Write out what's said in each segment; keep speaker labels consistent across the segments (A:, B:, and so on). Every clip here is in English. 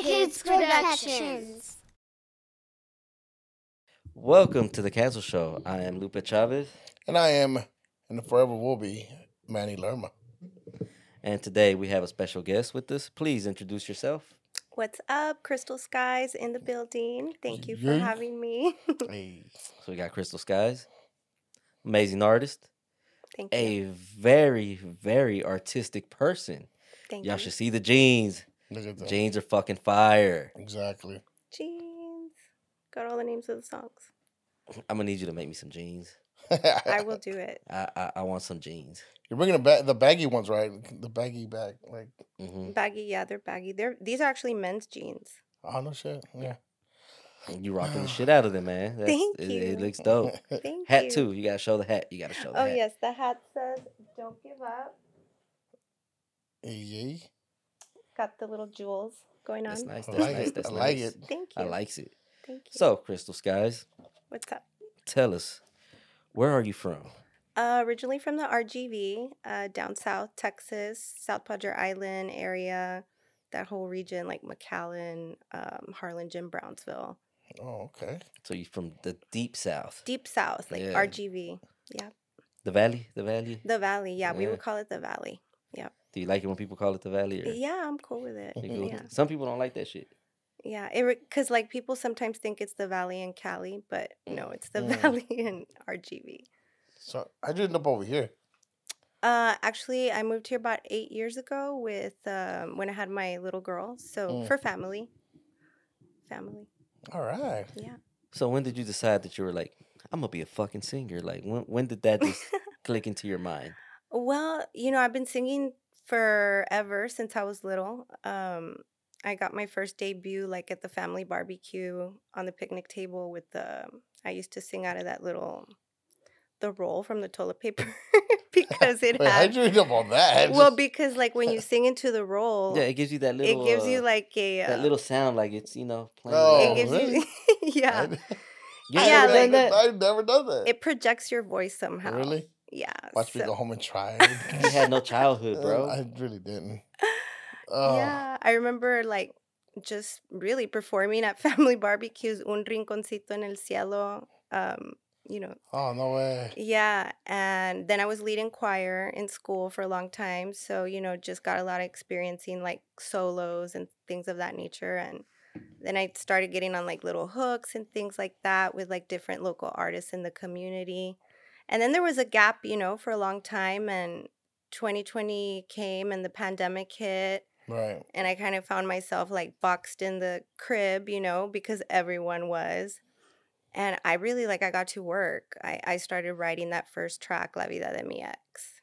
A: Kids Productions.
B: Welcome to the Cancel Show. I am Lupe Chavez,
C: And I am, and forever will be, Manny Lerma.
B: and today we have a special guest with us. Please introduce yourself.
D: What's up, Crystal Skies in the building? Thank you for
C: Yeah.
D: having me.
C: Hey.
B: So we got Crystal Skies, amazing artist,
D: Thank you.
B: a very, very artistic person.
D: Thank
B: Y'all
D: you.
B: should see the jeans.
C: Look at that.
B: Jeans are fucking fire.
C: Exactly.
D: Jeans. Got all the names of the songs.
B: I'm gonna need you to make me some jeans.
D: I will
B: uh,
D: do it.
B: I I, I want some jeans.
C: You're bringing the, ba- the baggy ones, right? The baggy bag. Like,
B: hmm
D: Baggy, yeah, they're baggy. They're these are actually men's jeans.
C: oh, no shit. Yeah.
B: You rocking the shit out of them, man. That's,
D: Thank
B: it, it
D: you.
B: looks dope.
D: Thank you.
B: Hat too. You gotta show the hat. You gotta show. The
D: Oh
B: hat.
D: yes, the hat says "Don't give up."
C: yeah.
D: Got the little jewels going on.
B: That's nice.
C: I
B: That's
C: like
B: nice.
C: it.
B: That's
C: I like
B: nice.
C: it.
D: Thank
B: I
D: you.
B: likes it.
D: Thank you.
B: So, Crystal Skies,
D: what's up?
B: tell us, where are you from?
D: Uh, originally from the RGV, uh, down south Texas, South Padre Island area, that whole region like McAllen, um, Harlingen, Brownsville,
C: Oh, okay.
B: So you from the deep south,
D: deep south, like
B: Yeah.
D: RGV,
B: the valley, the valley.
D: the Valley. Yeah, we
B: Yeah.
D: would call it the Valley.
B: Do you like it when people call it the valley? Or
D: Yeah, I'm cool with it.
B: you cool with
D: Yeah.
B: it? Some people don't like that shit.
D: Yeah, it because like people sometimes think it's the Valley in Cali, but no, it's the
C: Mm.
D: Valley in RGV.
C: So I ended up over here.
D: Uh, actually, I moved here about eight years ago with um, when I had my little girl. So
C: Mm.
D: for family, family.
C: All right.
D: Yeah.
B: So when did you decide that you were like, I'm gonna be a fucking singer? Like when when did that just click into your mind?
D: Well, you know, I've been singing forever since I was little. Um, I got my first debut like at the family barbecue on the picnic table with the. um, I used to sing out of that little, the roll from the toilet paper because it
C: Wait, how'd
D: had.
C: you end up on that?
D: Well, because like when you sing into the roll,
B: Yeah, it gives you that little.
D: Oh, it gives you
B: uh,
D: like a
B: that
D: uh,
B: little sound, like it's you know playing.
C: Oh,
D: it gives
C: really?
D: you yeah
C: I,
D: yeah,
C: never,
D: the-
C: done that.
D: the-
C: I've never done that.
D: it projects your voice somehow
C: really?
D: yeah
C: Watch me
D: so-
C: go home and try
B: you
C: it.
B: had no childhood,
C: Uh,
B: bro.
C: I really didn't. Oh,
D: yeah i remember like just really performing at family barbecues un rinconcito en el cielo um you know
C: oh no way.
D: yeah and then i was leading choir in school for a long time so you know just got a lot of experiencing like solos and things of that nature and then i started getting on like little hooks and things like that with like different local artists in the community and then there was a gap you know for a long time and 2020 came and the pandemic hit
C: Right.
D: and I kind of found myself like boxed in the crib, you know, because everyone was. And I really like I got to work. I, I started writing that first track, La Vida de Mi Ex.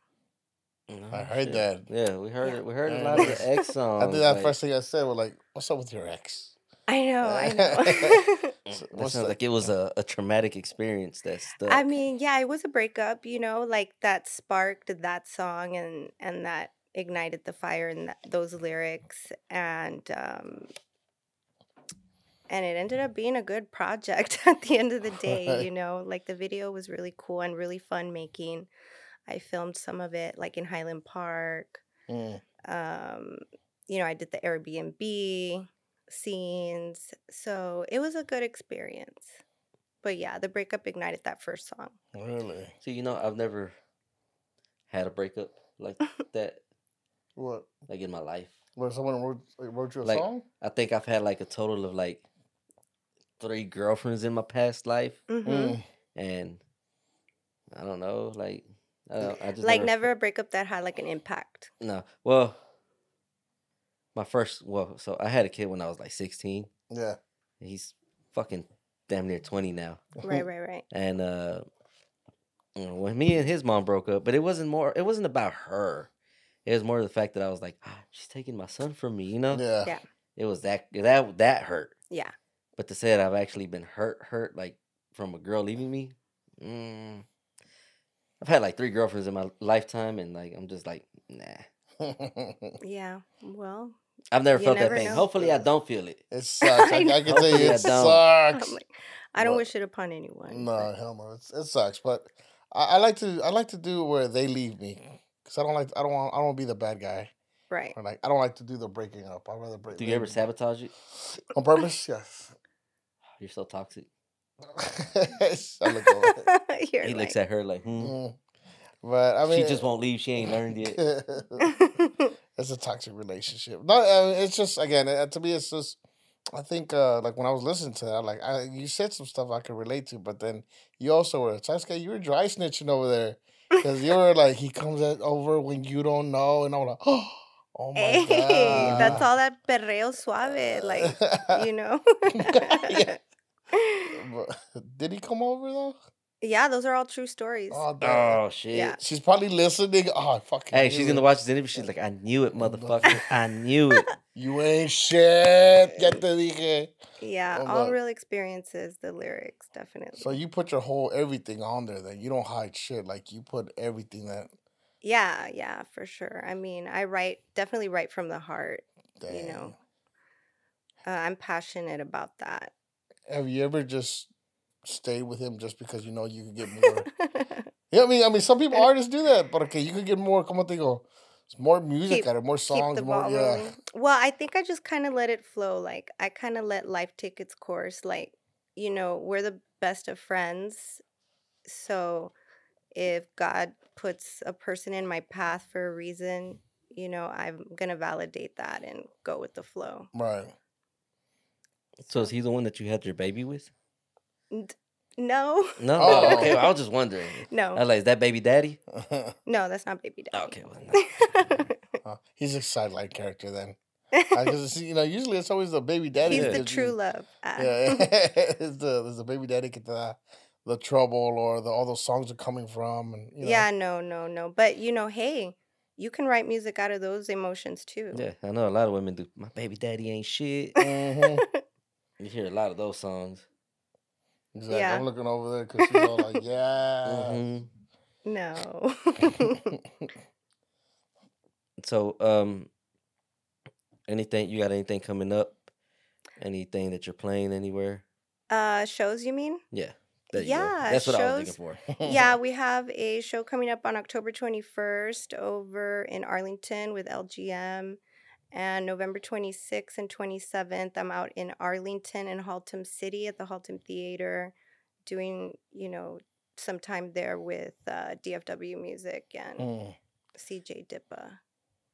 B: No
C: I heard
B: Oh, shit.
C: that.
B: Yeah, we heard
D: Yeah.
B: it. We heard
C: I
B: a lot of
C: noticed.
B: the X songs.
C: I think that's
B: like,
C: the first thing I said was like, "What's up with your ex?"
D: I know, I know.
C: So,
B: Mm, That
C: what's
B: sounds
C: the-
B: like it was a, a traumatic experience that stuck.
D: I mean, yeah, it was a breakup, you know, like that sparked that song and and that ignited the fire and that, those lyrics and um and it ended up being a good project at the end of the day, you know, like the video was really cool and really fun making. I filmed some of it like in Highland Park.
C: Mm.
D: Um, you know, I did the Airbnb scenes. So, it was a good experience. But yeah, the breakup ignited that first song.
C: Really?
B: So you know, I've never had a breakup like that,
C: What?
B: like in my life.
C: Where someone wrote like, wrote you a
B: Like-
C: song?
B: I think I've had like a total of like three girlfriends in my past life,
D: Mm-hmm.
C: Mm.
B: and I don't know, like I, don't, I just
D: Like never a breakup that had like an impact.
B: no. Well, my first well, so I had a kid when I was like sixteen.
C: Yeah.
B: He's fucking damn near twenty now,
D: Right, right, right.
B: and uh, mm, when me and his mom broke up, but it wasn't more. It wasn't about her. It was more the fact that I was like, ah, she's taking my son from me, you know.
C: Yeah.
D: Yeah.
B: it was that that that hurt.
D: Yeah.
B: But to say that I've actually been hurt, hurt like from a girl leaving me, mm, I've had like three girlfriends in my lifetime, and like I'm just like, nah,
D: Yeah. Well,
B: I've never
D: You
B: felt
D: never
B: that pain.
D: know.
B: Hopefully, I don't feel it.
C: it sucks. I,
D: I
C: I
B: know.
C: can tell you,
B: Yeah,
C: it
D: I'm
C: sucks.
D: like, I don't
C: But-
D: wish it upon anyone.
C: No,
D: but-
C: hell no. It's, it sucks, but I, I like to I like to do where they leave me because I don't like I don't want I don't want to be the bad guy.
D: Right.
C: Or like I don't like to do the breaking up. I'd rather break.
B: Do you ever
C: legs.
B: sabotage it?
C: on purpose? Yes.
B: You're so toxic.
C: I look over.
D: You're
B: he looks
D: like-
B: at her like, hmm.
C: Mm. But I mean,
B: she just won't leave. She ain't learned yet.
C: Oh it's a toxic relationship. No, I mean, it's just again uh, to me, it's just. I think uh, like when I was listening to that, like I, you said some stuff I could relate to, but then you also were Sasuke. You were dry snitching over there because you were like he comes at, over when you don't know, and I'm like, oh, my
D: hey,
C: god,
D: that's all that perreo suave, like you know.
C: Yeah.
D: yeah.
C: But- Did he come over though?
D: those are all true stories.
C: Oh, damn.
B: Oh shit.
D: Yeah.
C: she's probably listening. Oh, I fucking.
B: Hey,
C: knew
B: she's
C: it.
B: gonna watch this interview. She's like, I knew it, motherfucker. I knew it.
C: You ain't shit. Ya te dije.
D: yeah,
C: Oh,
D: all
C: look.
D: real experiences, the lyrics definitely.
C: So you put your whole everything on there. Then you don't hide shit. Like you put everything that.
D: yeah, yeah, for sure. I mean, I write definitely write from the heart.
C: Damn.
D: You know, uh, I'm passionate about that.
C: Have you ever just stayed with him just because you know you could get more? yeah, I mean, I mean, some people artists do that, but okay, you could get more. Como te digo, it's more music
D: Keep-
C: out of more
D: Keep
C: songs,
D: the
C: more
D: ball
C: yeah.
D: rolling. Well, I think I just kind of let it flow. Like I kind of let life take its course. Like you know, we're the best of friends. So if God puts a person in my path for a reason, you know, I'm gonna validate that and go with the flow.
C: Right.
B: So is he the one that you had your baby with?
D: No,
B: No.
C: Oh.
B: Okay, well, I was just wondering. I
D: no,
B: was like, is that baby daddy?
D: no. That's not baby daddy.
B: Oh, Okay. Well, no.
C: Uh, he's a sideline character then. Because you know, usually it's always the baby daddy.
D: He's
C: that
D: the
C: gives
D: true
C: you-
D: love. Ah.
C: Yeah, it's the there's the baby daddy get the the trouble or the all those songs are coming from and you know.
D: Yeah, no, no, no. But you know, hey, you can write music out of those emotions too.
B: yeah, I know a lot of women do. My baby daddy ain't shit. Mm-hmm.
C: Mhm,
B: You hear a lot of those songs.
C: Exactly.
D: Yeah.
C: I'm looking over there because she's all like, yeah.
B: Mhm.
D: No. Mm-hmm.
B: So, um, anything you got? Anything coming up? Anything that you're playing anywhere?
D: uh shows you mean?
B: Yeah. There you go.
D: Yeah,
B: That's what I was
D: shows.
B: looking for. Mm-hmm.
D: Yeah, we have a show coming up on October 21st over in Arlington with LGM. And November 26th and 27th, I'm out in Arlington and Haltom City at the Haltom Theater doing, you know, some time there with uh, DFW Music and
C: Mm.
D: CJ Dippa.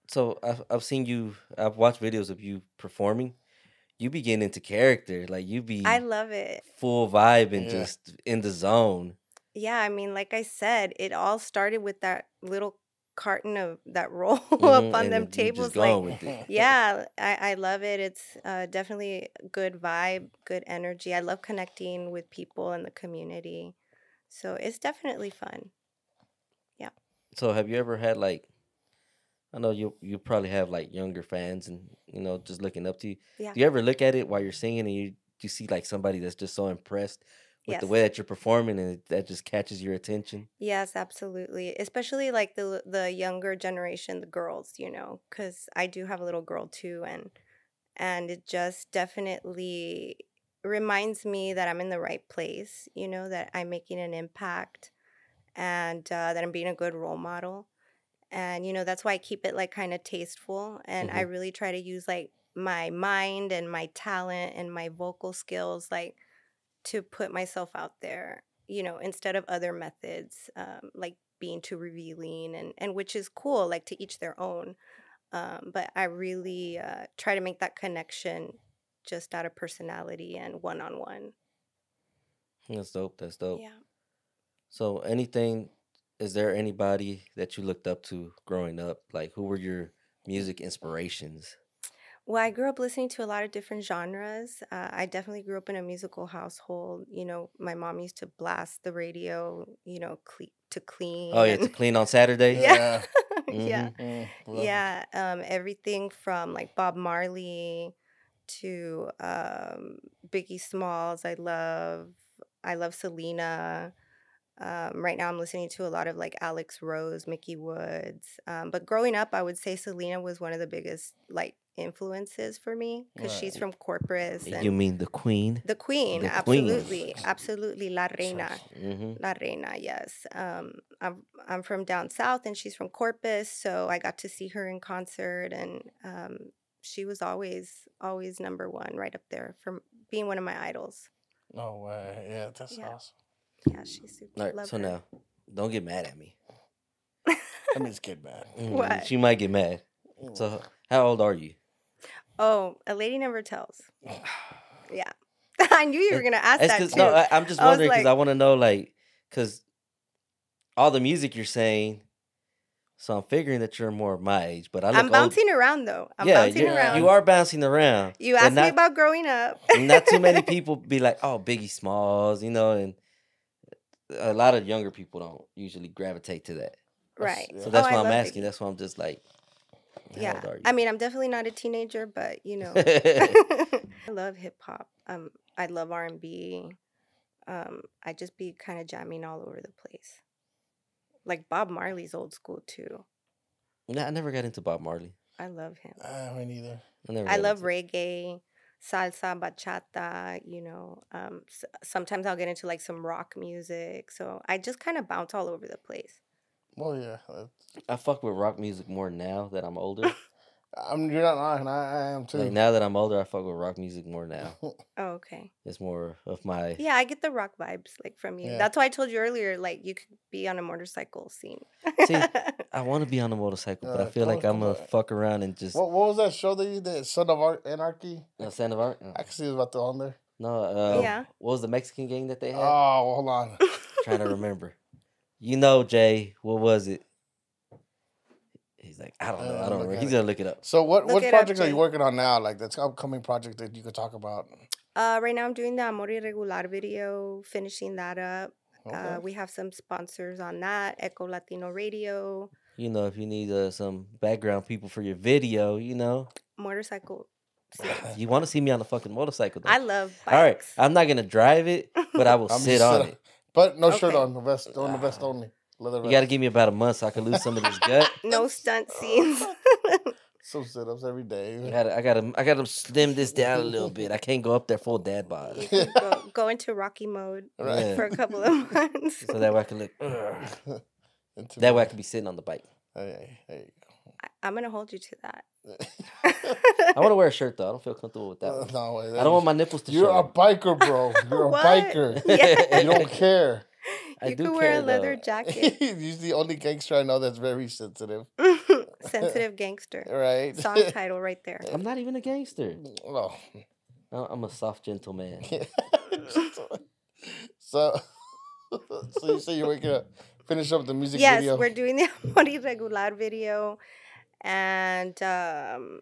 B: So I've I've seen you. I've watched videos of you performing. You be getting into character, like you be
D: I love it.
B: full vibe and
C: Yeah.
B: just in the zone.
D: Yeah, I mean, like I said, it all started with that little carton of that roll
B: Mhm,
D: up on
B: and
D: them
B: you just
D: tables.
B: going
D: Like,
B: with it.
D: yeah, I, I love it. It's uh, definitely a good vibe, good energy. I love connecting with people in the community. So it's definitely fun.
B: So have you ever had like I know you you probably have like younger fans and you know just looking up to you.
D: Yeah.
B: Do you ever look at it while you're singing and you you see like somebody that's just so impressed with the
D: Yes.
B: way that you're performing and it, that just catches your attention?
D: Yes, absolutely. Especially like the the younger generation, the girls, you know, cuz I do have a little girl too and and it just definitely reminds me that I'm in the right place, you know, that I'm making an impact and uh, that I'm being a good role model. And you know, that's why I keep it like kind of tasteful and I really try to use like my mind and my talent and my vocal skills like to put myself out there you know instead of other methods um, like being too revealing and and which is cool like to each their own um, but i really uh, try to make that connection just out of personality and one-on-one
B: That's dope. That's dope.
D: yeah
B: So anything is there anybody that you looked up to growing up? Like who were your music inspirations?
D: Well, I grew up listening to a lot of different genres. Uh, I definitely grew up in a musical household. You know, my mom used to blast the radio, you know, cle- to clean.
B: Oh yeah,
D: and-
B: to clean on Saturday.
D: Yeah.
B: Mhm.
D: yeah.
C: Mm, love it.
D: Yeah, um, everything from like Bob Marley to um, Biggie Smalls. I love, I love Selena. Um, right now, I'm listening to a lot of like Alex Rose, Mickey Woods. Um, but growing up, I would say Selena was one of the biggest like influences for me because
C: Right.
D: she's from Corpus and
B: Mm-hmm. You mean the queen?
D: the Queen.
B: the queen.
D: absolutely, absolutely, La Reina.
B: Mm-hmm.
D: La Reina, yes. Um, I'm I'm from down south, and she's from Corpus, so I got to see her in concert, and um, she was always always number one, right up there from being one of my idols.
C: No way. Yeah, that's
D: Yeah.
C: awesome.
D: Yeah, she's super.
B: All right,
D: love
B: so
D: her.
B: now, don't get mad at me.
C: Let me just get mad.
B: Mm,
D: What?
B: She might get mad.
D: Mm,
B: So, how old are you?
D: Oh, a lady never tells. Yeah, I knew you were gonna ask
B: It's
D: that
B: 'cause-
D: too.
B: no, I, I'm just
D: I was
B: wondering because I
D: like-
B: want to know, like, because all the music you're saying, so I'm figuring that you're more my age, but I look
D: I'm
B: old-
D: bouncing around though. I'm
B: yeah,
D: bouncing
B: you,
D: around.
B: you are bouncing around.
D: You
B: but
D: asked me
B: not-
D: about growing up.
B: not too many people be like, oh, Biggie Smalls, you know, and uh, a lot of younger people don't usually gravitate to that.
D: right.
C: Yeah.
B: So that's
D: Oh, I
B: why I'm
D: love
B: asking.
D: Biggie.
B: That's why I'm just like, how
D: yeah.
B: old are you?
D: I mean, I'm definitely not a teenager, but you know. I love hip hop. Um, I love R and B. Um, I just be kind of jamming all over the place. Like Bob Marley's old school too.
B: No, I never got into Bob Marley.
D: I love him.
C: Uh, me neither.
B: I, never
D: I
B: got
D: love
B: into it.
D: reggae, salsa, bachata. You know, um, s- sometimes I'll get into like some rock music. So I just kind of bounce all over the place.
C: Well, yeah. that-
B: I fuck with rock music more now that I'm older.
C: I'm. You're not lying. I, I am too.
B: like now that I'm older, I fuck with rock music more now.
D: Oh, okay.
B: It's more of my
D: Yeah, I get the rock vibes like from you.
C: Yeah.
D: That's why I told you earlier, like you could be on a motorcycle scene.
B: See, I want to be on a motorcycle, but I
C: Uh,
B: feel
C: come
B: like
C: on,
B: I'm
C: come
B: gonna
C: on.
B: fuck around and just
C: What, what was that show that you did? Son of Ar- Anarchy?
B: uh, Sand of Art.
C: I can see it was about to on there.
B: No, uh,
D: Yeah.
B: What was the Mexican gang that they had?
C: Oh, hold on.
B: Trying to remember. You know, Jay, what was it? He's like, I don't know, I
C: Uh,
B: don't
C: look
B: remember.
C: at
B: He's
C: it.
B: gonna look it up.
C: So what
D: Look
C: what
D: it up,
C: projects are
D: Jay.
C: you working on now? Like that's upcoming project that you could talk about.
D: Uh, right now, I'm doing the Amor Irregular video, finishing that up.
C: Okay.
D: Uh, we have some sponsors on that Echo Latino Radio,
B: You know, if you need uh, some background people for your video, you know,
D: motorcycle. scene.
B: you want to see me on a fucking motorcycle. Though.
D: I love bikes.
B: All right, I'm not gonna drive it, but I will
C: I'm
B: sit
C: just
B: on
C: sit-
B: it.
C: But no shirt
D: Okay.
C: on, the vest on the vest
B: Ah.
C: only. Leather
B: You gotta
C: vest.
B: give me about a month so I can lose some of this gut.
D: no stunt scenes.
C: some sit ups every day.
B: I gotta, I gotta, I gotta slim this down a little bit. I can't go up there full dad bod,
D: You can go, go into Rocky mode
B: Yeah.
C: Right.
D: for a couple of months.
B: so that way I can look.
C: Into
B: That
C: the-
B: way I can be sitting on the bike.
C: Hey, hey,
D: I, I'm going to hold you to that.
C: hey.
B: I want to wear a shirt though. I don't feel comfortable with that.
C: Uh,
B: one.
C: no way.
B: I don't want my nipples to
C: You're
B: show.
C: a biker, bro. You're a
D: What?
C: biker.
D: Yeah.
C: You don't care.
B: I
D: you
B: do
D: could wear
B: care,
D: a leather
B: though.
D: jacket.
C: He's the only gangster I know that's very sensitive,
D: Sensitive gangster.
C: right?
D: Song title right there.
B: I'm not even a gangster.
C: Well,
B: I- I'm a soft gentleman.
C: so, so you say you're waking up, finish up the music
D: yes,
C: video.
D: we're doing the amor irregular video, and um,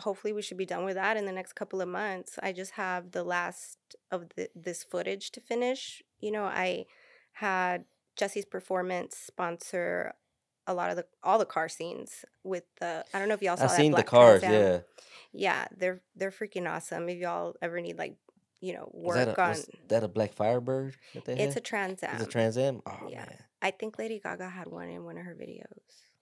D: hopefully we should be done with that in the next couple of months. I just have the last of the, this footage to finish. You know, I had Jesse's performance sponsor a lot of the all the car scenes with the. I don't know if y'all saw
B: I've
D: that
B: seen the
D: Black
B: cars.
D: Trans Am.
B: Yeah,
D: yeah, they're they're freaking awesome. If y'all ever need like you know
B: Is
D: work
B: that a,
D: on,
B: was that a black Firebird that they
D: it's a
B: had?
D: Trans Am.
B: It's a Trans Am. Oh
D: Yeah.
B: man,
D: I think Lady Gaga had one in one of her videos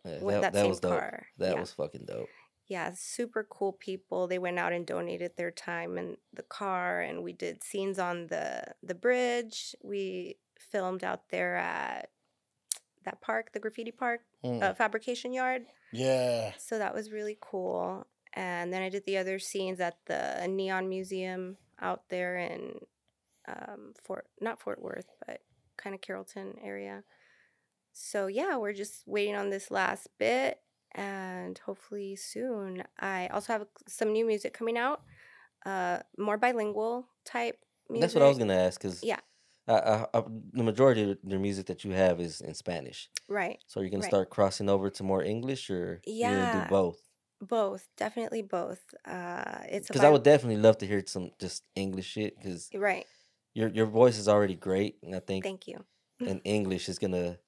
B: Yeah,
D: with that,
B: that
D: same
B: was dope.
D: car.
B: That
D: yeah.
B: was fucking dope.
D: yeah, super cool people. They went out and donated their time and the car, and we did scenes on the the bridge. We filmed out there at that park, the graffiti park,
C: Mm.
B: Hmm.
D: uh, fabrication yard.
C: yeah.
D: So that was really cool. And then I did the other scenes at the Neon Museum out there in um, Fort, not Fort Worth, but kind of Carrollton area. So yeah, we're just waiting on this last bit and hopefully soon. I also have some new music coming out, uh, more bilingual type music.
B: That's what I was gonna ask. Cause
D: Yeah.
B: I, I, I, the majority of the music that you have is in Spanish.
D: Right.
B: So you're gonna
D: Right.
B: start crossing over to more English, or you're gonna
D: Yeah.
B: do both?
D: Both. Definitely both. Uh, it's a
B: Because I
D: bi-
B: would definitely love to hear some just English shit. Because
D: Right.
B: your your voice is already great, and I think
D: Thank you.
B: in English is gonna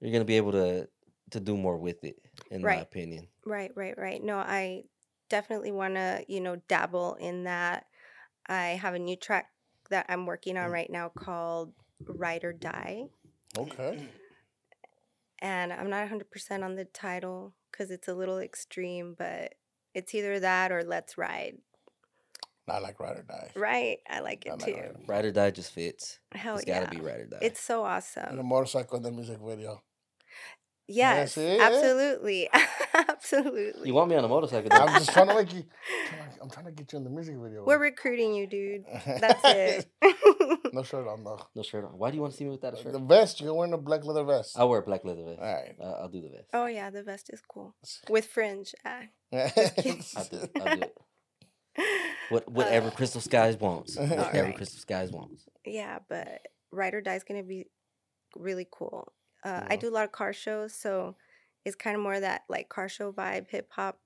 B: you're gonna be able to to do more with it, in my
D: Right.
B: opinion.
D: Right, right, right. No, I definitely want to, you know, dabble in that.
B: Mm.
D: I have a new track that I'm working on right now called Ride or Die.
C: Okay.
D: and I'm not 100% on the title because it's a little extreme, but it's either that or Let's Ride.
C: Not like ride or die.
D: Right. I like it
C: Not like
D: too. Um,
C: ride or die.
B: Ride or die just fits.
D: Hell
B: it's
D: Oh, yeah.
B: gotta be ride or die.
D: It's so
C: And a
D: awesome.
C: motorcycle in the music video.
D: Yes.
C: see?
D: absolutely. absolutely.
B: you want me on a motorcycle?
C: I'm
B: though?
C: just trying to make you. trying to- I'm trying to get you in the music video.
D: We're recruiting you, dude. That's it.
C: no shirt on though.
B: no shirt on. Why do you want to see me without a shirt?
C: The vest. You're wearing a black leather vest.
B: I'll wear a black leather vest.
C: All right.
B: I- I'll do the vest.
D: oh, yeah. The vest is cool. With fringe. ah.
B: I'll do it. I'll do it. What, whatever
D: Uh,
B: Crystal Skies wants.
C: All
B: Whatever
D: right.
B: Crystal Skies wants.
D: Yeah, but Ride or Die is going to be really cool. Uh, I
C: Mhm.
D: do a lot of car shows, so it's kind of more that like car show vibe, hip hop,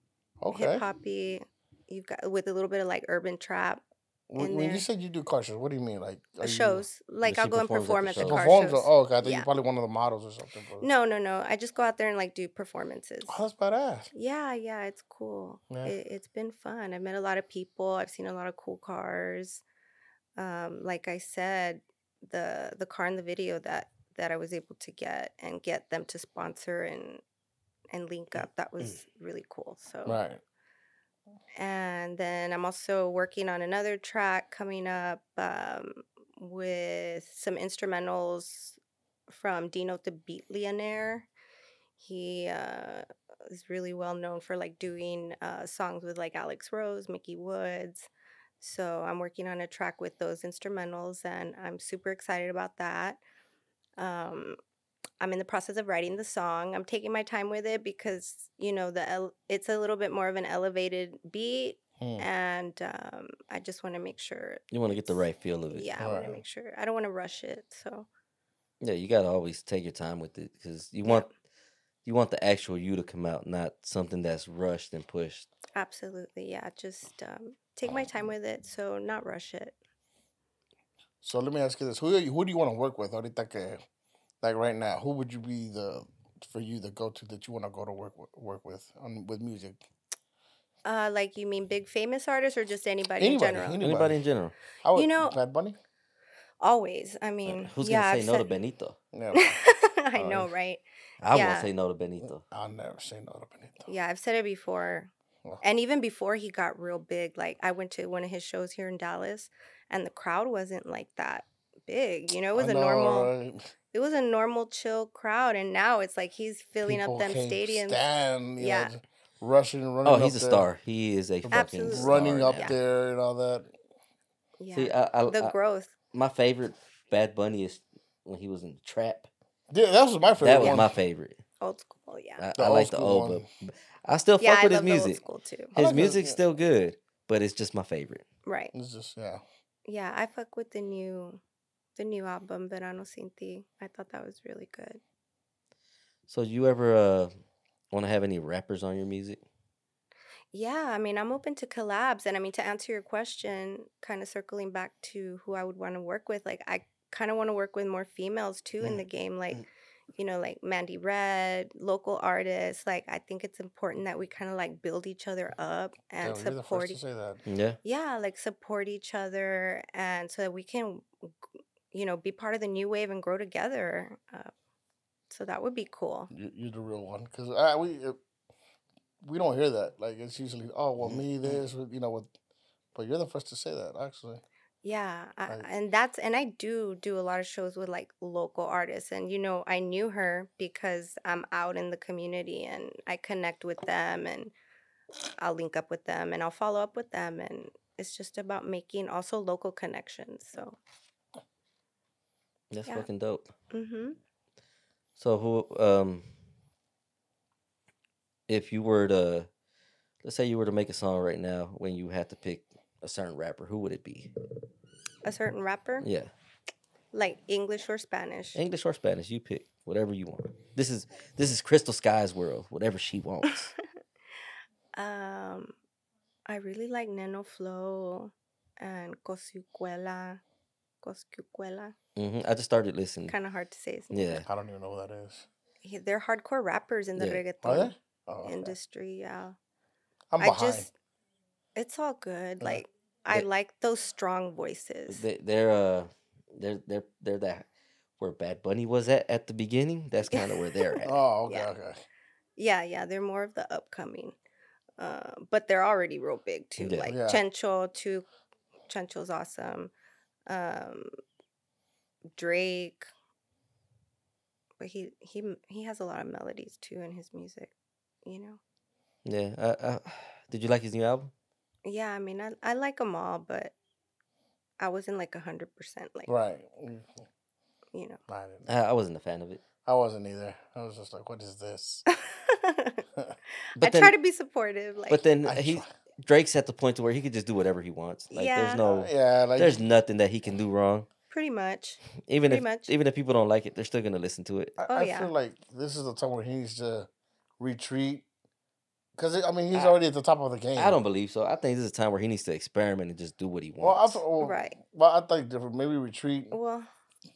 C: okay.
D: hip hoppy. You've got with a little bit of like urban trap
C: When,
D: in
C: when you
D: there.
C: said you do car shows, what do you mean? Like are you-
D: shows. Like
B: she
D: I'll go and
B: performs at the
D: perform at the,
C: She
B: shows.
D: car
C: performs.
D: shows.
C: Oh, okay. I thought
D: Yeah.
C: you're probably one of the models or something. for-
D: No, no, no. I just go out there and like do performances.
C: Oh, that's badass.
D: Yeah, yeah, it's cool.
C: Yeah.
D: It, it's been fun. I met a lot of people. I've seen a lot of cool cars. Um, like I said, the the car in the video that that I was able to get and get them to sponsor and and link up that was really cool. So
C: Right.
D: and then I'm also working on another track coming up um, with some instrumentals from Dino the Beat Leonaire. He uh, is really well known for like doing uh, songs with like Alex Rose, Mickey Woods. So I'm working on a track with those instrumentals, and I'm super excited about that. Um, I'm in the process of writing the song. I'm taking my time with it because you know the ele- it's a little bit more of an elevated beat,
C: Hmm.
D: and um, I just want to make sure.
B: Mm. You want to get the right feel of it.
D: Yeah, I want to
C: Right.
D: make sure. I don't want to rush it. So
B: Yeah, you gotta always take your time with it because you want you want the actual you to come out, not something that's rushed and pushed.
D: absolutely, yeah, just um, take my time with it. So not rush it.
C: So let me ask you this: Who are you, who do you want to work with? Ahorita que, like right now, who would you be the for you the go to that you want to go to work with, work with on with music?
D: Uh, like you mean big famous artists or just anybody,
C: Anybody,
D: in general?
C: any-
B: Anybody,
C: Anybody.
B: in general.
C: I would,
D: know-
C: Bad Bunny.
D: Always. I
B: Like,
D: mean,
B: Uh, who's
D: yeah,
B: gonna
D: I've
B: say no to
D: said-
B: Benito?
C: Yeah.
D: I
C: Oh,
D: know,
C: if-
D: right?
B: I
D: Yeah.
B: won't say no to Benito.
C: I'll never say no to Benito.
D: Yeah, I've said it before.
C: Well.
D: And even before he got real big, like I went to one of his shows here in Dallas and the crowd wasn't like that big. You know, it was
C: a
D: a normal it was a normal chill crowd and now it's like he's filling up them stadiums.
C: Stand, yeah.
D: Yeah.
C: rushing, running.
B: Oh,
C: up
B: he's a
C: there,
B: star. He is a fucking
D: Absolutely.
B: star
C: Running up
B: now.
D: Yeah.
C: there and all that.
D: Yeah.
B: See, oh, uh I, I,
D: the
B: I-
D: growth.
B: my favorite Bad Bunny is when he was in the trap.
C: Yeah, that was my favorite.
B: That was
C: one.
B: my favorite.
D: Old school, yeah.
B: I,
C: The
B: I
C: old
B: like the
C: school
B: old,
C: one.
B: but I still
D: yeah,
B: fuck
D: I
B: with
D: love
B: his
D: the old
B: music.
D: school
C: I
D: too.
B: His
C: like the-
B: music's
C: yeah.
B: still good, but it's just my favorite.
D: Right.
C: It's just yeah.
D: Yeah, I fuck with the new the new album, Verano Sin Ti. I thought that was really good.
B: So, you ever uh, want to have any rappers on your music?
D: Yeah, I mean, I'm open to collabs. And I mean, to answer your question, kind of circling back to who I would want to work with, like, I kind of want to work with more females too in the
C: Mm,
D: game, like, you know, like Mandy Red, local artists. Like, I think it's important that we kind of like build each other up and
C: Damn, you're the
D: support.
C: first to
D: e-
C: say that.
B: Yeah.
D: Yeah, like, support each other. And so that we can, you know, be part of the new wave and grow together. Uh, so that would be cool.
C: You, you're the real one because uh, we uh, we don't hear that. Like it's usually oh well me this with- you know with, but you're the first to say that actually.
D: Yeah, I,
C: Right.
D: and that's and I do do a lot of shows with like local artists, and you know I knew her because I'm out in the community and I connect with them, and I'll link up with them, and I'll follow up with them, and it's just about making also local connections. So,
B: That's
D: Yeah.
B: fucking dope.
D: hmm
B: Mm-hmm. So who um if you were to let's say you were to make a song right now when you had to pick a certain rapper, who would it be?
D: a certain rapper,
B: Yeah.
D: like English or Spanish.
B: English or Spanish, you pick whatever you want. This is this is Crystal Sky's world, whatever she wants.
D: Um, I really like Neno Flow and Cosicuela, Cosicuela.
B: hmm I just started listening.
D: Kind of hard to say. His name.
B: Yeah.
C: I don't even know what that is.
D: he- they're hardcore rappers in the
B: Yeah.
C: Are
D: reggaeton
C: they? Oh, okay.
D: industry. Yeah,
C: I'm
D: I
C: behind.
D: just, it's all good.
C: Yeah.
D: Like I
B: Uh, They-
D: like those strong voices.
B: They they're uh they're they're they're that where Bad Bunny was at at the beginning, that's kind of where they're at.
C: Oh, okay,
D: Yeah.
C: okay.
D: Yeah, yeah, they're more of the upcoming, uh, but they're already real big too.
B: Yeah.
D: Like
C: Yeah.
D: Chencho, too. Chencho's awesome. Um, Drake, but he he m- he has a lot of melodies too in his music. You know,
B: Yeah. Uh, uh, did you like his new album?
D: yeah. I mean, I I like them all, but I wasn't like a hundred percent like
C: Right. Mm,
D: you know.
C: I, didn't,
B: I, I wasn't a fan of it.
C: I wasn't either. I was just like, what is this?
B: But
D: I
B: then,
D: try to be supportive. Like,
B: but then
C: I
B: he
C: try-
B: Drake's at the point to where he could just do whatever he wants. Like
D: Yeah.
B: there's no,
C: yeah, like
B: there's nothing that he can do wrong.
D: pretty much.
B: Even
D: Pretty
B: if
D: much.
B: even if people don't like it, they're still gonna listen to it.
C: I,
D: Oh,
C: I
D: yeah.
C: feel like this is the time where he needs to retreat because I mean he's
B: I-
C: already at the top of the game.
B: I don't believe so. I think this is a time where he needs to experiment and just do what he
C: Well, I
B: wants.
C: th- well,
D: Right.
C: Well, I think different. Maybe retreat.
D: Well,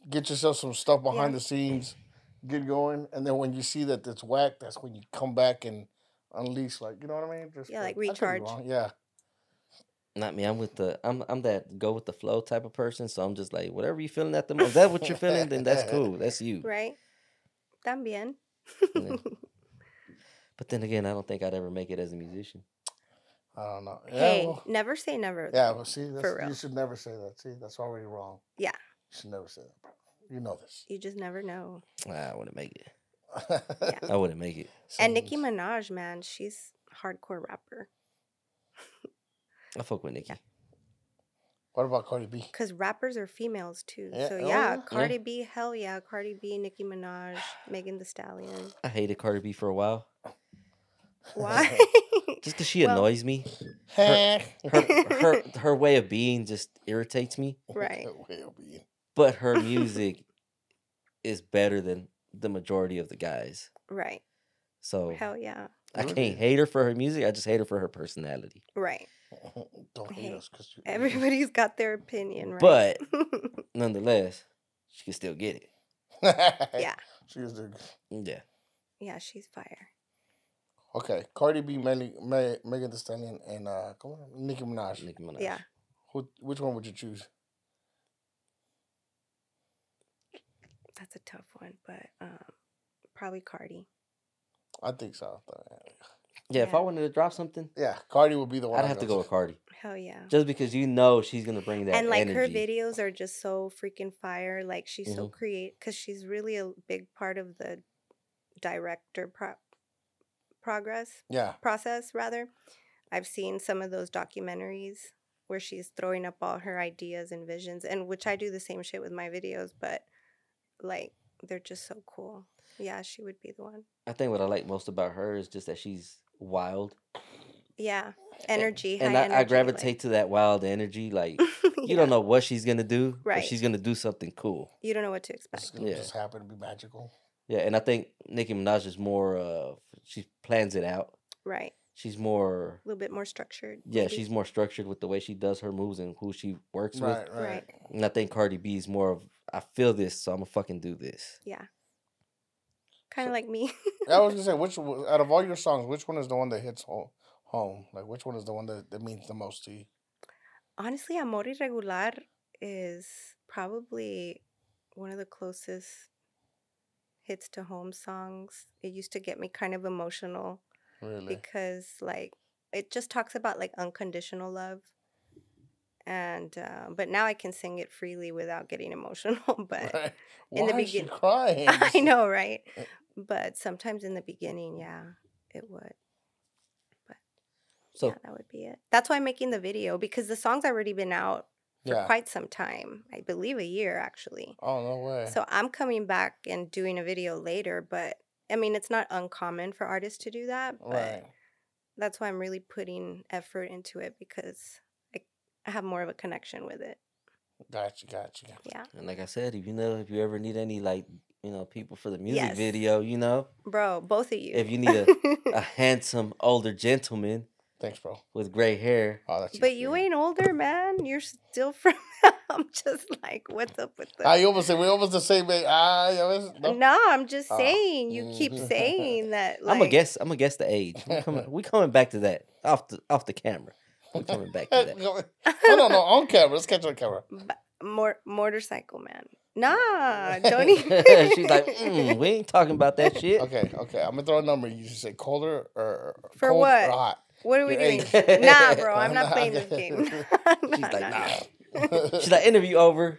C: Get yourself some stuff behind
D: Yeah.
C: the scenes. Get going, and then when you see that it's whack, that's when you come back and unleash. Like you know what I mean? Just
D: Yeah, like
C: I could be
D: recharge.
C: wrong, Yeah.
B: Not me. I'm with the I'm I'm that go with the flow type of person. So I'm just like whatever you feeling at the moment. Is that what you're feeling? Then that's cool. That's you.
D: right? También.
B: Yeah. But then again, I don't think I'd ever make it as a musician.
C: I don't know. Yeah.
D: hey,
C: well,
D: never say never.
C: yeah.
D: though.
C: Well, see, that's,
D: real.
C: you should never say that. See, that's already wrong.
D: Yeah.
C: You should never say that. bro. You know this.
D: You just never know.
B: I wouldn't make it.
D: Yeah.
B: I wouldn't make it.
D: And
C: Some-
D: Nicki Minaj, man, she's hardcore rapper.
B: I fuck with Nicki.
C: What about Cardi B?
D: Cause rappers are females too.
C: Yeah,
D: So
C: oh,
D: yeah,
C: yeah.
D: Cardi B, hell yeah, Cardi B, Nicki Minaj, Megan The Stallion.
B: I hated Cardi B for a while,
D: Why?
B: just because she
D: Well-
B: annoys me.
C: Heh.
B: Her, her her way of being just irritates me.
D: Right.
C: Well, being-
B: But her music is better than the majority of the guys.
D: right.
B: So
C: Oh,
D: Hell yeah.
B: I
C: Really?
B: can't hate her for her music. I just hate her for her personality.
D: Right.
C: Don't hate
D: Hey,
C: us because
D: Everybody's got their opinion, right?
B: But nonetheless, she can still get it.
D: yeah.
C: She is the
B: Yeah.
D: Yeah, she's fire.
C: okay. Cardi B, Melly, Me- Megan Thee Stallion, and uh, come on, Nicki Minaj.
B: Nicki Minaj.
D: Yeah.
C: Who, which one would you choose?
D: That's a tough one, but um probably Cardi.
C: I think so. Th-
B: Yeah, If I
D: Yeah.
B: wanted to drop something,
C: Yeah, Cardi would be the one.
B: I'd
C: I
B: have to
C: go
B: go with Cardi.
D: Hell yeah.
B: Just because you know she's gonna bring that
D: and like her
B: energy. Mm-hmm.
D: videos are just so freaking fire like she's so create because she's really a big part of the director pro- progress
C: Yeah,
D: process rather i've seen some of those documentaries where she's throwing up all her ideas and visions and which i do the same shit with my videos but like they're just so cool yeah she would be the one
B: I think what I like most about her is just that she's wild.
D: yeah energy
B: And
D: high
B: I,
D: energy,
B: I
D: like-
B: gravitate to that wild energy. Like you
D: Yeah,
B: don't know what she's gonna do,
D: Right.
B: but she's gonna do something cool.
D: you don't know what to
C: it's
D: expect
C: gonna
B: Yeah.
C: just happen to be magical.
B: Yeah, and I think Nicki Minaj is more uh she plans it out.
D: right
B: She's more
D: a little bit more structured
B: yeah,
D: maybe.
B: she's more structured with the way she does her moves and who she works
C: Right,
B: with.
C: right.
B: And I think Cardi B is more of I feel this, so I'm gonna fucking do this.
D: kind of like me
C: I was gonna say, which one- out of all your songs, which one is the one that hits ho- home? Like, which one is the one that, that means the most to you?
D: honestly, Amor Irregular is probably one of the closest hits to home songs. It used to get me kind of emotional
C: Really?
D: because, like, it just talks about like unconditional love. And uh, but now I can sing it freely without getting emotional. But
C: Right.
D: in the
C: Why is she
D: begin-
C: crying?
D: I know, right?
C: Uh,
D: But sometimes in the beginning, yeah, it would.
B: So
C: Oh.
D: yeah, that would be it. That's why I'm making the video because the song's already been out for
C: Yeah.
D: quite some time. I believe a year actually.
C: Oh no way.
D: So I'm coming back and doing a video later, but I mean, it's not uncommon for artists to do that. But
C: right.
D: that's why I'm really putting effort into it because I, I have more of a connection with it.
C: Gotcha. Gotcha. gotcha.
D: Yeah.
B: and like I said, if you know if you ever need any like you know people for the music
D: Yes.
B: video, you know
D: Bro, both of you.
B: if you need a, a handsome older gentleman
C: Thanks, bro.
B: with gray hair,
C: Oh, that's
D: but you
C: ain't.
D: ain't older, man. You're still from. I'm just like, what's up with
C: Ah,
D: this?
C: you almost said we almost the same age. Ah, you almost- no.
D: No, I'm just
C: Oh.
D: saying. You keep saying that. Like,
B: I'm gonna guess I'm gonna guess the age. We coming, we coming back to that off the off the camera. We coming back to that.
C: Oh, no, no, no, on camera. Let's catch on camera.
D: Mor- motorcycle man. Nah, don't e, even.
B: She's like, mm, we ain't talking about that shit.
C: Okay, okay. I'm gonna throw a number. You should say colder or
D: For
C: cold
D: what?
C: or hot.
D: What are we
C: Your
D: doing?
B: age.
D: Nah, bro, I'm not
C: Nah,
D: playing this
C: okay.
D: game.
B: She's like, nah. She's like, interview over.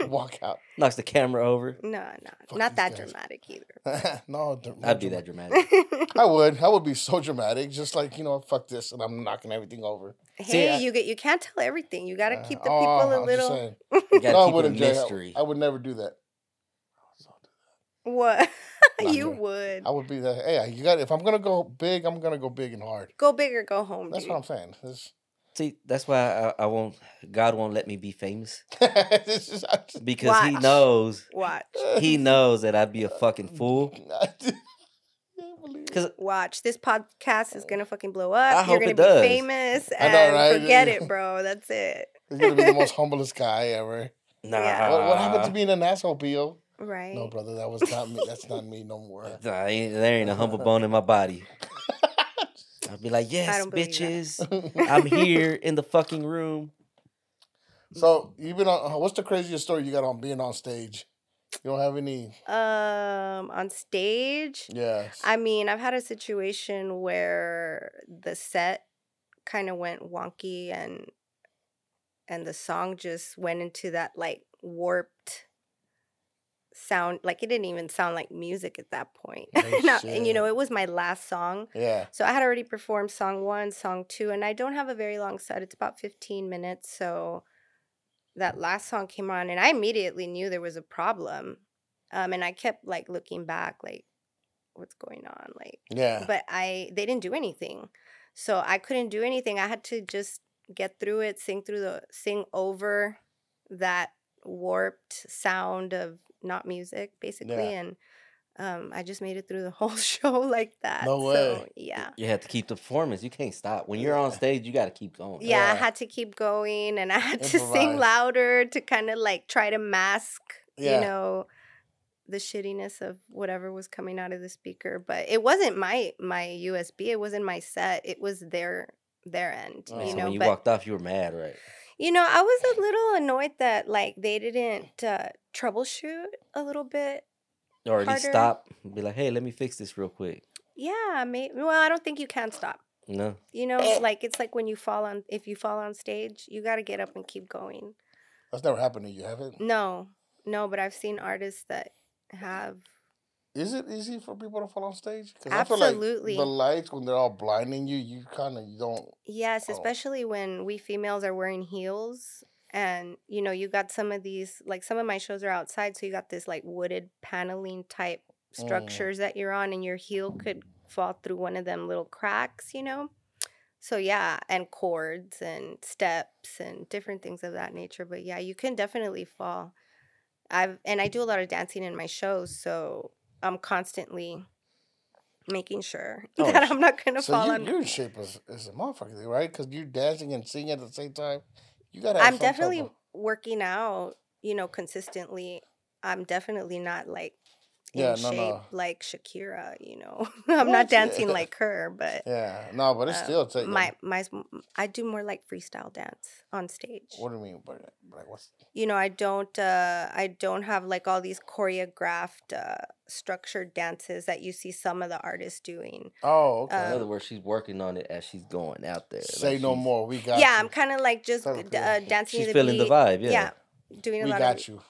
C: Walk out.
B: Knocks the camera over.
D: No, no,
C: Fuck
D: not
C: these
D: that
C: guys.
D: dramatic either.
C: no, don't-
B: I'd be
C: don't-
B: that dramatic.
C: I would. I would be so dramatic. Just like you know, fuck this, and I'm knocking everything over.
D: hey,
B: See, I-
D: you get you can't tell everything. You gotta
C: Uh,
D: keep the
C: oh,
D: people
C: I was
D: a
C: just
D: little.
C: saying.
B: You gotta
C: No, I
B: keep it a
C: wouldn't. Jay. I-
B: mystery.
C: I, would never do that.
D: What?
C: Nah,
D: you
C: dude.
D: would
C: I would be that. Hey, you got. If I'm gonna go big, I'm gonna go big and hard.
D: go big or go home.
C: That's
D: dude.
C: what I'm saying. This,
B: See, that's why I, I won't. God won't let me be famous
C: this is. I just-
B: because he
D: Watch.
B: knows.
D: Watch,
B: He knows that I'd be a fucking fool.
C: I can't believe it.
B: Cause
D: watch. This podcast is gonna fucking blow
B: I
D: up. You're
B: hope
D: gonna
B: it
D: be
B: does.
D: famous,
C: I
D: and
C: know, right?
D: forget it, bro. That's it.
C: You're gonna be the most humblest guy ever.
B: nah,
D: Yeah.
C: what, what
B: Ah.
C: happened to being an asshole, Pio?
D: Right?
C: No, brother, that was not me. That's not me no more.
B: Nah, I ain't- there ain't a humble bone in my body. I'd be like, yes,
D: don't believe that."
B: bitches, I'm here in the fucking room.
C: so you've been on. What's the craziest story you got on being on stage? You don't have any.
D: um, on stage.
C: Yeah.
D: I mean, I've had a situation where the set kind of went wonky and and the song just went into that like warped sound like it didn't even sound like music at that point.
C: No
D: and, I- and you know,
C: shit.
D: it was my last song.
C: yeah.
D: So I had already performed song 1, song 2, and I don't have a very long set. It's about 15 minutes, so that last song came on and I immediately knew there was a problem. Um and I kept like looking back like what's going on like
C: Yeah.
D: but I they didn't do anything. So I couldn't do anything. I had to just get through it, sing through the sing over that warped sound of not music basically
C: Yeah.
D: and um I just made it through the whole show like that.
C: No
D: So
C: way.
D: yeah.
B: You have to keep the performance. You can't stop. When you're on stage, you got to keep going.
D: Yeah, I
C: Yeah.
D: had to keep going and I had to
C: Improvise.
D: sing louder to kind of like try to mask,
C: Yeah.
D: you know, the shittiness of whatever was coming out of the speaker, but it wasn't my my USB, it wasn't my set. It was their their end,
C: Oh.
B: So
D: you know,
B: when you
D: but
B: walked off, you were mad, right?
D: you know, I was a little annoyed that like they didn't uh, troubleshoot a little bit.
B: Or at least
D: Harder.
B: stop. and Be like, hey, let me fix this real quick.
D: Yeah, maybe. Well, I don't think you can stop.
B: No.
D: You know, like it's like when you fall on if you fall on stage, you got to get up and keep going.
C: That's never happened to you, have it?
D: No, no, but I've seen artists that have.
C: Is it easy for people to fall on stage? 'Cause
D: Absolutely.
C: the lights when they're all blinding you, you kind of you don't.
D: Yes,
C: Oh.
D: especially when we females are wearing heels. And, you know, you got some of these, like some of my shows are outside. So you got this like wooded paneling type
C: Mm.
D: structures that you're on, and your heel could fall through one of them little cracks, you know? So, yeah, and cords and steps and different things of that nature. But yeah, you can definitely fall. I've, and I do a lot of dancing in my shows. So I'm constantly making sure
B: Oh,
D: that
B: sh-
D: I'm not going to
C: So
D: fall
C: you,
D: on
C: you're in shape as, as a motherfucker, right? Because you're dancing and singing at the same time. You gotta. Have
D: I'm
C: some type
D: definitely
C: of-
D: working out, you know, consistently. I'm definitely not like in
C: Yeah, no,
D: shape
C: no.
D: like Shakira, you know. I'm
C: What?
D: not dancing
C: Yeah.
D: like her, but
C: Yeah. No, but it's
D: uh,
C: still taking.
D: my my I do more like freestyle dance on stage.
C: What do you mean by that? Like what's?
D: You know, I don't uh I don't have like all these choreographed uh structured dances that you see some of the artists doing.
C: Oh, okay.
B: In
D: Um,
B: other words, she's working on it as she's going out there. Like,
C: Say no
B: she's-
C: more. We got.
D: Uh, yeah,
C: you.
D: I'm kind of like just
C: Sounds
D: d-
C: good.
D: uh, dancing
B: She's
D: to the
B: feeling the
D: beat.
B: vibe.
D: Yeah.
B: Yeah.
D: doing a
C: We
D: lot of
C: got you.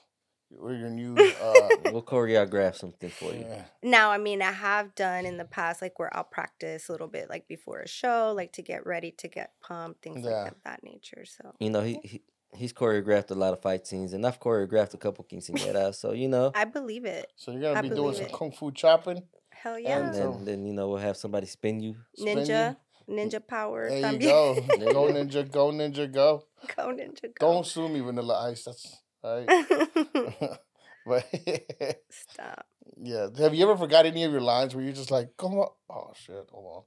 C: We're your new. Uh,
B: We'll choreograph something for you.
C: yeah.
D: Now, I mean, I have done in the past, like where I'll practice a little bit, like before a show, like to get ready, to get pumped, things
C: Yeah.
D: like of that nature. So
B: You know, he, he he's choreographed a lot of fight scenes, and I've choreographed a couple quinceañeras. So you know,
D: I believe it.
C: So you're gonna
D: I
C: be doing
D: believe
C: some
D: it.
C: kung fu chopping.
D: Hell
B: and
D: yeah.
C: so-
B: then, then you know we'll have somebody spin you.
C: spinning.
D: Ninja, ninja power.
C: There you
D: también.
C: go.
B: There you
C: go
B: go.
C: ninja. Go ninja. Go.
D: Go, ninja, go.
C: Don't sue me, Vanilla Ice. That's all right.
D: Don't.
C: but
D: Stop.
C: yeah, have you ever forgot any of your lines where you're just like, come on? Oh shit, hold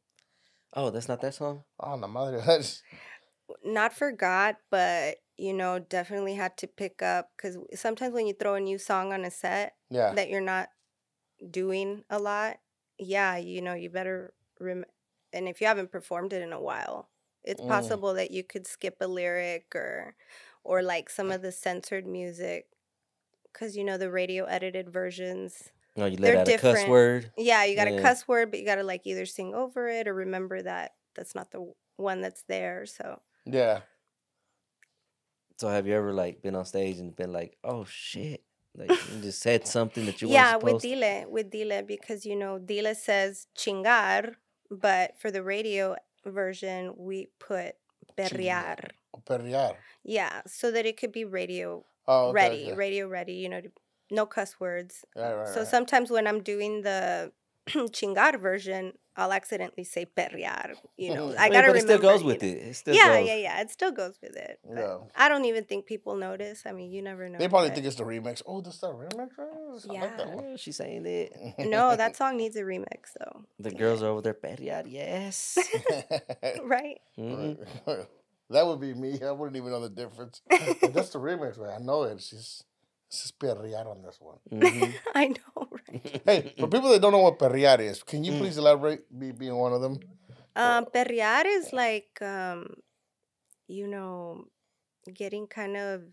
B: Oh, that's not that song.
C: on. Oh, no, madre. That's-
D: Not forgot, but you know, definitely had to pick up because sometimes when you throw a new song on a set,
C: yeah.
D: that you're not doing a lot, yeah, you know, you better rem- and if you haven't performed it in a while, it's
C: Mm.
D: possible that you could skip a lyric or or like some of the censored music because you know the radio edited versions.
B: No, you let
D: They're
B: out a cuss
D: different.
B: word.
D: Yeah, you got
C: Mm.
B: Yeah.
D: a cuss word, but you got to like either sing over it or remember that that's not the one that's there. So
C: Yeah.
B: So have you ever like been on stage and been like, "Oh shit," like you just said something that you
D: yeah,
B: weren't
D: with
B: supposed?
D: Dile, with Dile, because you know Dile says chingar, but for the radio version we put
C: Chingar.
D: berrear.
C: Perrear.
D: Yeah, so that it could be radio
C: Oh, okay,
D: ready,
C: okay.
D: radio ready. You know, no cuss words.
C: Right, right,
D: so
C: right.
D: sometimes when I'm doing the chingar version, I'll accidentally say perrear. You know,
B: I
D: I
B: mean,
D: gotta
B: but it
D: remember.
B: still goes
D: you
B: with
D: know.
B: it. It still
D: yeah,
B: goes.
D: yeah, yeah. It still goes with it. but
C: Yeah.
D: I don't even think people notice. I mean, you never know.
C: They probably
D: but-
C: think it's the remix. Oh, that's the remix. I like that
D: Yeah.
C: one.
B: Oh, she's saying it.
D: no, that song needs a remix though.
B: The girls are over there. Period. Yes.
D: Right?
B: Mhm.
C: Right. that would be me. I wouldn't even know the difference. But that's the remix, man. I know it. She's she's perrear on this one.
B: Mhm.
D: I know, right?
C: Hey,
B: Mm-hmm.
C: for people that don't know what perrear is, can you please elaborate? Me being one of them.
D: Um, perrear is like, um, you know, getting kind of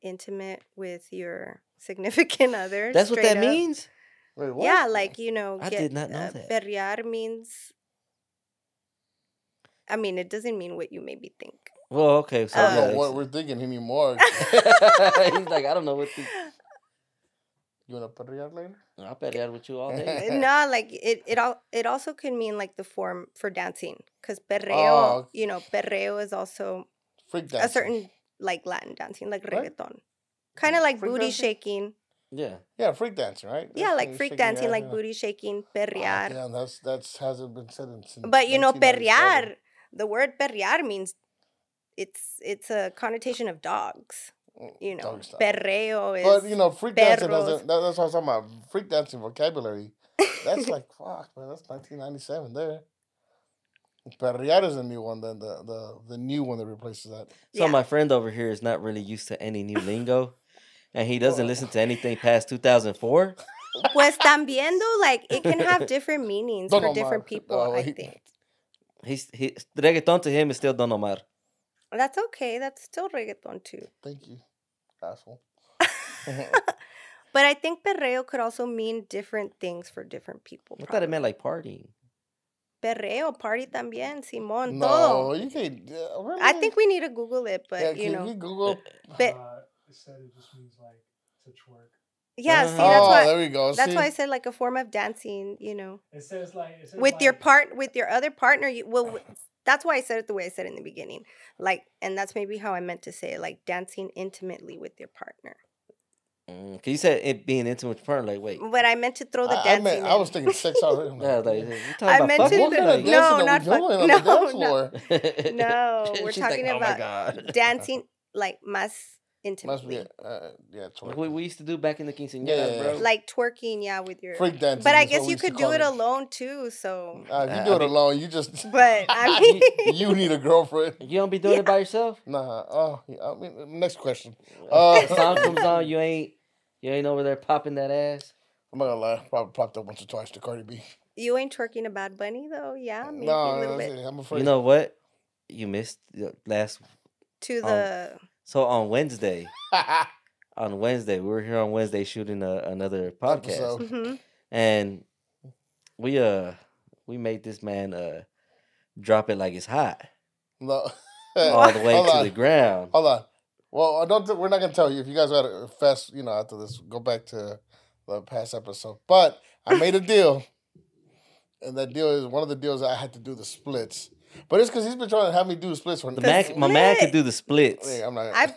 D: intimate with your significant other.
B: That's what
D: straight
B: that
D: up.
B: means.
C: Wait,
D: Yeah, like you know, uh,
B: I did not know that.
D: Perrear means. I mean, it doesn't mean what you maybe think.
B: Well, okay. So
C: I don't
D: uh,
B: yeah,
C: know what we're thinking anymore.
B: it's- he's like, I don't know what. To,
C: you want to perrear later?
B: I period with you all day.
D: Uh, no, like it, it all it also can mean like the form for dancing because
C: Oh,
D: perreo,
C: okay.
D: you know, perreo is also
C: Freak dancing.
D: a certain like Latin dancing, like
C: Right?
D: reggaeton, kind of like
C: Freak
D: booty
C: dancing?
D: shaking.
B: Yeah.
C: Yeah, freak dancing, right?
D: Yeah,
C: That's
D: like
C: when
D: freak
C: you're shaking your
D: dancing,
C: ass,
D: like
C: yeah.
D: booty shaking,
C: Ah,
D: perrear.
C: damn, that's that's hasn't been said in since.
D: But you know,
C: 1997.
D: perrear, the word perrear means it's it's a connotation of dogs.
C: Mm,
D: You know,
C: dog style.
D: perreo is
C: But you know, freak dancing
D: perros.
C: doesn't. That, that's what I'm talking about. Freak dancing vocabulary. That's like fuck, man. That's 1997 there. Perrear is a new one. Then the the the new one that replaces that.
B: So
D: Yeah.
B: my friend over here is not really used to any new lingo, and he doesn't
C: Whoa.
B: listen to anything past 2004.
D: pues también though, like it can have different meanings
C: Don
D: for
C: Omar.
D: different people.
C: Oh,
D: I
C: wait.
D: think
B: He's he, reggaeton to him is still Don Omar.
D: that's okay. That's still reggaeton too.
C: Thank you, asshole.
D: But I think perreo could also mean different things for different people.
B: I thought it meant
D: probably.
B: like partying.
D: perreo, party también, Simón,
C: no,
D: todo.
C: you can't. Uh, really?
D: I think we need to Google it, but
C: yeah,
D: you
C: can
D: know,
C: you Google.
D: But-
E: uh, it said it just means like to twerk.
D: yeah.
B: Uh-huh.
D: See, that's
C: oh,
D: why
C: there we go.
D: That's
C: See?
D: why I said like a form of dancing, you know,
E: It says like it says
D: with your
E: like-
D: part with your other partner. You, well, w- that's why I said it the way I said it in the beginning, like, and that's maybe how I meant to say it, like dancing intimately with your partner.
B: Mm, 'cause you said it being intimate with partner. Like, wait.
D: But I meant to throw the
C: I, I,
D: dancing.
C: meant, I was
D: in.
C: thinking sex already. I'm
B: Yeah,
C: like,
B: like, you
C: what
B: talking
D: I
B: about
D: meant to
B: fucking?
C: kind of
D: the-
C: dancing
D: no,
C: are we
D: not fuck-
C: doing on the
D: no,
C: dance
D: no.
C: floor?
D: No, we're
B: She's like,
D: talking
B: "Oh my
D: about
B: God."
D: dancing like más
C: Must
D: intimately,
C: be. Uh, yeah,
B: Like we,
C: twerking.
B: we used to do back in the quinceañeras,
C: Yeah, yeah, yeah.
B: bro.
D: like twerking, yeah, with your.
C: freak dancing.
D: But I
C: is what
D: guess
C: we
D: you
C: used to
D: could do
C: call
D: it alone too. So,
C: Uh, if
B: I-
C: you
B: I
C: do it
B: think-
C: alone, you just.
D: but I mean,
C: you need a girlfriend.
B: you don't be doing
D: Yeah.
B: it by yourself.
C: Nah. Oh, yeah, I mean, next question.
B: Uh,
C: Uh,
B: song comes on, you ain't you ain't over there popping that ass.
C: I'm not gonna lie. Probably popped up once or twice to Cardi B.
D: you ain't twerking a bad bunny though. Yeah, maybe a
C: no,
D: little
C: that's
D: bit
C: it. I'm afraid.
B: You know what? You missed the last.
D: to
B: um,
D: the.
B: So on Wednesday, on Wednesday, we were here on Wednesday shooting a, another podcast,
C: Episode.
D: Mhm.
B: and we uh we made this man uh drop it like it's hot
C: no.
B: all the way
C: Hold
B: to
C: on.
B: the ground.
C: Hold on. Well, I don't. Th- we're not gonna tell you if you guys gotta uh, fast. You know, after this, go back to the past episode. But I made a deal, and that deal is one of the deals I had to do the splits. But it's because he's been trying to have me do splits for.
B: The Mac, my man could
D: split.
B: do the splits.
C: Hey, I'm not.
D: I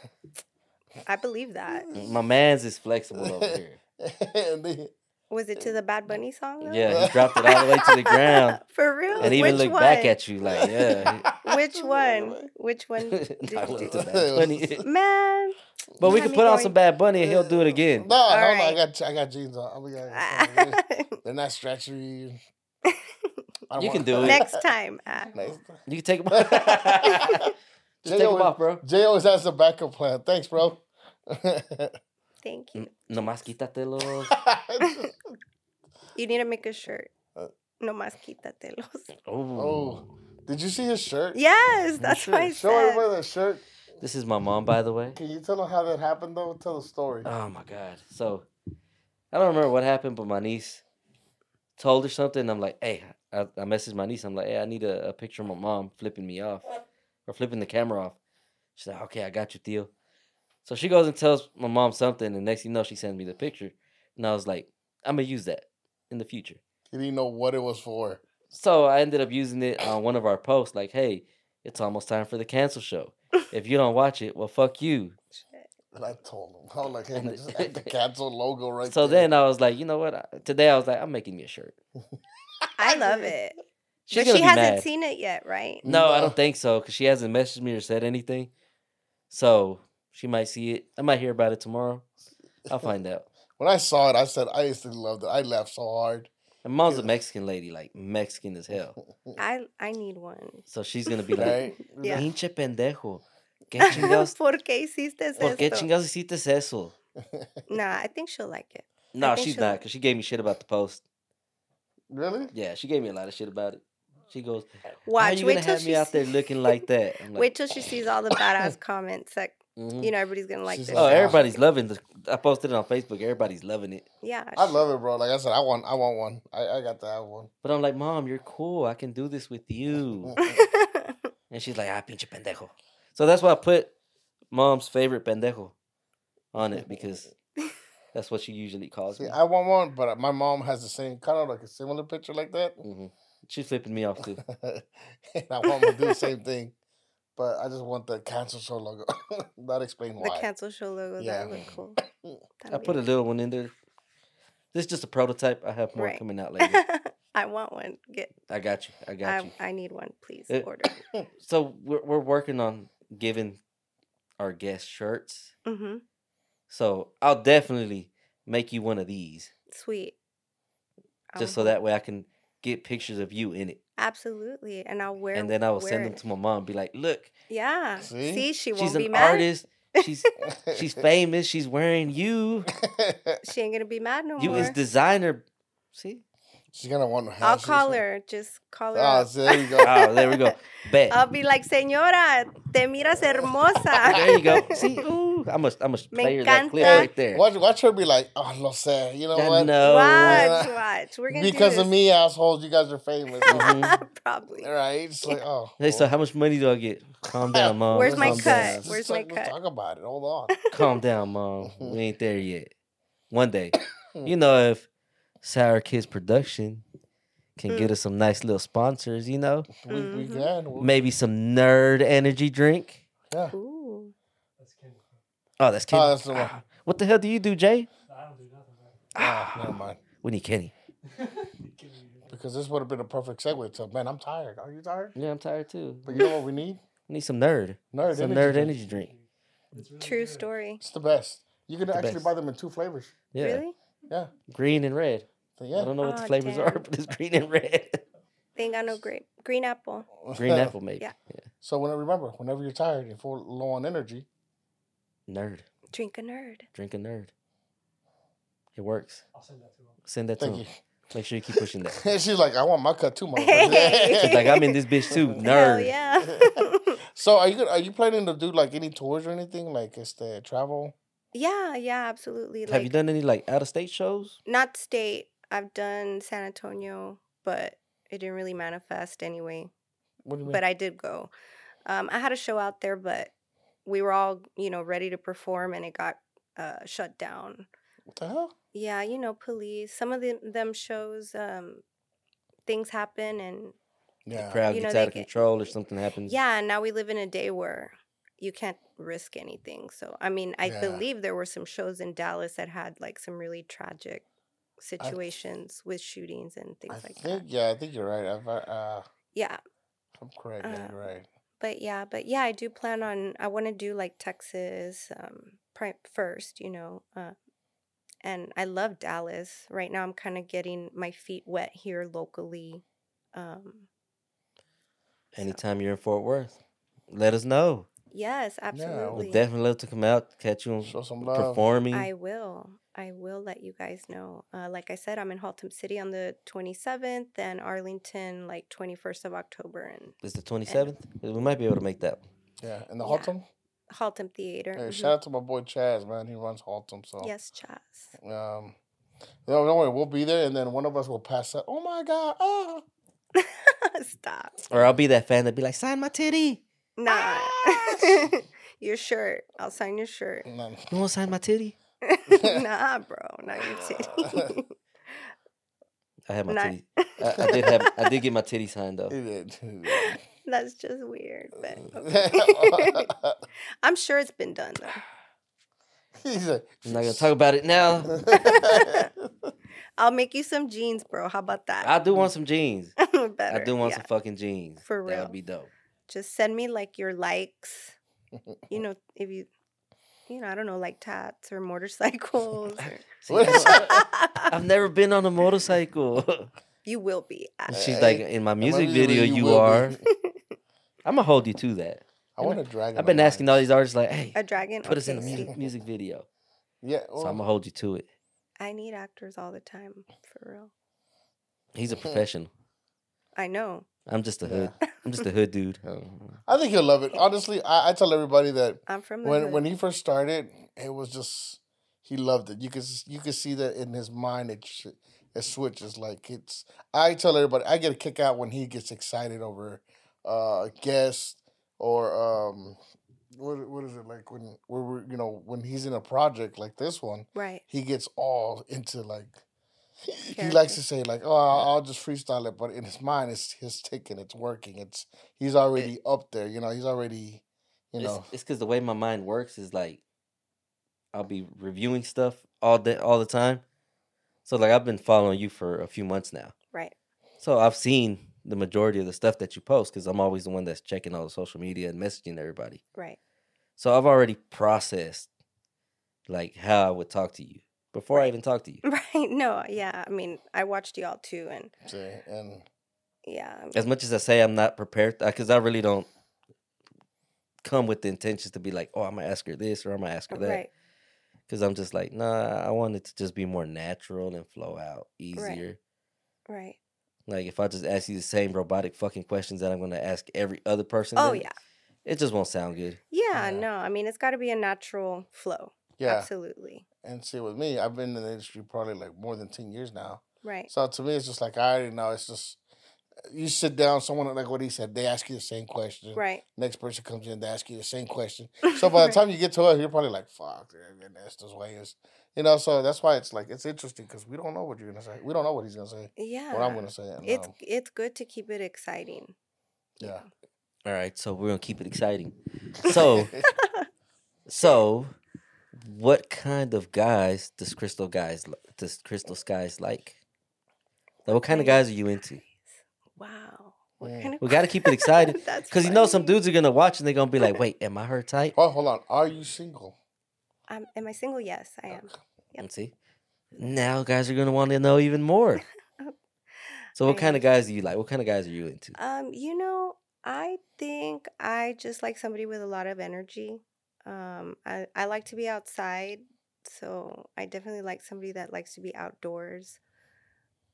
D: I believe that.
B: My man's is flexible over here.
C: and they,
D: Was it to the Bad Bunny song? Though?
B: Yeah, he dropped it all the way to the ground
D: For real?
B: and even
D: Which
B: looked
D: one?
B: back at you like, yeah.
D: Which one? Which one? did
B: he- I
D: you
B: looked
D: do?
B: at that funny.
D: Man,
B: But we
D: Had
B: can
D: me
B: put on
D: going-
B: some Bad Bunny and he'll do it again.
C: No, hell no, I
D: right.
C: got I got jeans on. Oh my God, I got jeans.
D: next
C: They're not stretchy. I don't
B: You can
C: want-
B: do it.
D: time. ah.
C: Next.
B: You can take him off. Just
C: Jay
B: take him
C: always-
B: off, bro.
C: Jay always has a backup plan. Thanks, bro.
D: Thank you.
B: No más quítatelos.
D: You need to make a shirt.
C: Uh,
D: No más quítatelos.
B: Oh.
C: oh, did you see his shirt?
D: Yes, that's
C: Sure.
D: why I
C: Show
D: said.
C: everybody that shirt.
B: This is my mom, by the way.
C: Can you tell them how that happened though? Tell the story.
B: Oh my god. So I don't remember what happened, but my niece told her something. I'm like, hey, I, I messaged my niece. I'm like, hey, I need a, a picture of my mom flipping me off or flipping the camera off. She's like, okay, I got you, Theo. So she goes and tells my mom something, and next thing you know, she sends me the picture. And I was like, I'm gonna use that in the future.
C: He didn't know what it was for.
B: So I ended up using it on one of our posts, like, hey, it's almost time for the cancel show. If you don't watch it, well, fuck you.
C: And I told him. I was like, hey, man, just add the cancel logo right
B: so
C: there.
B: then uh, I was like, you know what? I- Today I was like, I'm making me a shirt.
D: I love it.
B: She's
D: but
B: gonna
D: she
B: be
D: hasn't
B: mad. Mm.
D: seen it yet, right?
B: No, I
C: No.
B: don't think so because she hasn't messaged me or said anything. So she might see it. I might hear about it tomorrow. I'll find out.
C: when I saw it, I said I used to love it. I laughed so hard.
B: And mom's a
C: Yeah.
B: Mexican lady, like Mexican as hell.
D: I I need one.
B: So she's gonna be like,
C: Right?
D: Yeah.
B: "Pinche pendejo, qué chingados,
D: ¿Por qué hiciste
B: por qué
D: esto?
B: chingados hiciste eso?"
D: Nah, I think she'll like it.
B: No,
D: think
B: she's
D: she'll-
B: not because she gave me shit about the post.
C: Really?
B: Yeah, she gave me a lot of shit about it. She goes, "Why are
D: Watch.
B: you
D: Wait
B: gonna
D: till
B: have
D: she
B: me out there
D: see-
B: looking like that?" I'm like,
D: Wait till she sees all the badass comments. Like
B: "Mhm."
D: you know, everybody's gonna like
C: She's
D: this.
B: Oh,
C: Yeah.
B: everybody's loving the. I posted it on Facebook. Everybody's loving it.
D: yeah,
C: I
D: she-
C: love it, bro. Like I said, I want I want one. I, I got to have one.
B: But I'm like, Mom, you're cool. I can do this with
C: Mm-hmm.
B: you. And she's like, ah, pinche pendejo. So that's why I put mom's favorite pendejo on it because that's what she usually calls
C: See,
B: me.
C: I want one, but uh, my mom has the same kind of like a similar picture like that.
B: Mhm. She's flipping me off too.
C: and I want 'em to do the same thing, but I just want the cancel show logo. Not explain
D: the
C: why.
D: cancel show logo.
C: Yeah.
D: That would look cool.
B: I
D: That'll be
B: put a little one in there. This is just a prototype. I have more
D: Right.
B: coming out later.
D: I want one. Get.
B: I got you. I got you.
D: I, I need one, please.
B: It-
D: Order.
B: So we're, we're working on giving our guests shirts.
D: hmm
B: So I'll definitely make you one of these
D: Sweet. I
B: just so
D: will-
B: that way I can get pictures of you in it.
D: Absolutely, and I'll wear.
B: and then I will
D: wear
B: send them
D: it.
B: to my mom. Be like, look,
D: Yeah.
C: See?
D: See, she won't
B: she's
D: be
B: an
D: mad.
B: artist. She's she's famous. She's wearing you.
D: She ain't gonna be mad no
B: You
D: more.
B: is designer. See?
C: She's gonna want to
D: I'll call her. uh, Just call her.
C: Ah,
D: up.
C: see, there you go.
B: Oh, there we go. Bet.
D: I'll be like, señora, te miras hermosa.
B: There you go. See, ooh, I must I must
D: Me
B: play her that clip
D: encanta.
B: right there.
C: Watch, watch her be like, oh, lo sé. You know
B: I
C: what?
B: know.
D: Watch,
C: Yeah.
D: watch. We're gonna
C: Because
D: do
C: of me, assholes, you guys are famous.
B: Mhm.
D: Probably.
C: right? It's like, oh.
B: Hey, so
C: well,
B: how much money do I get? Calm down, mom.
D: Where's my
B: Calm
C: let's-
D: cut?
B: down.
C: let's
D: Where's
C: talk-
D: my
C: Let's
D: cut?
C: talk about it. Hold on.
B: Calm down, mom. We ain't there yet. One day, you know, if Sour Kids Production can
D: Hmm.
B: get us some nice little sponsors, you know,
C: We, we
D: Mhm.
C: can. We'll-
B: maybe some nerd energy drink.
C: yeah.
D: Ooh.
E: That's Ken.
B: Oh, that's Kenny.
C: Oh, that's the one.
B: Ah, what the hell do you do, Jay?
E: I don't do nothing, man.
C: Ah, never mind.
B: We need Kenny.
E: Give me-
C: Because this would have been a perfect segue to, man, I'm tired. Are you tired?
B: Yeah, I'm tired too.
C: But you know what we need?
B: We need some nerd.
C: Nerd
B: Some
C: energy.
B: nerd
C: drink.
B: energy drink.
E: It's really
D: True
E: good.
D: story.
C: It's the best. You can actually
B: best.
C: buy them in two flavors.
B: Yeah.
D: Really?
C: Yeah.
B: Green and red.
C: So,
B: I
C: yeah.
B: don't know what the
D: Aw,
B: flavors are,
D: damn.
B: but it's green and red.
D: They ain't got no grape. Green apple.
B: green apple, maybe.
D: Yeah.
C: So when, remember, whenever you're tired and full low on energy,
B: Nerd.
D: Drink a nerd.
B: Drink a nerd. It works.
E: I'll send that to him.
B: Send that
C: thank
B: to
C: you.
B: him. Make sure you keep pushing that.
C: She's like, I want my cut too, motherfucker.
D: Hey.
B: She's like, I'm in this bitch too. Nerd.
D: Hell yeah.
C: So are you gonna- are you planning to do like any tours or anything like it's the travel?
D: yeah, yeah, absolutely.
B: Have
D: like
B: you done any like out of state shows?
D: not state. I've done San Antonio, but it didn't really manifest anyway.
C: What do you mean?
D: but I did go. Um, I had a show out there, but we were all, you know, ready to perform, and it got uh, shut down.
C: what the hell?
D: Yeah, you know, police. Some of the, them shows, um, things happen, and
B: The
C: Yeah.
B: crowd
D: You know,
B: gets
D: they
B: out of
D: get-
B: control or something happens.
D: yeah, now we live in a day where you can't risk anything. So, I mean, I
C: Yeah.
D: believe there were some shows in Dallas that had like some really tragic situations with shootings and things
C: I
D: like
C: think
D: that.
C: yeah, I think you're right. I've, uh,
D: Yeah,
C: I'm correct.
D: Uh,
C: yeah, you're right.
D: but yeah, but yeah, I do plan on. I want to do like Texas um, pri- first, you know, uh, and I love Dallas. Right now, I'm kind of getting my feet wet here locally. Um,
B: Anytime you're in Fort Worth, let us know.
D: yes,
B: We'll
D: absolutely.
B: definitely love to come out, catch you on
C: Show some love.
B: performing.
D: I will. I will let you guys know. Uh, like I said, I'm in Haltom City on the 27th and Arlington like 21st of October. And
B: It's the 27th. We might be able to make that.
C: Yeah, and the
D: Yeah.
C: autumn.
D: Haltom Theater.
C: Hey,
D: mhm.
C: shout out to my boy Chaz, man. He runs Haltom, so
D: Yes, Chaz.
C: um, no, don't worry, we'll be there, and then one of us will pass out. Oh my god! Ah.
D: Stop.
B: Or I'll be that fan that'd be like, sign my titty.
D: Nah.
B: Ah!
D: your shirt. I'll sign your shirt.
C: And then-
B: You want to sign my titty?
D: nah, bro. Not your titty.
B: I had my
D: Nah.
B: titty. I, I did have. I did get my titty signed though.
D: That's just weird, but okay. I'm sure it's been done though.
C: He's like,
B: I'm not gonna talk about it now.
D: I'll make you some jeans, bro. How about
B: I
D: that?
B: do want some jeans.
D: Better.
B: I do want
D: yeah.
B: some fucking jeans.
D: For
B: That
D: real.
B: would be dope.
D: Just send me like your likes. You know, if you, you know, I don't know, like tats or motorcycles. or-
B: See,
C: What is-
B: I've never been on a motorcycle.
D: you will be. uh,
B: And
D: I-
B: she's
C: Hey,
B: like, in my music
C: you-
B: video,
C: you
B: you,
C: will be."
B: are. I'm gonna hold you to that.
C: I want to drag.
B: I've been asking all these artists, like, hey,
D: A dragon.
B: put us in a
D: Okay,
B: music,
D: see,
B: music video.
C: Yeah.
B: So I'm gonna
C: well,
B: hold you to it.
D: I need actors all the time, for real.
B: He's a professional.
D: I know.
B: I'm just a hood.
C: yeah.
B: I'm just a hood dude.
C: I think he'll love it. Honestly, I, I tell everybody that
D: I'm from the
C: when
D: hood.
C: when he first started, it was just he loved it. You could s- you could see that in his mind it sh- it switches. Like it's I tell everybody I get a kick out when he gets excited over uh guests or um what what is it like when we are you know when he's in a project like this one
D: right.
C: he gets all into like he likes
D: Character.
C: to say like oh I'll, I'll just freestyle it but in his mind it's his ticket it's working it's he's already up there you know he's already you know
B: It's because the way my mind works is like, I'll be reviewing stuff all day, all the time. So like, I've been following you for a few months now.
D: Right.
B: So I've seen the majority of the stuff that you post because I'm always the one that's checking all the social media and messaging everybody.
D: Right.
B: So I've already processed like how I would talk to you before I
D: Right.
B: even talk to you.
D: Right. No. Yeah. I mean, I watched y'all too, and
C: say, and
D: yeah. I
B: As much as I say I'm not prepared, because I really don't come with the intentions to be like, oh, I'm gonna ask her this or I'm gonna ask her
D: mean,
B: that.
D: right.
B: Because I'm just like, nah, I want it to just be more natural and flow out easier.
D: Right.
B: Like if I just ask you the same robotic fucking questions that I'm gonna ask every other person,
D: Oh
B: then
D: yeah.
B: it just won't sound good.
D: Yeah.
C: Yeah.
D: No. I mean, it's got to be a natural flow.
C: yeah
D: Absolutely.
C: and see with me i've been in the industry probably like more than 10 years now
D: Right.
C: so to me it's just like i already know it's just you sit down someone like what he said they ask you the same question
D: Right.
C: next person comes in they ask you the same question so by the time you get to us you're probably like fuck dude, and that's just way is you know so that's why it's like it's interesting because we don't know what you're gonna say we don't know what he's gonna say
D: yeah.
C: what i'm gonna say and,
D: Ah, It's
C: um,
D: it's good to keep it exciting. you
C: yeah
D: know.
B: All right, so we're gonna keep it exciting. So, so, what kind of guys does Crystal guys li- does Crystal Skies like? Like, what kind of
D: kind
B: guys are you into?
D: Wow. What
C: Yeah.
D: kind of
B: We gotta keep it excited
D: That's
B: because you know some
D: funny.
B: dudes are gonna watch and they're gonna be like, "Wait, am I her type?"
C: oh hold on are you single
D: Um, am I single? Yes, I am.
B: And see, now guys are gonna want to know even more. So, what
D: I
B: kind of
D: am.
B: guys do you like? What kind of guys are you into?
D: Um, you know, I think I just like somebody with a lot of energy. Um, I, I like to be outside, so I definitely like somebody that likes to be outdoors.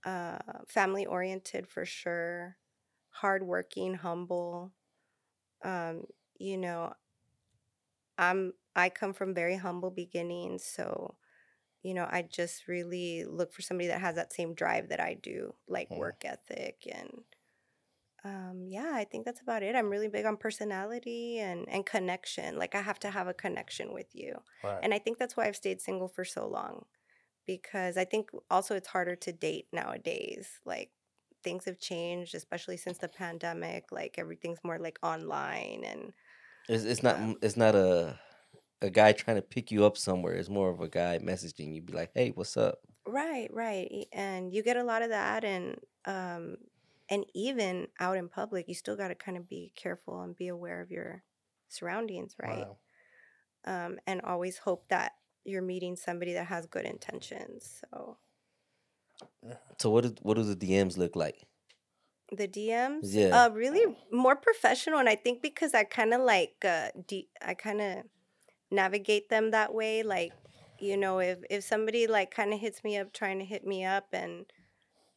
D: Uh, family oriented for sure, hardworking, humble. Um, you know, I'm I come from very humble beginnings, so you know, I just really look for somebody that has that same drive that I do, like
C: Mhm.
D: work ethic and um yeah, I think that's about it. I'm really big on personality and and connection. Like I have to have a connection with you.
C: right
D: And I think that's why I've stayed single for so long because I think also it's harder to date nowadays. Like things have changed, especially since the pandemic. Like everything's more like online and
B: It's, it's not.
D: Um,
B: It's not a a guy trying to pick you up somewhere. It's more of a guy messaging you, be like, "Hey, what's up?"
D: right, right. y- And you get a lot of that and um and even out in public, you still got to kind of be careful and be aware of your surroundings, right?
C: Wow.
D: Um and always hope that you're meeting somebody that has good intentions. So
B: So what? Do, what do the DMs look like?
D: The DMs,
B: Yeah.
D: uh, really more professional, and I think because I kind of like, uh, de- I kind of navigate them that way. Like, you know, if if somebody like kind of hits me up, trying to hit me up, and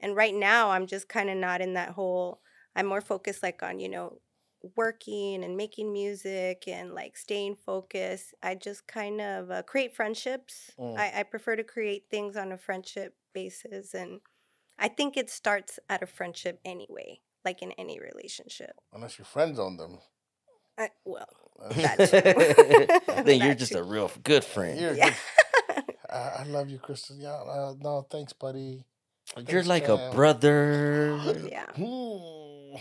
D: and right now I'm just kind of not in that whole. I'm more focused like on you know, working and making music and like staying focused. I just kind of uh, create friendships.
C: Mm.
D: I, I prefer to create things on a friendship basis. And I think it starts at a friendship anyway, like in any relationship.
C: Unless your friends on them.
D: I, well,
C: Uh,
D: That too.
B: then you're
D: That
B: just
D: too.
B: a real good friend.
C: You're,
D: yeah.
C: I, I love you, Kristen. Yeah, uh, no, thanks, buddy.
B: You're
C: Thanks,
B: like a
C: Sam.
B: brother.
D: yeah.
C: Hmm.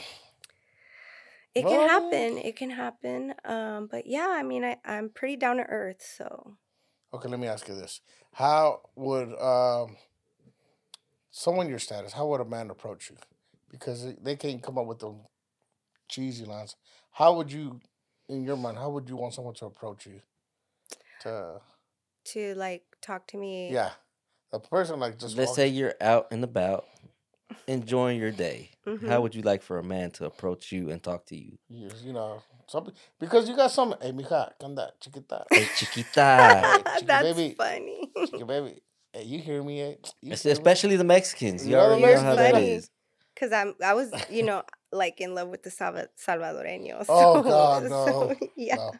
D: It
C: Well-
D: can happen. It can happen. Um, but yeah, I mean, I, I'm pretty down to earth. So
C: Okay, let me ask you this: How would um, someone your status? How would a man approach you? Because they- they can't come up with the cheesy lines. How would you, in your mind, how would you want someone to approach you? To
D: to like talk to me.
C: yeah, a person like just
B: Let's
C: walk-
B: say you're out and about, enjoying your day.
D: Mhm.
B: How would you like for a man to approach you and talk to you?
C: you, you know something because you got some. Hey, mija, come that, check it out.
B: Hey, chiquita.
C: Hey, chicken
D: That's
C: baby.
D: funny.
C: Your baby, hey, you hear me? Hey, you
B: Es-
C: hear me?
B: Especially the Mexicans. You
C: You know the
B: already know how that
D: Mexicans.
B: is.
D: Cause I'm, I was, you know, like in love with the Salva- Salvadoreño.
C: Oh, God, no.
D: yeah.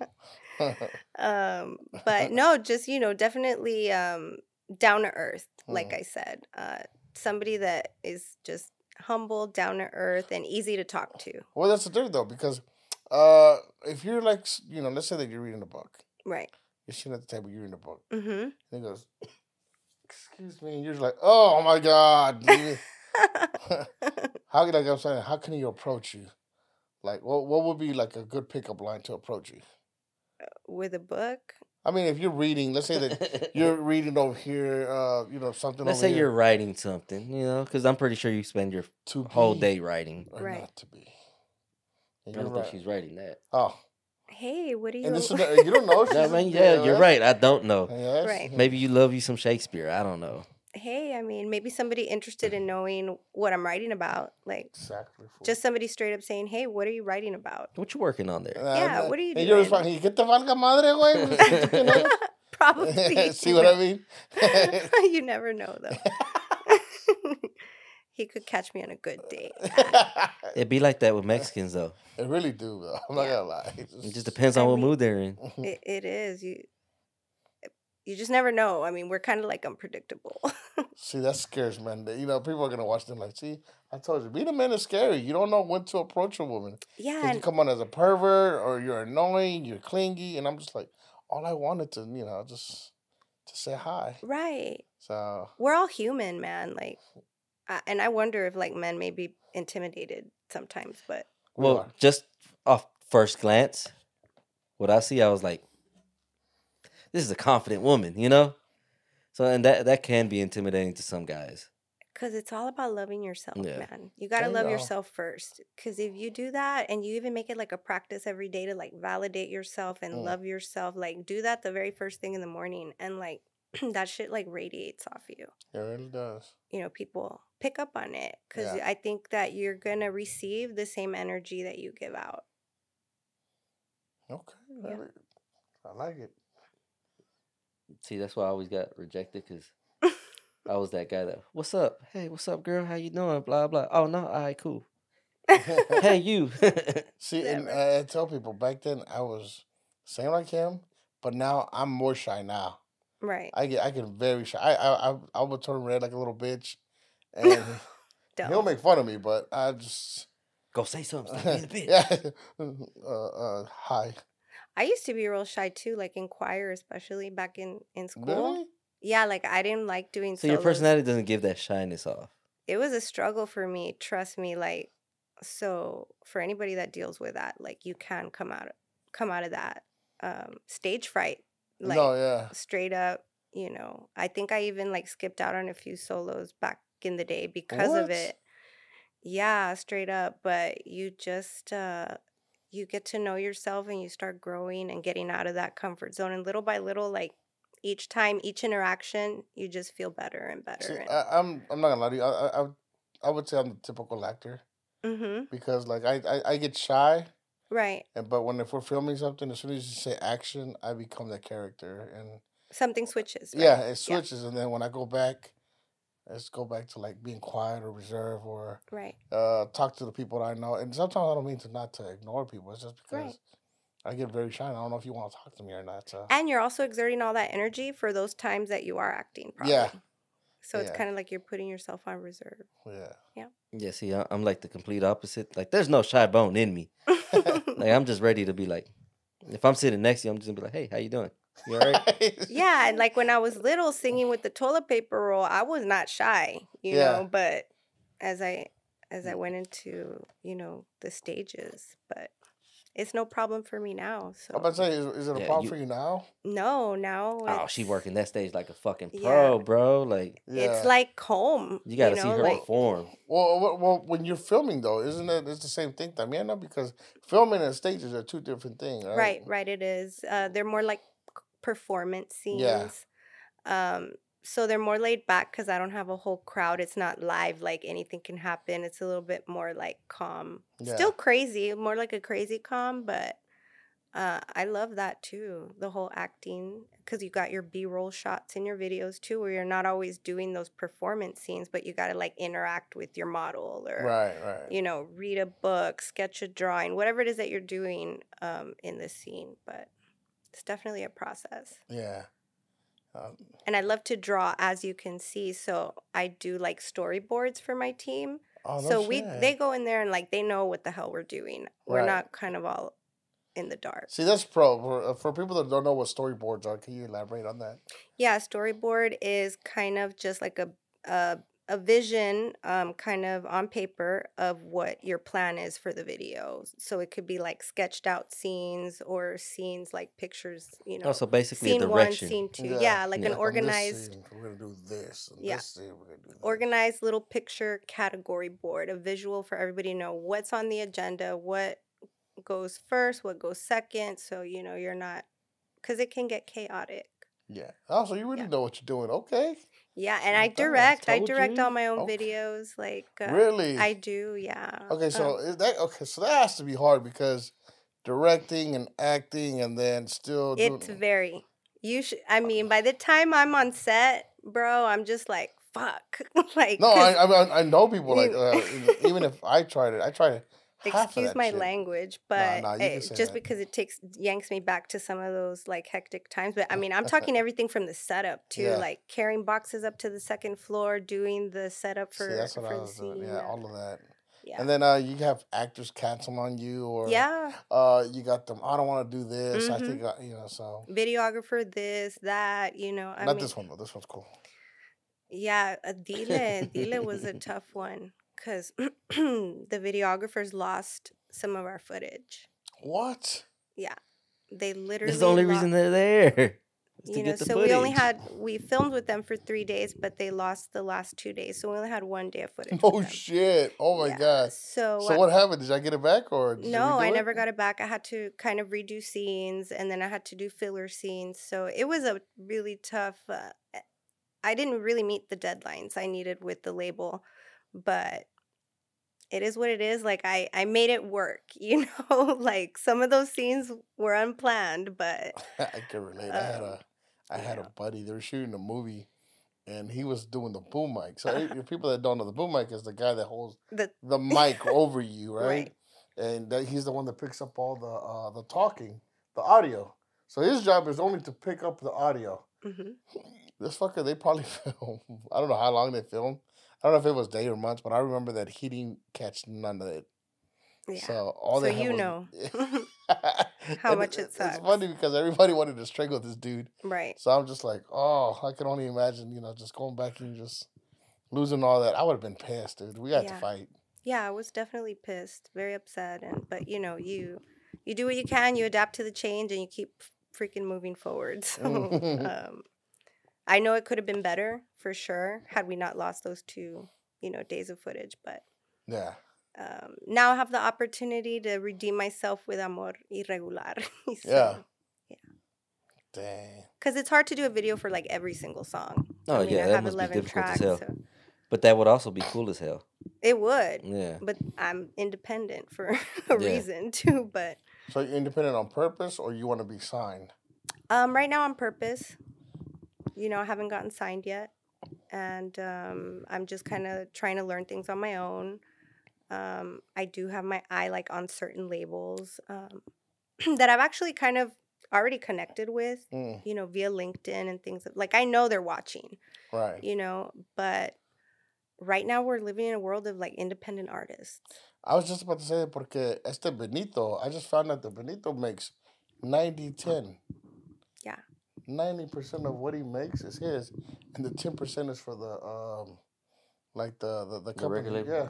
C: No.
D: Um, but no, just you know, definitely um, down to earth. Like
C: Mm.
D: I said, uh, somebody that is just humble, down to earth, and easy to talk to.
C: well, that's the thing though, because uh, if you're like s- you know, let's say that you're reading a book,
D: Right.
C: you're sitting at the table, you're reading a book.
D: Mm-hmm.
C: And he goes, "Excuse me," and you're just like, "Oh my god!" dude." how can I go saying? How can he approach you? Like, what what would be like a good pickup line to approach you?
D: With a book.
C: I mean, if you're reading, let's say that you're reading over here, uh, you know, something.
B: Let's
C: over
B: say
C: here,
B: you're writing something, you know, because I'm pretty sure you spend your
C: to
B: whole
C: be
B: day writing.
C: or
D: Right.
C: not to be.
B: I
C: And
B: don't
C: you're
B: think
C: right.
B: she's writing that.
C: Oh,
D: Hey, what do you?
C: and this is the, you don't know.
B: No,
C: she's-
B: man, yeah, you're
C: that's-
B: right. I don't know.
C: Yes.
D: Right.
B: Maybe you love you some Shakespeare. I don't know.
D: hey, I mean, maybe somebody interested in knowing what I'm writing about. Like,
C: Exactly. fool.
D: just somebody straight up saying, hey, what are you writing about?
B: What you working on there?
C: Nah,
D: Yeah,
C: nah.
D: what are you
C: and You're
D: doing?
C: responding, "¿Qué te valga madre, güey?" You know?
D: Probably.
C: See what I mean?
D: you never know, though. he could catch me on a good day.
B: It'd be like
C: uh,
B: that with Mexicans though.
C: It really do, though. I'm not gonna lie. It's
B: It just depends on
D: I
B: what
D: mean-
B: mood they're in.
D: It, it is. You eh, you just never know. I mean, we're kind of like unpredictable.
C: See, that scares men. That- You know, people are gonna watch them like, see, I told you, being a man is scary. You don't know when to approach a woman. 'Cause
D: yeah.
C: you
D: And,
C: come on as a pervert or you're annoying, you're clingy, and I'm just like, all I wanted to, you know, just to say hi.
D: right.
C: So
D: We're all human, man. Like, I, and I wonder if like men may be intimidated sometimes, but
C: we
B: Well,
C: are.
B: just off first glance, what I see, I was like, "This is a confident woman," you know. So, and that that can be intimidating to some guys.
D: Because it's all about loving yourself,
B: Yeah.
D: man. You got to
C: There you
D: love
C: go.
D: yourself first. Because if you do that and you even make it like a practice every day to like validate yourself and
C: Mm.
D: love yourself, like do that the very first thing in the morning and like that shit like radiates off you.
C: it really does.
D: You know, people pick up on it because
C: Yeah.
D: I think that you're going to receive the same energy that you give out.
C: Okay,
D: Yeah.
C: really. I like it.
B: See, that's why I always got rejected because I was that guy that, "What's up? Hey, what's up, girl? How you doing? Blah blah. Oh no, all right, cool. hey, you.
C: See, and
D: Never.
C: I, I tell people back then I was same like him, but now I'm more shy now.
D: Right.
C: I get I get very shy. I I I, I would turn red like a little bitch, and he'll
D: Dumb.
C: make fun of me. But I just
B: Go say something. Stop being a bitch.
C: yeah, uh, uh, hi.
D: I used to be real shy too, like in choir, especially back in, in school.
C: Really?
D: Yeah, like I didn't like doing
B: So your
D: solos.
B: personality doesn't give that shyness off.
D: it was a struggle for me trust me like so for anybody that deals with that like you can come out come out of that um stage fright like
C: no, yeah.
D: straight up you know i think i even like skipped out on a few solos back in the day because of
C: What?
D: it yeah straight up but you just uh you get to know yourself and you start growing and getting out of that comfort zone and little by little like each time each interaction you just feel better and better
C: See,
D: and,
C: I, I'm I'm not gonna lie to you. I, I- I I would say I'm the typical actor
D: mm-hmm,
C: because like I, I I get shy,
D: right
C: and but when if we're filming something, as soon as you say action, I become that character and.
D: something switches. right?
C: Yeah, it switches, and then when I go back, Let's go back to like being quiet or reserved or
D: Right.
C: uh, talk to the people that I know. And sometimes I don't mean to not to ignore people. It's just because
D: Right.
C: I get very shy. and I don't know if you want to talk to me or not. So.
D: And you're also exerting all that energy for those times that you are acting properly.
C: Yeah.
D: So it's
C: Yeah.
D: kind of like you're putting yourself on reserve.
C: Yeah.
B: Yeah, see, I- I'm like the complete opposite. Like, there's no shy bone in me. Like, I'm just ready to be like, if I'm sitting next to you, I'm just gonna be like, hey, how you doing? You all right?
D: yeah, and like when I was little singing with the toilet paper roll, I was not shy, you
C: Yeah. Mm.
D: know, but as I as I went into, you know, the stages, but it's no problem for me now. So
C: I'm about to say, is, is it a
B: Yeah,
C: problem
B: you-
C: for you now?
D: no, now
B: oh, she
D: it's-
B: working that stage like a fucking
D: Yeah.
B: pro, bro. Like,
D: It's like home.
B: you gotta
D: know,
B: see her
D: like,
B: perform.
C: Well, well, well, when you're filming though, isn't it? It's the same thing, Tamiana, because filming and stages are two different things, right?
D: Right, right. It is. Uh, they're more like c- performance scenes.
C: Yeah.
D: Um, so they're more laid back because I don't have a whole crowd. It's not live. Like anything can happen. It's a little bit more like calm.
C: Yeah.
D: Still crazy. More like a crazy calm, but. Uh, I love that too, the whole acting, because you got your B roll shots in your videos too, where you're not always doing those performance scenes, but you got to like interact with your model or
C: Right, right.
D: you know, read a book, sketch a drawing, whatever it is that you're doing um, in this scene. But it's definitely a process.
C: Yeah. Um,
D: And I love to draw, as you can see. So I do like storyboards for my team.
C: oh, no
D: so we
C: shit.
D: they go in there and like they know what the hell we're doing.
C: Right.
D: We're not kind of all in the dark.
C: see that's pro for, uh, for people that don't know what storyboards are. Can you elaborate on that?
D: Yeah, storyboard is kind of just like a a, a vision, um, kind of on paper of what your plan is for the video. So it could be like sketched out scenes or scenes like pictures. You know,
B: Also, Oh, basically, a
D: scene one,
B: direction.
D: scene two.
C: Yeah.
D: Yeah, like
B: Yeah. Like
C: on
D: an
C: this
D: organized.
C: scene, we're gonna do this. And
D: Yeah.
C: This scene, we're gonna do this.
D: Organized little picture category board, a visual for everybody to know what's on the agenda, what goes first, what goes second. So, you know, you're not, because it can get chaotic.
C: Yeah. Oh, so you really
D: Yeah.
C: know what you're doing? Okay.
D: Yeah, and
C: oh,
D: I
C: I thought I
D: direct. I
B: told
D: direct
B: you.
D: all my own
C: Okay.
D: videos. Like uh,
C: really?
D: I do. Yeah.
C: okay. So uh,
D: Um,
C: is that okay? So that has to be hard because directing and acting and then still
D: it's
C: doing-
D: very. You should. I
C: uh-uh.
D: mean, by the time I'm on set, bro, I'm just like fuck. like
C: No,
D: 'cause-
C: I, I I know people like
D: you-
C: uh, e- even if I tried it, I tried it.
D: excuse my language, but
C: nah, you can
D: it-
C: say that.
D: just because it takes yanks me back to some of those like hectic times. But I mean, I'm talking everything from the setup to
C: Yeah.
D: like carrying boxes up to the second floor, doing the setup
C: For,
D: for
C: See, that's what
D: for
C: I
D: the
C: was
D: scene.
C: doing. Yeah, all of that.
D: yeah.
C: And then uh, you have actors cancel on you, or
D: yeah.
C: uh, you got them. I don't want to do this. I
D: Mhm.
C: think I, you know. So
D: Videographer, this, that, you know. I
C: not
D: mean,
C: this one though. This one's cool.
D: Yeah, uh, Dile, Dile was a tough one because the videographers lost some of our footage.
C: What?
D: They literally.
B: That's the only
D: lo-
B: reason they're there. is to
D: you know,
B: get the
D: so we only
B: footage.
D: had we filmed with them for three days, but they lost the last two days, so we only had one day of footage. with
C: Oh
D: them.
C: shit! Oh my
D: Yeah,
C: god.
D: So,
C: So
D: uh,
C: what happened? Did I get it back or did you
D: No,
C: redo
D: I
C: it?
D: never got it back. I had to kind of redo scenes, and then I had to do filler scenes. So it was a really tough. Uh, I didn't really meet the deadlines I needed with the label, but it is what it is. Like I, I made it work. You know, like some of those scenes were unplanned, but
C: I can relate. I had
D: Um,
C: a, I had
D: yeah.
C: a buddy. They were shooting a movie, and he was doing the boom mic. So if if people that don't know, the boom mic is the guy that holds
D: the
C: the mic over you, right?
D: Right.
C: And that he's the one that picks up all the uh, the talking, the audio. So his job is only to pick up the audio.
D: mhm.
C: This fucker, they probably film. I don't know how long they filmed. I don't know if it was day or months, but I remember that he didn't catch none of it.
D: yeah.
C: So all
D: So
C: they had
D: you
C: was-
D: know.
C: And
D: much it
C: It's
D: sucks.
C: funny because everybody wanted to strangle this dude.
D: right.
C: So I'm just like, oh, I can only imagine, you know, just going back and just losing all that. I would have been pissed, dude. We had to
D: Yeah.
C: fight.
D: Yeah, I was definitely pissed, very upset, and but you know, you you do what you can, you adapt to the change, and you keep freaking moving forward. So, um, I know it could have been better for sure had we not lost those two, you know, days of footage. But
C: Yeah.
D: um, now I have the opportunity to redeem myself with amor irregular.
C: Yeah. Dang.
D: because it's hard to do a video for like every single song.
B: Oh
D: I mean,
B: yeah,
D: I
B: that
D: have
B: must be
D: eleven
B: difficult
D: tracks,
B: as hell.
D: so
B: But that would also be cool as hell.
D: it would.
B: Yeah.
D: But I'm independent for a
B: Mm. Yeah.
D: reason too. But
C: So you're independent on purpose or you want to be signed?
D: Um, right now on purpose. You know, I haven't gotten signed yet, and um, I'm just kind of trying to learn things on my own. Um, I do have my eye like on certain labels um, that I've actually kind of already connected with,
C: Mm,
D: you know, via LinkedIn and things like I know they're watching,
C: right.
D: you know, but right now we're living in a world of like independent artists.
C: I was just about to say porque este Benito, I just found out that Benito makes 90 10.
D: Yeah.
C: 90% of what he makes is his, and the 10% is for the, um, like the, the,
B: The
C: the company.
B: regular-
C: yeah.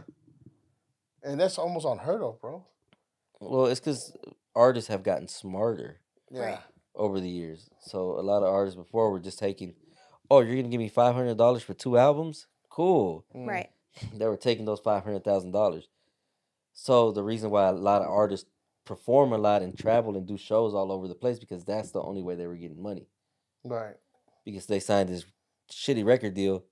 C: And that's almost unheard of, bro.
B: Well, it's because artists have gotten smarter
C: Yeah.
D: Right.
B: over the years. So a lot of artists before were just taking, oh, you're gonna give me five hundred dollars for two albums? Cool.
C: Mm.
D: Right.
B: They were taking those five hundred thousand dollars. So the reason why a lot of artists perform a lot and travel and do shows all over the place because that's the only way they were getting money
C: Right.
B: because they signed this shitty record deal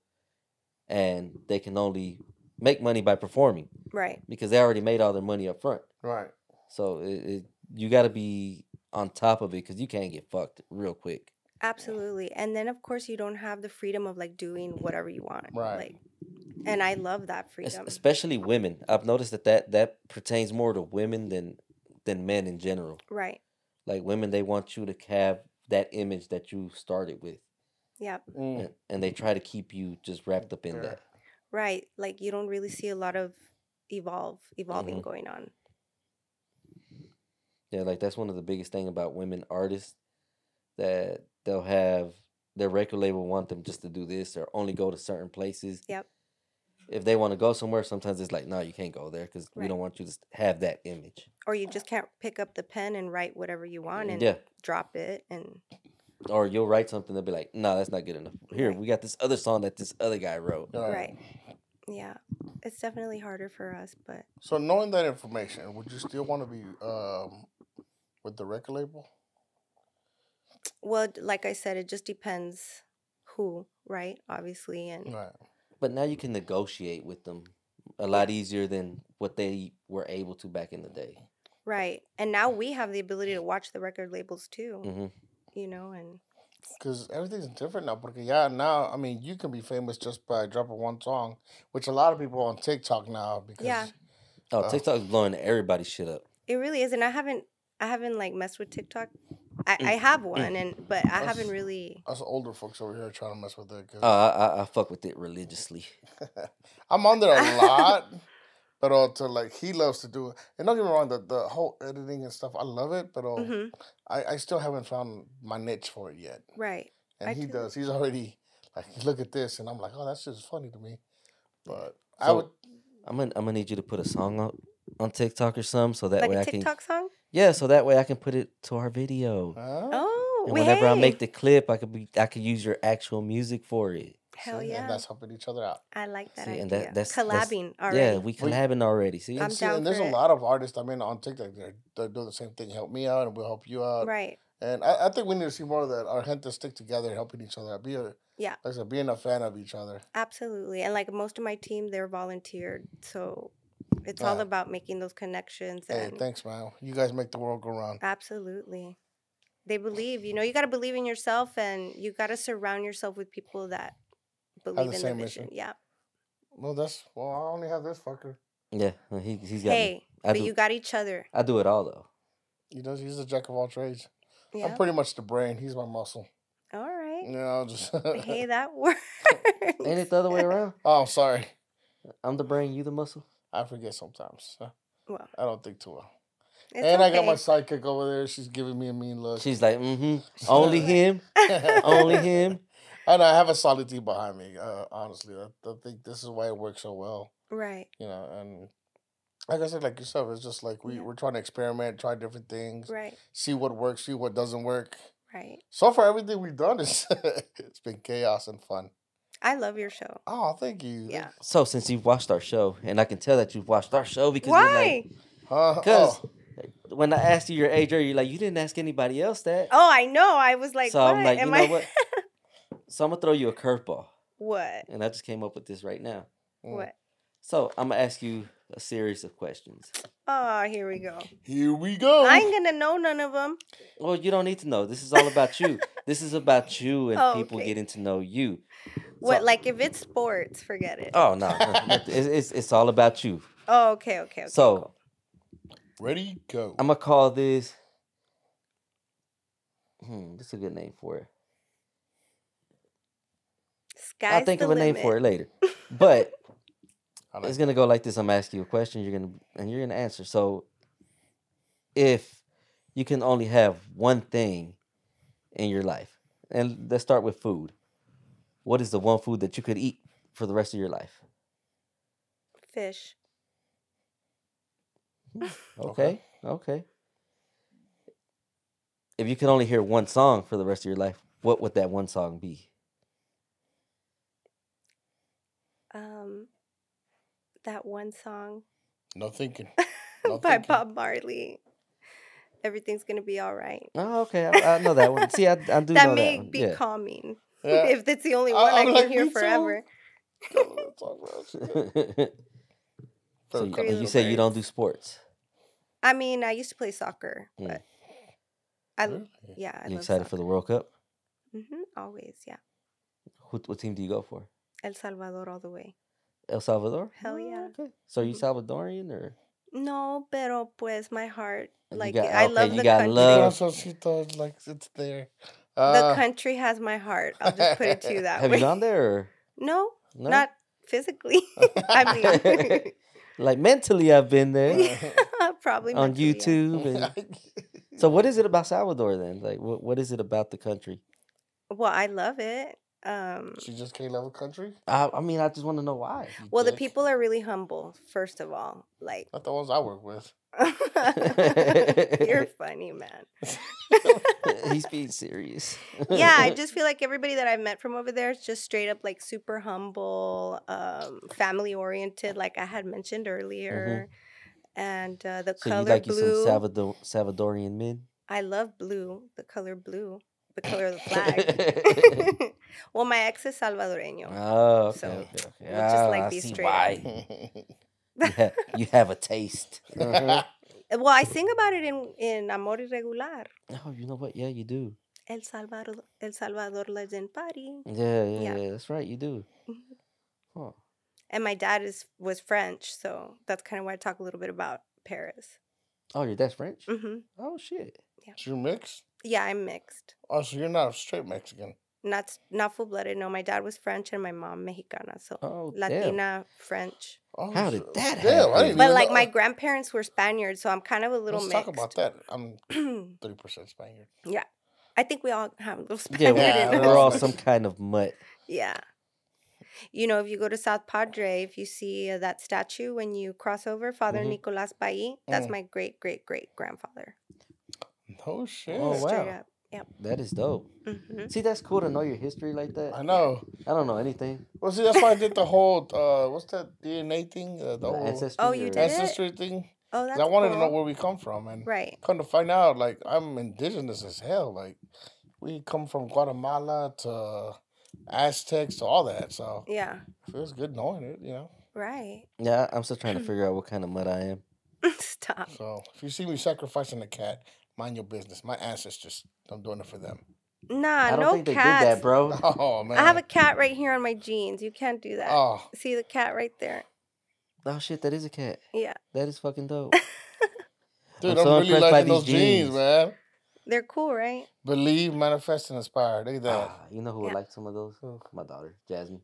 B: and they can only make money by performing
D: Right.
B: because they already made all their money up front.
C: Right.
B: So it, it you got to be on top of it because you can't get fucked real quick.
D: Absolutely. And then of course you don't have the freedom of like doing whatever you want.
C: Right.
D: Like and I love that
B: Es-
D: freedom.
B: especially women. I've noticed that, that that pertains more to women than than men in general.
D: Right.
B: Like women, they want you to have that image that you started with,
D: Yep.
C: Mm.
B: and, and they try to keep you just wrapped up in
C: Yeah.
B: that.
D: Right. Like you don't really see a lot of evolve evolving
C: Mm-hmm.
B: Mhm.
D: going on.
B: Yeah, like that's one of the biggest thing about women artists that they'll have their record label want them just to do this or only go to certain places.
D: Yep.
B: If they want to go somewhere, sometimes it's like, no, you can't go there because we
D: Right.
B: don't want you to s- have that image.
D: Or you just can't pick up the pen and write whatever you want and
B: Yeah.
D: drop it and
B: Or you'll write something, they'll be like, no, that's not good enough. Here,
D: Right.
B: we got this other song that this other guy wrote.
C: Right.
D: right. Yeah. It's definitely harder for us, but
C: So knowing that information, would you still want to be um, with the record label?
D: well, d- like I said, it just depends who, right? Obviously and
C: Right.
B: But now you can negotiate with them a lot easier than what they were able to back in the day.
D: right. And now we have the ability to watch the record labels too,
B: hmm
C: Mm-hmm.
D: you know, and
C: Because everything's different now. Because yeah, now I mean, you can be famous just by dropping one song, which a lot of people on TikTok now. Because
D: Yeah.
B: Oh,
C: Uh,
B: TikTok's blowing everybody's shit up.
D: It really is, and I haven't I haven't like messed with TikTok. I,
B: Mm.
D: I have one, and but I haven't
C: Us.
D: really.
C: us older folks over here are trying to mess with it.
B: Oh,
C: 'cause
B: I, I, I fuck with it religiously.
C: I'm on there a lot, but uh, to like he loves to do it. And don't get me wrong, the, the whole editing and stuff, I love it, but uh,
D: hmm
C: I, I still haven't found my niche for it yet.
D: Right.
C: And
D: I
C: he
D: do.
C: does. He's already like, look at this, and I'm like, oh, that's just funny to me. But I
B: So-
C: would
B: I'm gonna I'm gonna need you to put a song on on TikTok or something so that
D: Like
B: way
D: a
B: I can
D: TikTok song.
B: yeah so that way I can put it to our video.
C: Huh?
D: Oh,
B: and
D: wait,
B: whenever I
D: hey.
B: make the clip, I could be I could use your actual music for it.
D: hell
C: See,
D: yeah,
C: And that's helping each other out.
D: I like that
B: See,
D: idea.
B: and that- that's- that's-
D: collabing
B: Yeah,
D: already.
B: we
C: Well, you-
B: collabing already. See,
D: I'm
C: And, see,
D: down
C: and there's
D: for
C: a
D: it.
C: lot of artists I mean on TikTok they're they're doing the same thing. Help me out and we'll help you out.
D: right.
C: And I, I think we need to see more of that. Our gente stick together, helping each other. out. Be a
D: Yeah.
C: Like I said, being a fan of each other.
D: Absolutely, and like most of my team, they're volunteered, so it's all
C: Ah.
D: about making those connections.
C: Hey,
D: And
C: thanks, man. You guys make the world go round.
D: absolutely, they believe. You know, you got to believe in yourself, and you got to surround yourself with people that believe in the
C: same
D: vision.
C: mission.
D: Yeah.
C: Well, that's well. I only have this fucker.
B: yeah, no, he he's got me.
D: Hey,
B: I
D: but
B: do-
D: you got each other.
B: I do it all though.
C: He does. He's a jack of all trades.
D: Yeah.
C: I'm pretty much the brain. He's my muscle.
D: All
C: You
D: right.
C: know, just.
D: Hey, that works.
B: Ain't it the other way around?
C: oh, I'm sorry.
B: I'm the brain, you the muscle.
C: I forget sometimes.
D: Well,
C: I don't think too well.
D: it's
C: and I got my
D: okay.
C: sidekick over there. She's giving me a mean look.
B: She's like, mm-hmm. Only him, only him.
C: And I have a solid team behind me. Uh, honestly, I, I think this is why it works so well.
D: right.
C: You know, and like I said, like yourself, it's just like we
D: Yeah.
C: we're trying to experiment, try different things,
D: Right.
C: see what works, see what doesn't work.
D: Right.
C: So far, everything we've done is it's been chaos and fun.
D: I love your show.
C: Oh, thank you.
D: Yeah.
B: So since you've watched our show, and I can tell that you've watched our show because you're
D: Why?
B: like,
C: Huh?
B: because
C: Oh,
B: when I asked you your age, earlier, you're like, you didn't ask anybody else that.
D: Oh, I know. I was like,
B: so
D: what?
B: I'm like,
D: Am
B: you know
D: I
B: what? So I'm gonna throw you a curveball,
D: what?
B: and I just came up with this right now.
C: Mm.
D: What?
B: So I'm gonna ask you a series of questions.
D: Oh, here we go.
C: here we
B: Oh,
C: go.
D: I ain't gonna know none of them.
B: Well, you don't need to know. This is all about you. this is about you and
D: Oh,
B: people
D: okay.
B: getting to know you.
D: What
B: So-
D: like if it's sports, forget it. Oh,
B: Oh no, no, it's, it's it's all about you.
D: okay, okay, okay.
B: So
C: Ready, go.
B: I'm gonna call this. Hmm, this is a good name for it.
D: Sky's
B: I'll think
D: the
B: of a name for it
D: limit.
B: later. But
C: I like
B: it's gonna go like this. I'm asking you a question. You're gonna and you're gonna answer. So if you can only have one thing in your life, and let's start with food. What is the one food that you could eat for the rest of your life?
D: Fish.
B: Okay. Okay. If you could only hear one song for the rest of your life, what would that one song be?
D: Um that one song
C: No thinking. No
D: by
C: thinking.
D: Bob Marley. Everything's gonna be all right.
B: Oh, okay. I, I know that one. See, I, I do know
D: that
B: that
D: may
B: one.
D: be
B: yeah. Uh,
D: calming.
C: Yeah.
D: If that's the only
C: I-
D: one I,
C: I'm
D: can
C: like,
D: hear
C: me too.
D: forever.
C: Don't wanna talk about shit.
B: so
C: Better
B: you,
C: cut
D: Three
B: and
C: it
B: you
D: little
C: out.
B: say you don't do sports.
D: I mean, I used to play soccer,
B: Mm.
D: but I
C: Really?
D: yeah, I
B: you
D: love
B: excited for the World Cup?
D: hmm always, yeah.
B: What, what team do you go for?
D: El Salvador all the way.
B: El Salvador. Oh,
D: Hell yeah. Mm-hmm.
B: Okay. So you Salvadorian or?
D: No, pero pues my heart,
B: Oh, You
D: like
B: got-
D: I
B: okay,
D: love
B: you
D: the
B: got
D: country.
B: love.
C: That's what she thought. Like it's there.
D: The
C: Uh,
D: country has my heart. I'll just put it to you that
B: Have
D: way.
B: you gone there or?
D: No,
B: No?
D: Uh, not physically. I
B: like mentally, I've been there
D: mean, probably
B: on
D: mentally, yeah.
B: YouTube. And, so what is it about Salvador then? Like, what, what is it about the country?
D: Well, I love it. Um,
C: she just can't love a country.
B: I, I mean, I just want to know why.
C: You
D: well, the
C: dick.
D: people are really humble. First of all, like
C: Not the ones I work with.
D: you're funny, man.
B: He's being serious.
D: yeah, I just feel like everybody that I've met from over there is just straight up like super humble, um, family oriented, like I had mentioned earlier. And uh, the
B: Mm-hmm. So you
D: color
B: like you
D: blue,
B: some Salvador, Salvadorian men?
D: I love blue, the color blue, the color of the flag. well, my ex is Salvadoreño.
B: Oh, okay,
D: So,
B: okay, okay.
D: we'll just, like,
B: Ah, I
D: be
B: see
D: straight up.
B: why. Mm-hmm. You have, you have a taste. Oh,
C: Mhm.
D: Eh, well, I sing about it in, in Amor Irregular,
B: Oh, you know what? Yeah, you do.
D: El Salvador, El Salvador lives in Paris.
B: Yeah, yeah, yeah.
D: Yeah.
B: that's right. You do.
D: Mhm.
B: Huh.
D: And my dad is was French, so that's kind of why I talk a little bit about Paris.
B: Oh, your dad's French?
D: hmm
B: Oh, shit.
C: you mix?
D: Yeah, I'm mixed.
C: Oh, so you're not a straight Mexican.
D: not s- not full blooded. No, my dad was French and my mom Mexicana, so
B: Oh,
D: Latina
B: damn.
D: French.
C: Oh,
B: How did
C: so-
B: that
C: Damn, I
B: happen?
C: didn't
D: But
C: even
D: like
C: know-
B: uh
D: my grandparents were Spaniard, so I'm kind of a little
C: Let's
D: mixed.
C: talk about that. I'm
D: that.
C: thirty percent Spaniard.
D: I think we all have a little
B: Yeah,
D: Spaniard
C: Yeah,
D: in
B: we're,
D: us.
B: we're all
C: French.
B: some kind of mutt.
D: Yeah. You know, if you go to South Padre, if you see uh, that statue when you cross over, Father
B: Mhm.
D: Nicolas Bailly, that's
C: Mm.
D: my great great great grandfather.
C: No shit.
B: Oh, wow.
D: Straight up.
B: That is dope.
D: hmm
B: See, that's cool to know your history like that.
C: I know.
B: I don't know anything.
C: Well, see, that's why I did the whole uh, what's that DNA thing? Uh, the
B: about
C: whole
B: ancestry
D: Oh, you
B: or-
D: did it?
C: ancestry thing.
D: Oh,
C: 'Cause
D: that's
C: I wanted to know
D: cool.
C: where we come from, and
D: Right.
C: come to find out, like I'm indigenous as hell. Like we come from Guatemala to Aztecs to all that. So
D: Yeah.
C: it feels good knowing it, you know.
D: Right.
B: Yeah, I'm still trying to figure out what kind of mutt I am.
D: Stop.
C: So if you see me sacrificing a cat, mind your business. My ancestors, I'm doing it for them.
D: Nah,
B: I don't
D: Ah, no
B: think they
D: cats.
B: did that, bro.
C: Oh man.
D: I have a cat right here on my jeans. You can't do that.
C: Oh,
D: See the cat right there?
B: Oh shit, that is a cat.
D: Yeah.
B: That is fucking dope.
C: dude,
B: I'm
C: I'm,
B: so
C: really
B: impressed by
C: liking
B: these
C: those jeans.
B: jeans.
C: man.
D: They're cool, right?
C: Believe, manifest, and inspire. Look at that.
B: Ah, you know who would
D: Yeah.
B: like some of those? My daughter, Jasmine.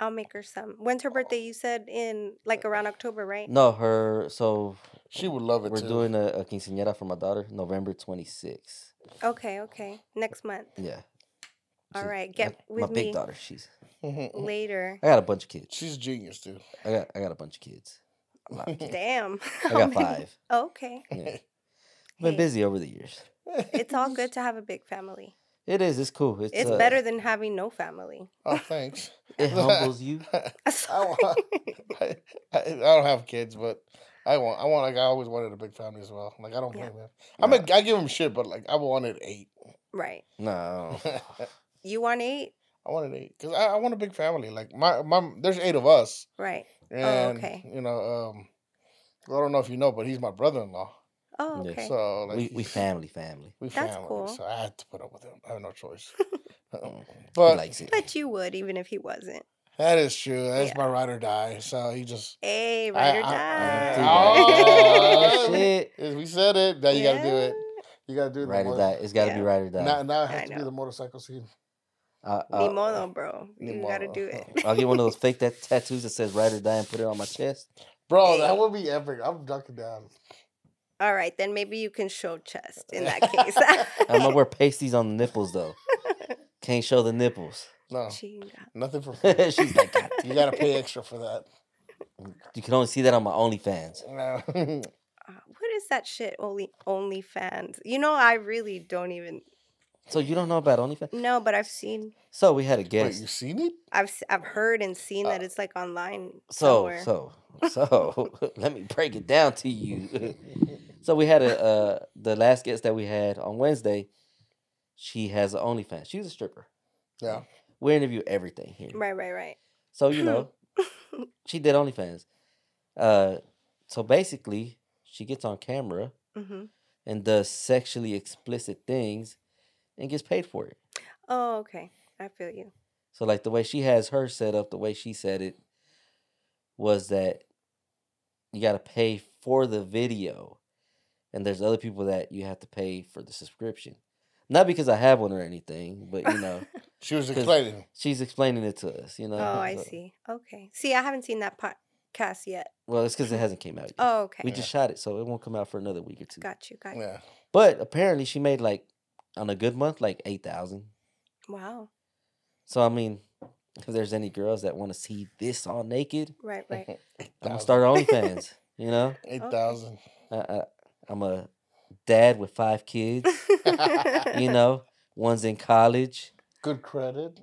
D: I'll make her some. When's her birthday? You said in like around October, right?
B: No, her. So
C: She would love it
B: we're
C: too.
B: doing a, a quinceañera for my daughter, November 26th.
D: Okay, okay. Next month.
B: Yeah.
D: All
B: She's-
D: right,
B: my-
D: get
B: my,
D: with
B: big
D: me
B: daughter. She's.
C: doing.
D: later.
B: I got a bunch of kids.
C: She's genius, dude.
B: I got. I got a bunch of kids. A lot of kids.
D: Damn.
B: I got five.
D: Okay.
B: Yeah. Been
D: Hey,
B: busy over the years.
D: It's all good to have a big family.
B: It is. It's cool. It's,
D: It's
B: uh,
D: better than having no family.
C: oh, thanks.
B: It humbles you.
C: I, want, I, I, I don't have kids, but I want. I want. Like I always wanted a big family as well. Like I don't
D: Yeah.
C: blame him. I mean, I give him shit, but like I wanted eight.
D: right.
B: No.
C: I
D: You want eight?
C: wanted eight because I, I want a big family. Like my my, there's eight of us,
D: Right.
C: and
D: Oh, okay.
C: you know, um, I don't know if you know, but he's my brother-in-law.
D: Oh,
B: Yeah.
D: okay.
C: So like
B: We we
C: he's-
B: family family.
C: we
D: That's
C: family,
D: cool.
C: so I had to put up with him. I have no choice. Um,
B: He
C: But
B: likes it. Uh,
D: But you would, even if he wasn't.
C: that is true. That's
D: Yeah.
C: my ride or die. So he just.
D: Hey,
C: I-
D: ride or
C: I-
D: die.
C: Oh,
B: Oh, shit.
C: As we said it. Now you got to do it. You got to do the
B: Ride or
C: motor-
B: die. It's got to be
D: Yeah.
B: ride or die.
C: Now, now it
D: I
C: has to be
D: know.
C: the motorcycle scene.
B: Uh,
D: Ni
B: uh,
D: modo, bro.
C: ni
D: You gotta
C: modo.
D: do it.
B: I'll get one of those fake that tattoos that says ride or die and put it on my chest.
C: Bro, that would be epic. I'm ducking down.
D: All right, then maybe you can show chest in that case.
B: I'm gonna wear pasties on the nipples though. Can't show the nipples.
C: No,
D: Chinga.
C: nothing for free.
B: She's like, Oh "God,
C: You got to pay extra for that.
B: you can only see that on my OnlyFans.
C: No.
D: Uh, what is that shit? Only OnlyFans. You know, I really don't even
B: So you don't know about OnlyFans?
D: know, but I've seen,
B: So we had a
C: Wait,
B: guest.
C: you seen it?
D: I've, s- I've heard and seen that
B: Uh,
D: it's like online
B: so
D: somewhere.
B: so so let me break it down to you so we had a uh the last guest that we had on wednesday she has an onlyfans she's a stripper
C: Yeah.
B: we interview everything here
D: Right, right, right.
B: so you know she did onlyfans uh so basically she gets on camera
D: hmm
B: and does sexually explicit things and gets paid for it
D: Oh, okay. I feel you.
B: So like the way she has her set up, the way she said it was that you got to pay for the video, and there's other people that you have to pay for the subscription. Not because I have one or anything, but you know,
C: She was
B: 'Cause-
C: explaining.
B: she's explaining it to us. You know.
D: Oh, I
B: so-
D: see. Okay. See, I haven't seen that podcast yet.
B: Well, it's because it hasn't came out. Yet.
D: Oh, okay.
B: Mm, We just shot it, so it won't come out for another week or two.
D: got you, got you.
C: Yeah.
B: But apparently, she made like on a good month like eight thousand.
D: Wow.
B: So I mean, if there's any girls that want to see this all naked,
D: Right, right.
B: I'm gonna
C: Thousand.
B: start OnlyFans. you know.
C: 8,000.
B: I, I, uh, I'm a dad with five kids. you know, one's in college.
C: Good credit.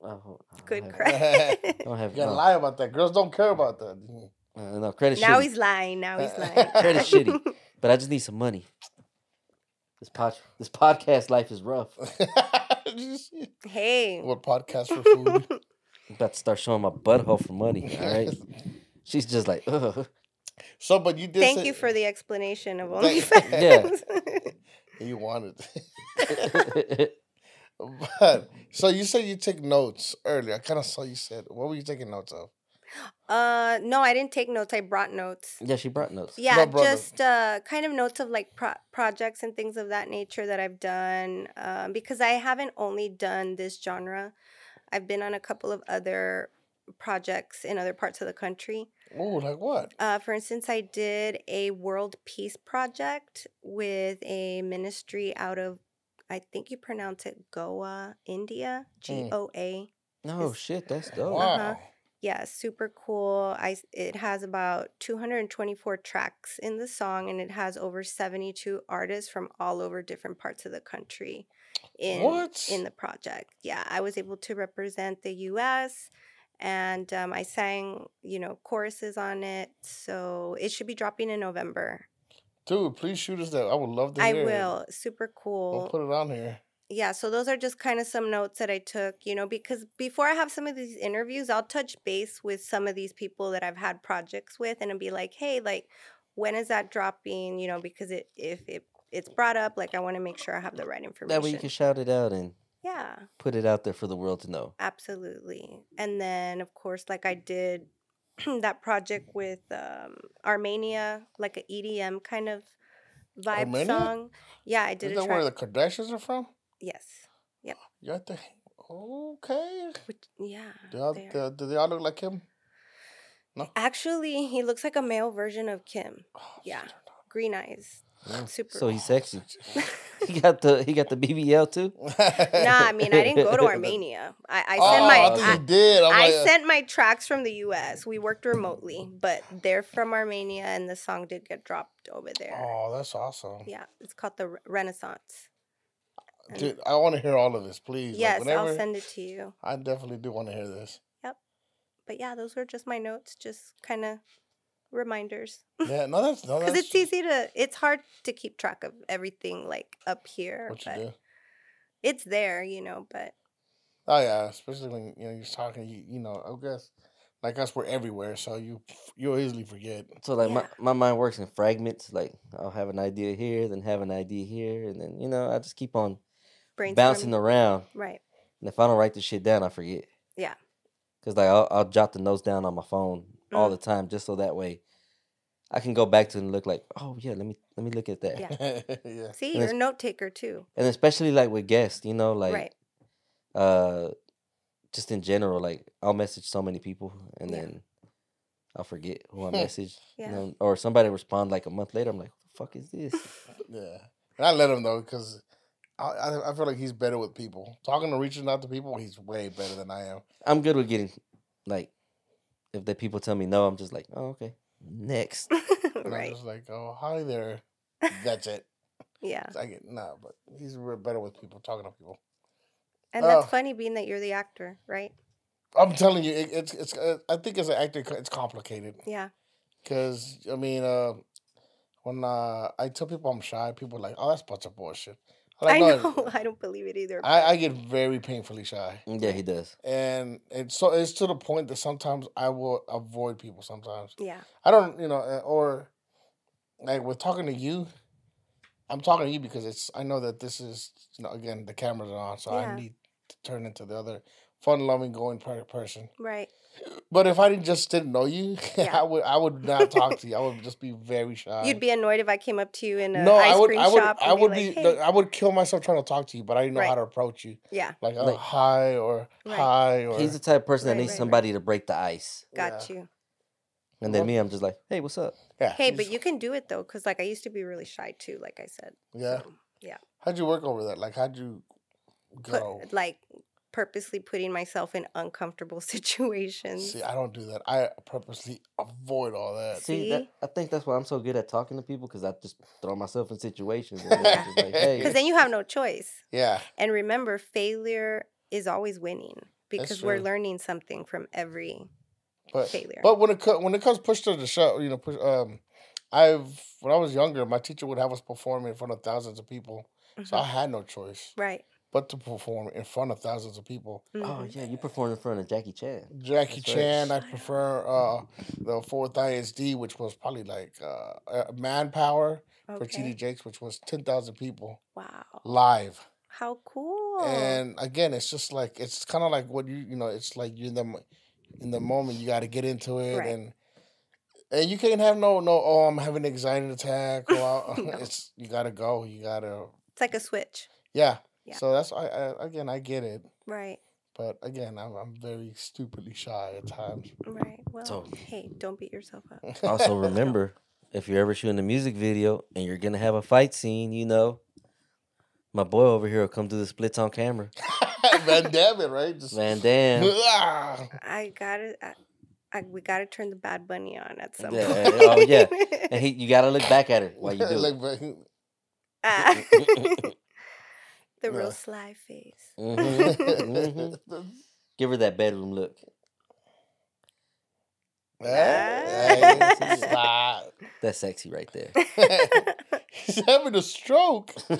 B: Oh, I don't
D: Good
B: have- I
D: credit.
B: don't have
C: You got to
B: no,
C: lie about that. Girls don't care about that.
B: uh, no credit.
D: now
B: shitty,
D: he's lying. Now he's lying.
B: Credit shitty. but I just need some money. This pod, this podcast life is rough.
C: Did you see
D: hey.
C: what podcast for food?
B: I'm about to start showing my butthole for money. All right, she's just like, Ugh.
C: so, but you did.
D: Thank
C: say-
D: you for the explanation of
C: Thank-
D: OnlyFans.
C: You wanted. but so you said you take notes earlier. I kind of saw you said. What were you taking notes of?
D: uh, no, I didn't take notes. I brought notes.
B: yeah, she brought notes.
D: Yeah,
C: brother.
D: just uh, kind of notes of like pro- projects and things of that nature that I've done um, because I haven't only done this genre. I've been on a couple of other projects in other parts of the country.
C: Oh, like what?
D: Uh, for instance, I did a world peace project with a ministry out of, I think you pronounce it Goa, India, G
C: Mm.
D: O A.
B: No
D: It's-
B: shit, that's
C: Wow.
B: dope.
D: Uh-huh. Yeah, super cool. I s- it has about 224 tracks in the song and it has over 72 artists from all over different parts of the country in
C: What?
D: in the project. Yeah, I was able to represent the US and um, I sang, you know, choruses on it. So it should be dropping in November.
C: Dude, please shoot us that. I would love to
D: I
C: hear it.
D: will. Super cool
C: We'll put it on here.
D: yeah so those are just kind of some notes that i took you know because before i have some of these interviews i'll touch base with some of these people that i've had projects with and I'll be like hey like when is that dropping you know because it if it it's brought up like i want to make sure i have the right information
B: That way you can shout it out and
D: yeah
B: put it out there for the world to know.
D: absolutely and then of course like i did that project with um armenia like an edm kind of vibe
C: Armenia?
D: song yeah i
C: Is
D: did a
C: that
D: track
C: where the Kardashians are from?
D: yes
C: You got the okay.
D: which yeah
C: Do, y'all,
D: there.
C: do, do they all look like him?
D: Actually, he looks like a male version of Kim.
C: Oh,
D: Yeah.
C: shit, I
D: Green eyes.
B: Yeah,
D: Super.
B: So he's sexy.
C: don't
B: He got the he got the BBL too.
C: know.
D: nah, I mean, I didn't go to Armenia. I, I
C: oh,
D: sent
C: I
D: my.
C: think
D: I,
C: he did. I'm
D: I
C: like, uh,
D: sent my tracks from the U.S. We worked remotely, but they're from Armenia, and the song did get dropped over there.
C: Oh, that's awesome,
D: Yeah, it's called the Re- Renaissance. And-
C: dude. I want to hear all of this, please. Like,
D: yes,
C: whenever,
D: I'll send it to you.
C: I definitely do want to hear this.
D: But yeah, those were just my notes, just kind of reminders.
C: Yeah, no, that's no,
D: Because
C: that's
D: it's easy to, it's hard to keep track of everything like up here,
C: what you
D: but
C: do.
D: it's there, you know. But
C: Oh yeah, especially when you know you're talking. You, you know, I guess like us, we're everywhere, so you you'll easily forget.
B: So like
D: Yeah.
B: my, my mind works in fragments. Like I'll have an idea here, then have an idea here, and then you know I just keep on
D: brainstorm.
B: bouncing around.
D: Right.
B: And if I don't write this shit down, I forget.
D: Yeah.
B: Cause like I'll, I'll jot the notes down on my phone all
D: Mm.
B: the time, just so that way I can go back to it and look like, oh yeah, let me let me look at that.
D: Yeah.
C: yeah.
D: See,
B: And
D: you're
B: it's-
D: a note taker too.
B: And especially like with guests, you know, like
D: right.
B: uh, just in general, like I'll message so many people and
D: Yeah.
B: then I'll forget who I messaged.
D: Yeah.
B: and then- or somebody respond like a month later. I'm like, "Who the fuck is this?
C: Yeah, and I let him though because I, I I feel like he's better with people. Talking to reaching out to people, he's way better than I am.
B: I'm good with getting like if the people tell me no, I'm just like, oh okay, next.
C: And I'm
D: right.
C: just like, oh hi there. That's it.
D: Yeah.
C: I get nah, but he's re- better with people talking to people.
D: And
C: Oh.
D: that's funny being that you're the actor, right?
C: I'm telling you, it, it's it's. Uh, I think as an actor, it's complicated
D: Yeah.
C: because I mean, uh, when uh, I tell people I'm shy, people are like, oh, that's a bunch of bullshit. I'm
D: I
C: like, "No,
D: know. I don't believe it either.
C: I, I get very painfully shy.
B: yeah, he does.
C: and it's so it's to the point that sometimes I will avoid people. Sometimes
D: yeah.
C: I don't, you know, uh, or like with talking to you, I'm talking to you because it's I know that this is you know again the cameras are on, so
D: Yeah.
C: I need to turn into the other fun-loving, going per- person.
D: Right.
C: But if I didn't just didn't know you,
D: Yeah.
C: I would I would not talk to you. I would just be very shy.
D: You'd be annoyed if I came up to you in an
C: no,
D: ice
C: I would,
D: cream
C: I would,
D: shop.
C: I would
D: and be, like,
C: be,
D: hey.
C: I would kill myself trying to talk to you, but I didn't know
D: Right.
C: how to approach you,
D: Yeah.
C: like, uh,
B: Like-
C: hi or
D: Right.
C: hi or
B: He's the type of person
D: Right,
B: that needs
D: right, right.
B: somebody to break the ice.
D: Got
C: Yeah.
D: you.
B: And then
C: Well-
B: me, I'm just like, hey, what's up?
C: yeah.
D: Hey,
C: he's-
D: but you can do it though, because like I used to be really shy too, like I said. um,
C: yeah.
D: So,
C: How'd you work over that? Like, how'd you
D: put,
C: go?
D: like purposely putting myself in uncomfortable situations.
C: See, I don't do that. I purposely avoid all that.
B: See, that,
D: See?
B: I think that's why I'm so good at talking to people because I just throw myself in situations. And then I'm just like,
D: Because
B: hey,
D: then you have no choice.
C: Yeah,
D: And remember, failure is always winning because we're
C: true.
D: learning something from every.
C: but
D: Failure.
C: but when it co- when it comes push to the show, you know, push, um, I've when I was younger, my teacher would have us perform in front of thousands of people, so I
D: Mhm.
C: had no choice
D: Right.
C: but to perform in front of thousands of people.
B: oh
D: Mhm.
B: yeah, you performed in front of Jackie Chan.
C: Jackie
B: That's right.
C: Chan, I prefer uh, the fourth ISD, which was probably like uh, uh, manpower for TD
D: Okay.
C: Jakes, which was ten thousand people
D: Wow.
C: live.
D: How cool.
C: And again, it's just like it's kind of like what you you know. It's like you in the mo- in the moment. You got to get into it,
D: Right.
C: and and you can't have no no. Oh, I'm having an anxiety attack. Or "Oh,
D: No.
C: it's you got to go. You got to
D: it's like a switch.
C: yeah.
D: Yeah.
C: So that's I, I again I get it,
D: Right.
C: but again I'm I'm very stupidly shy at times.
D: Right. Well,
B: Totally.
D: hey, don't beat yourself up.
B: Also, remember, if you're ever shooting a music video and you're gonna have a fight scene, you know, my boy over here will come do the splits on camera.
C: Van Damme, right? Just,
B: Van Damme.
C: Ah!
D: I gotta, I, I, we gotta turn the Bad Bunny on at some
B: Yeah,
D: point.
B: oh, yeah. And he, you gotta look back at her while you do it.
C: Like, but-
D: Ah. the
C: No.
D: real sly face.
B: Mhm. Give her that bedroom look.
C: Ah,
D: Ah.
C: stop.
B: That's sexy right there.
C: Oh, He's having a stroke.
D: Shut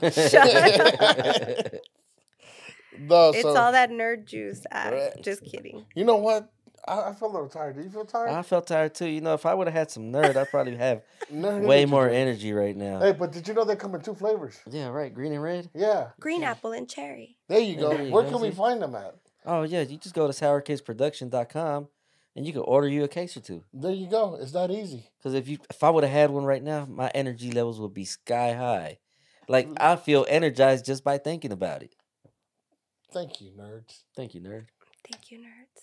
C: No,
D: it's
C: so,
D: all that nerd juice. Ah,
C: Right.
D: Just kidding.
C: You know what? I, I feel a little tired. Do you feel tired?
B: I felt tired too. You know, if I would have had some nerd, I'd probably have
C: No, no,
B: way
C: no,
B: more
C: you-
B: energy right now.
C: Hey, but did you know they come in two flavors?
B: Yeah, right. Green and red.
C: Yeah.
D: Green apple and cherry.
C: There you go.
B: There you
C: Where
B: go,
C: can we
B: see?
C: find them at?
B: Oh yeah, you just go to sourkidsproduction.com and you can order you a case or two.
C: There you go. It's that easy.
B: Cause if you if I would have had one right now, my energy levels would be sky high. Like I feel energized just by thinking about it.
C: Thank you, nerds.
B: Thank you, nerd.
D: Thank you, nerds.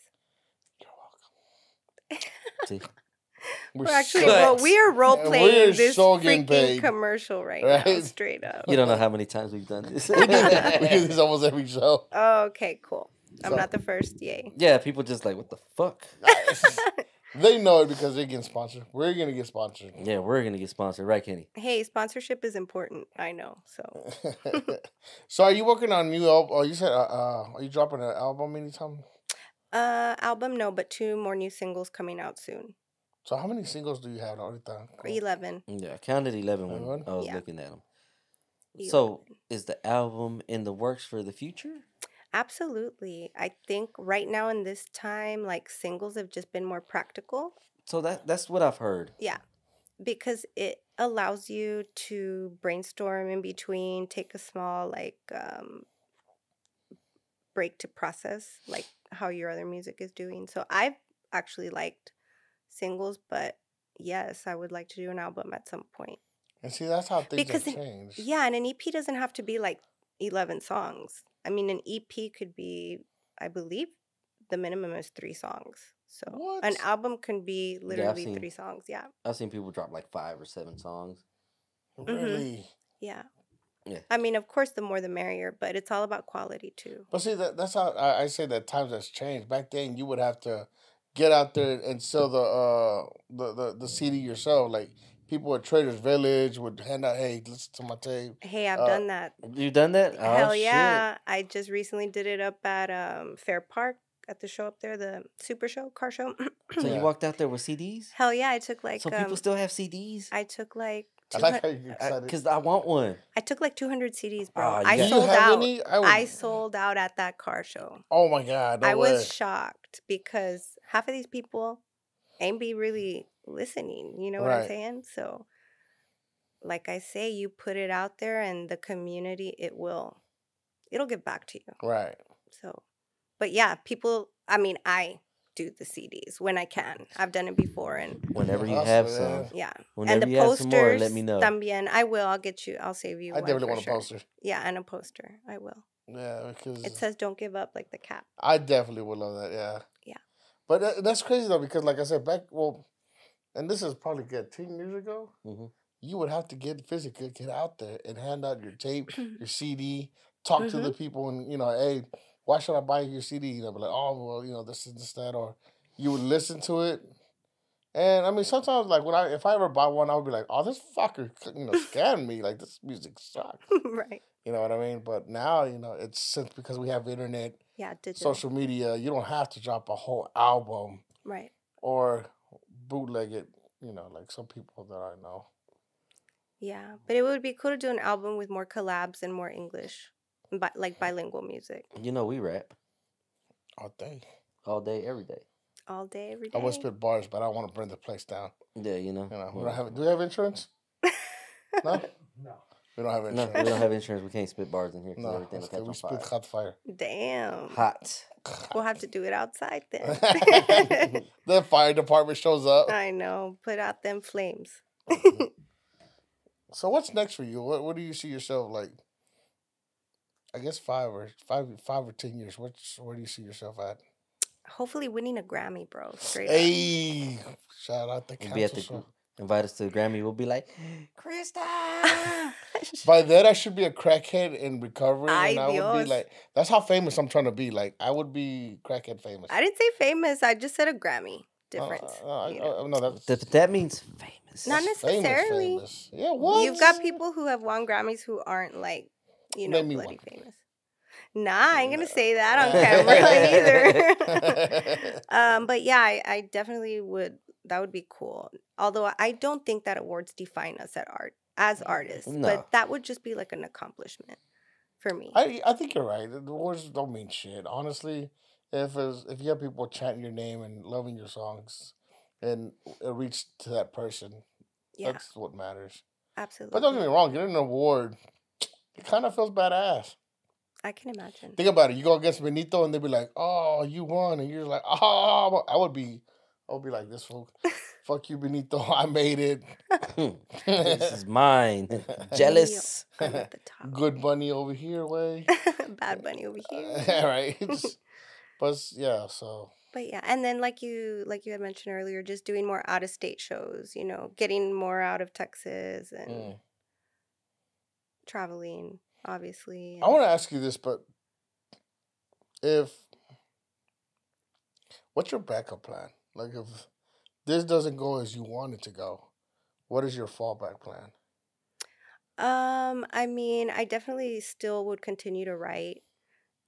C: You're
B: See,
C: welcome. We're,
D: We're actually
B: so-
D: ro- we are role
C: We're
D: playing this
C: so getting
D: freaking
C: paid.
D: commercial right, now,
C: Right?
D: straight up.
B: you don't know how many times we've done this.
C: we do this almost every show.
D: Okay, cool. I'm
B: So-
D: not the first. Yay.
B: yeah, people just like, what the fuck?
C: they know it because they're getting sponsored. We're gonna get sponsored.
B: Yeah, we're gonna get sponsored, right, Kenny?
D: Hey, sponsorship is important. I know. So
C: so, are you working on new album? Oh, you said, uh, uh, are you dropping an album anytime?
D: Uh, album no, but two more new singles coming out soon.
C: So, how many singles do you have already?
D: Eleven.
B: Yeah, I counted eleven when
C: Everyone?
B: I was
D: Yeah.
B: looking at them. So, is the album in the works for the future?
D: Absolutely. I think right now in this time, like singles have just been more practical
B: So that that's what I've heard.
D: because it allows you to brainstorm in between, take a small like um break to process like how your other music is doing. So I've actually liked singles, but yes, I would like to do an album at some point.
C: And see, that's how things
D: Because
C: have
D: it-
C: changed.
D: Yeah, and an EP doesn't have to be like 11 songs. I mean, an EP could be, I believe, the minimum is three songs. So an
C: What?
D: album can be
B: I've
D: literally
B: seen-
D: three songs. Yeah.
B: I've seen people drop like five or seven songs.
D: Mm-hmm.
C: Really.
D: Yeah.
B: Yeah.
D: I mean, of course, the more the merrier, but it's all about quality too.
C: But see, that, that's how I, I say that times has changed. Back then, you would have to get out there and sell the uh the the, the CD yourself. Like people at Traders Village would hand out, "Hey, listen to my tape."
D: Hey, I've
C: Uh,
D: done that.
B: You done that? Oh,
D: Hell
B: shit.
D: yeah. I just recently did it up at um, Fair Park at the show up there, the super show, car show.
B: So
C: Yeah.
B: you walked out there with CDs?
D: Hell yeah. I took like,
B: so
D: um,
B: people still have CDs?
D: I took like,
C: I like
D: 200
C: how you're excited.
B: Because I, want one.
D: I took like 200 CDs, bro.
B: Ah, yeah.
D: I
C: Do you
D: sold
C: have
D: out.
C: any? I, would,
D: I sold out at that car show.
C: Oh my god! No
D: I
C: way.
D: was shocked because half of these people ain't be really listening. You know what
C: Right.
D: I'm saying? So, like I say, you put it out there, and the community it will, it'll get back to you.
C: right.
D: So, but yeah, people. I mean, I do the CDs when I can. I've done it before, and
B: Whenever you
C: Awesome,
B: have
C: yeah.
B: some.
D: yeah,
B: Whenever
D: and the
B: you have some more,
D: posters.
B: let me know.
D: También, I will. I'll get you. I'll save you.
C: I
D: one
C: definitely
D: for
C: want a
D: sure.
C: poster.
D: Yeah, and a poster. I will.
C: Yeah, because
D: It says "Don't give up," like the cap.
C: I definitely would love that. Yeah.
D: Yeah.
C: But that, that's crazy though, because like I said, back well, and this is probably good ten years ago.
B: Mhm.
C: You would have to get physical, get out there and hand out your tape, your CD, talk to the people, and you know, hey, why should I buy your CD? You know, be like, oh well, you know, this is this that, or you would listen to it. And I mean, sometimes like when I if I ever buy one, I would be like, oh, this fucker, you know, scammed me. Like this music sucks.
D: right.
C: You know what I mean? But now, you know, it's since because we have internet,
D: Yeah, digital.
C: social media, you don't have to drop a whole album
D: Right.
C: or bootleg it, you know, like some people that I know.
D: Yeah, but it would be cool to do an album with more collabs and more English, but like bilingual music
B: You know, we rap
C: Oh, dang.
B: all day, every day.
D: all day, every
C: I
D: day.
C: would spit bars, but I don't want to bring the place down.
B: Yeah, you know.
C: You know, we
B: well,
C: don't have, do we have insurance? no?
E: No.
C: We don't have
B: no,
C: insurance.
B: we don't have insurance. We can't spit bars in here 'cause
C: No,
B: everything will
C: that's good.
B: catch
C: we
B: on
C: spit
B: fire.
C: hot fire.
D: Damn.
B: Hot.
D: We'll have to do it outside then.
C: the fire department shows up.
D: I know. Put out them flames.
C: So what's next for you? What what do you see yourself like? I guess five or five five or ten years. What's where do you see yourself at?
D: Hopefully, winning a Grammy, bro. Straight up.
C: Hey, shout out the
B: We'll be at
C: council.
B: the
C: show.
B: invite us to the Grammy. We'll be like, Krista.
C: By then, I should be a crackhead in recovery, and
D: Ay,
C: I would
D: Dios.
C: be like, that's how famous I'm trying to be. Like, I would be crackhead famous.
D: I didn't say famous. I just said a Grammy.
C: Uh,
D: Difference.
C: uh, uh,
D: you know.
C: uh, no, that's
B: Th- that means famous.
D: Not
C: that's famous,
D: necessarily.
C: famous. Yeah, what?
D: You've got people who have won Grammys who aren't like, you know,
C: Name me
D: bloody
C: one.
D: famous. Nah, I ain't gonna
C: No.
D: say that on camera either.
C: people.
D: um, but yeah, I, I definitely would. That would be cool. Although I don't think that awards define us at art
C: Mm,
D: as artists,
B: No.
D: but that would just be like an accomplishment for me.
C: I I think you're right. The words don't mean shit. Honestly, if it's, if you have people chanting your name and loving your songs, and it reached to that person,
D: yeah,
C: that's what matters.
D: absolutely.
C: But don't get me wrong, getting an award, it kind of feels badass.
D: I can imagine.
C: Think about it. You go against Benito, and they'd be like, "Oh, you won," and you're like, "Oh, I would be." I would be like this fool. Fuck you, Benito. I made it.
B: Hmm. this is mine. Jealous.
D: I'm at the top.
C: Good bunny over here, way.
D: Bad Bunny over here.
C: All right. but s- yeah, so
D: But yeah, and then like you like you had mentioned earlier, just doing more out of state shows, you know, getting more out of Texas and
C: mm.
D: traveling, obviously.
C: I want to ask you this, but if what's your backup plan? Like, if this doesn't go as you want it to go, what is your fallback plan?
D: Um, I mean, I definitely still would continue to write,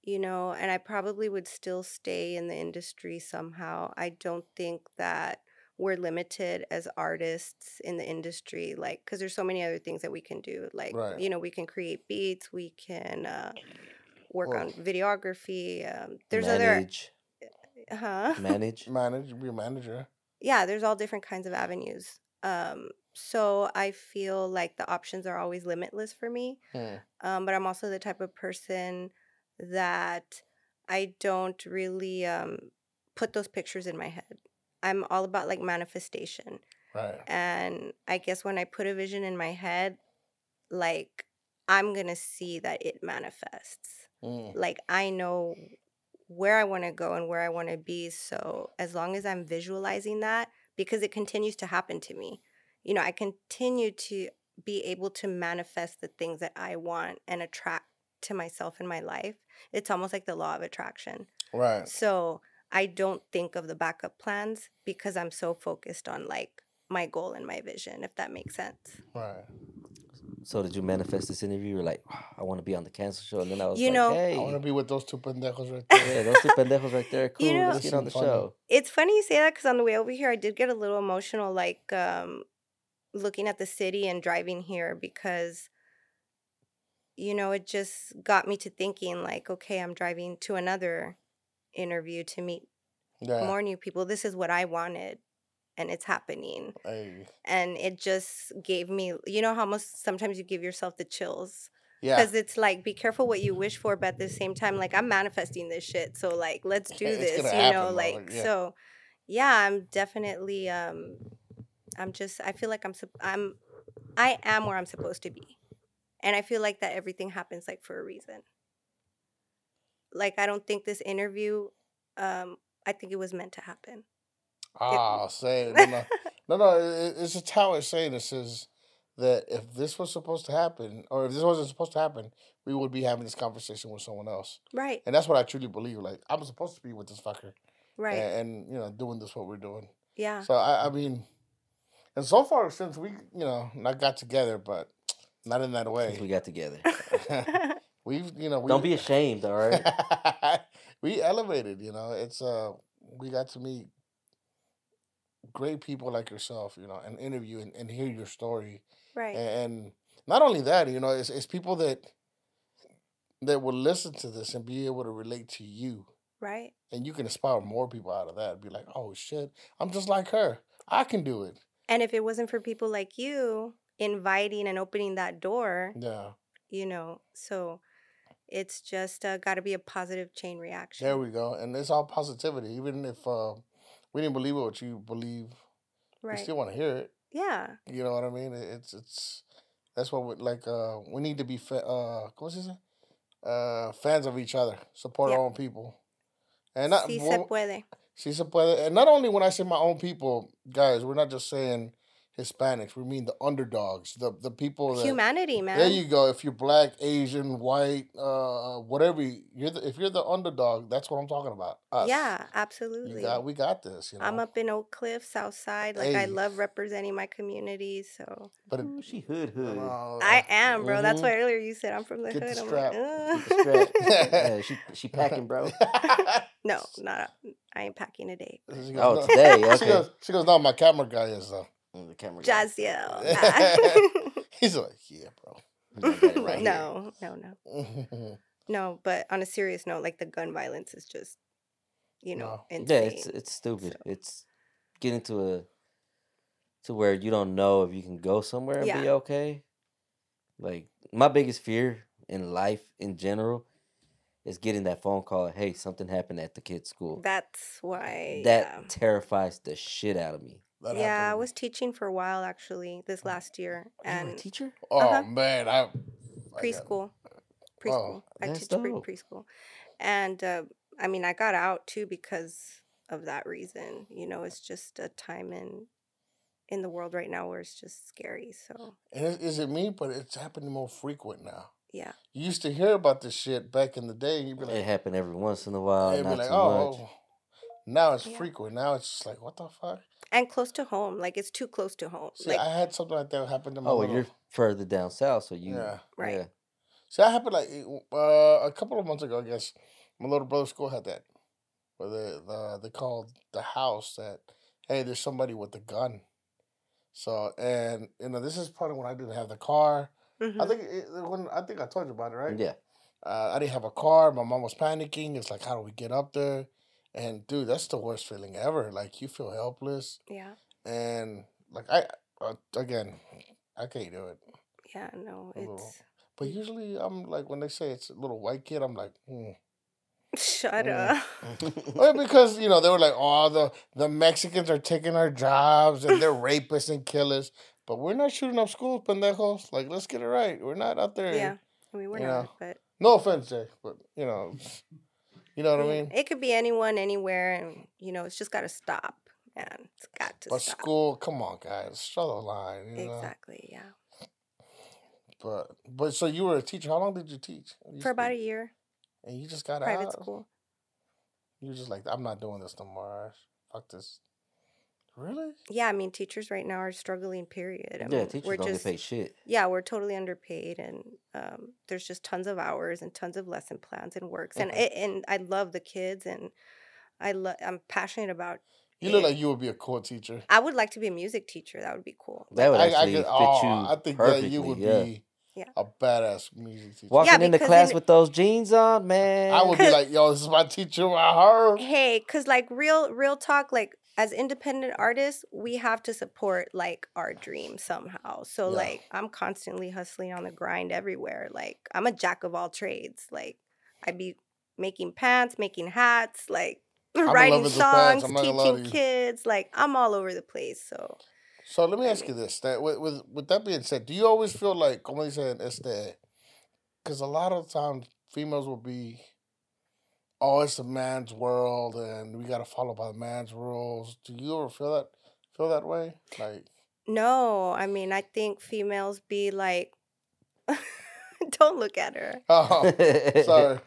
D: you know, and I probably would still stay in the industry somehow. I don't think that we're limited as artists in the industry, like, because there's so many other things that we can do. Like,
C: Right.
D: you know, we can create beats, we can uh, work
C: Well-
D: on videography. Um, there's
B: manage,
D: other, huh?
B: manage.
C: Manage, be a manager.
D: yeah, there's all different kinds of avenues. Um, so I feel like the options are always limitless for me.
C: Hmm.
D: um, but I'm also the type of person that I don't really um, put those pictures in my head. I'm all about like manifestation.
C: Right.
D: And I guess when I put a vision in my head, like I'm going to see that it manifests.
C: Mm.
D: Like I know where I want to go and where I want to be. So as long as I'm visualizing that, because it continues to happen to me, you know, I continue to be able to manifest the things that I want and attract to myself in my life. It's almost like the law of attraction.
C: Right.
D: So I don't think of the backup plans because I'm so focused on like my goal and my vision, if that makes sense.
C: Right.
B: So did you manifest this interview? You're like, "Ah, I want to be on the cancel show, and then I was
D: You
B: like,
D: know-
B: hey,
C: I want to be with those two pendejos right
B: yeah,
C: there.
B: those two pendejos right there, cool.
D: know-
B: let's get on the
C: That's funny.
B: show.
D: It's funny you say that because on the way over here, I did get a little emotional, like um, looking at the city and driving here because, you know, it just got me to thinking, like, okay, I'm driving to another interview to meet
C: yeah.
D: more new people. This is what I wanted, and it's happening.
C: Hey.
D: And it just gave me, you know, how most sometimes you give yourself the chills.
C: Yeah.
D: because it's like be careful what you wish for but at the same time like i'm manifesting this shit so like let's do
C: It's
D: this you
C: gonna
D: know
C: happen,
D: like
C: mother- yeah.
D: so yeah i'm definitely um i'm just i feel like i'm sup- i'm i am where i'm supposed to be and i feel like that everything happens like for a reason like i don't think this interview um i think it was meant to happen
C: Ah, say no, no, no, no. it- It's just how it's saying this is that if this was supposed to happen, or if this wasn't supposed to happen, we would be having this conversation with someone else,
D: right
C: and that's what I truly believe. Like I'm supposed to be with this fucker,
D: right
C: a- and, you know, doing this what we're doing.
B: Uh-huh.
D: yeah
C: So I, I mean, and so far since we, you know, not got together, but not in that
B: Since we
C: way,
B: got together.
C: we've, you know, we,
B: Don't be ashamed, all right?
C: we elevated, you know. It's uh we got to meet great people like yourself, you know, and interview and, and hear your story.
D: right
C: And not only that, you know, it's it's people that that will listen to this and be able to relate to you.
D: right
C: And you can inspire more people out of that. Be like, oh shit, I'm just like her. I can do it.
D: and if it wasn't for people like you inviting and opening that door
C: Yeah.
D: you know so it's just uh, got to be a positive chain reaction
C: There we go. And it's all positivity. Even if uh, we didn't believe what you believe, we
D: right
C: still want to hear it.
D: yeah
C: You know what I mean? It- It's it's that's what we like. Uh, we need to be fa- uh, what's his name? Uh, fans of each other, support our
D: Yeah.
C: own people, and not
D: si se
C: well,
D: puede
C: si se puede. And not only when I say my own people, guys, we're not just saying Hispanics. We mean the underdogs, the the people that.
D: humanity man
C: There you go. If you're black, Asian, white, uh, whatever you- you're, the, if you're the underdog, that's what I'm talking about. Us.
D: yeah
C: you
D: absolutely
C: got, we got this. You know,
D: i'm up in oak cliff south side like i
C: Hey.
D: love representing my community so
C: but it,
B: Ooh, she hood hood.
C: uh,
D: i am bro that's
C: mhm.
D: why earlier you said i'm from the
C: Get the
D: hood
C: strap.
D: i'm
B: Get the
D: like
C: strap.
D: "Ugh."
B: yeah, she she packing, bro.
D: no not Mm, i ain't packing today
C: She goes,
B: Oh,
C: "No."
B: today,
C: She
B: okay.
C: goes, she goes, no, my camera guy is uh," though.
B: Mm, The camera. guy.
D: jaziel
C: He's like, yeah,
B: I got it right here.
D: no no no
C: bro.
D: No, but on a serious note, like the gun violence is just, you know,
B: Yeah,
D: insane.
B: it's it's stupid.
D: So-
B: It's getting to a to where you don't know if you can go somewhere and be
D: Yeah.
B: okay. Like my biggest fear in life in general is getting that phone call, hey, something happened at the kid's school.
D: That's why.
B: that
D: yeah.
B: terrifies the shit out of me.
C: That
D: yeah, I
C: happened.
D: was teaching for a while actually this last year
B: You were a
D: and
B: teacher?
C: Oh
D: uh-huh.
C: man, I, I got-
D: preschool,
C: Oh,
D: preschool. I
B: that's
D: teach pre-
B: dope.
D: preschool, and uh, I mean I got out too because of that reason. You know, it's just a time in in the world right now where it's just scary. So
C: and it, is it me? But it's happening more frequent now.
D: yeah,
C: You used to hear about this shit back in the day, and you'd be
B: It
C: like,
B: happened every once in a while,
C: they'd be
B: not
C: like,
B: too
C: oh,
B: much.
C: oh, now it's
D: Yeah.
C: frequent. Now it's just like, what the fuck?
D: and close to home. Like it's too close to home.
C: See,
D: like
C: I had something like that happen to my.
B: Oh, well,
C: little-
B: you're further down south, so you
C: yeah.
D: Right.
B: yeah.
C: See, that happened like uh, a couple of months ago, I guess. My little brother's school had that, where they the, they called the house that, hey, there's somebody with a gun. So and you know this is part of when I didn't have the car.
D: mhm.
C: I think it, when I think I told you about it, right?
B: Yeah.
C: Uh, I didn't have a car. My mom was panicking. It's like, how do we get up there? And dude, that's the worst feeling ever. Like you feel helpless,
D: yeah,
C: and like I uh, again, I can't do it.
D: yeah. No,
C: A little.
D: it's.
C: But usually, I'm like, when they say it's a little white kid, I'm like, hmm,
D: Shut up.
C: Well, because you know they were like, "Oh, the the Mexicans are taking our jobs and they're rapists and killers," but we're not shooting up schools, pendejos. Like, let's get it right. We're not out there.
D: Yeah, we were
C: You
D: not,
C: know,
D: but
C: No offense, Jay, but you know, you know what I
D: Yeah,
C: mean.
D: It could be anyone, anywhere, and you know, it's just got to stop, man. It's got to
C: But
D: stop.
C: school, come on, guys, draw the line. You know?
D: exactly, yeah.
C: But but so you were a teacher. How long did you teach? You
D: For about a
C: said-
D: year,
C: And you just got
D: private
C: out.
D: school.
C: You were just like, I'm not doing this no more. Fuck this. Really?
D: Yeah, I mean, teachers right now are struggling. Period. I
B: yeah,
D: mean,
B: teachers
D: we're
B: don't
D: just,
B: get paid shit.
D: Yeah, we're totally underpaid, and um, there's just tons of hours and tons of lesson plans and works, and
C: Okay.
D: it, and I love the kids, and I love. I'm passionate about.
C: You look
D: Yeah.
C: like you would be a cool teacher.
D: I would like to be a music teacher. That would be cool.
B: That would
C: I, I
B: actually
C: could-
B: fit
C: oh,
B: you
C: I think
B: perfectly.
C: that you would
B: yeah.
C: be
D: Yeah.
C: a badass music teacher.
B: Walking into
D: because
B: class
D: in-
B: with those jeans on, man.
C: I would be like, yo, this is my teacher, my her.
D: hey because like real real talk like as independent artists we have to support like our dreams somehow so
C: Yeah.
D: like i'm constantly hustling on the grind everywhere like i'm a jack of all trades like i'd be making pants making hats like
C: in love
D: writing
C: with the pants,
D: songs
C: I'm not gonna lie to
D: teaching
C: you.
D: kids like i'm all over the place so
C: So let me ask you this: that with, with with that being said, do you always feel like, como dicen, este, because a lot of times females will be, oh, it's a man's world, and we gotta follow by the man's rules. Do you ever feel that feel that way? Like,
D: no i mean i think females be like don't look at her
C: oh, sorry,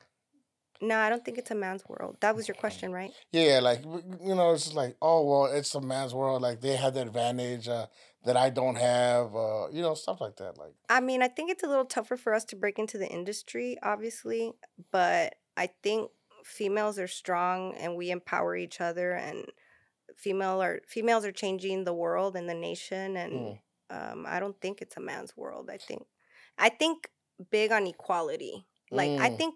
D: no i don't think it's a man's world that was your question right
C: yeah, like w- you know, it's just like, oh, well, it's a man's world. Like they have the advantage uh, that I don't have. Uh, you know, stuff like that. Like,
D: I mean, I think it's a little tougher for us to break into the industry, obviously, but I think females are strong and we empower each other and female are females are changing the world and the nation and
C: Mm.
D: um, I don't think it's a man's world. I think I think big on equality. Like I
C: Mm.
D: think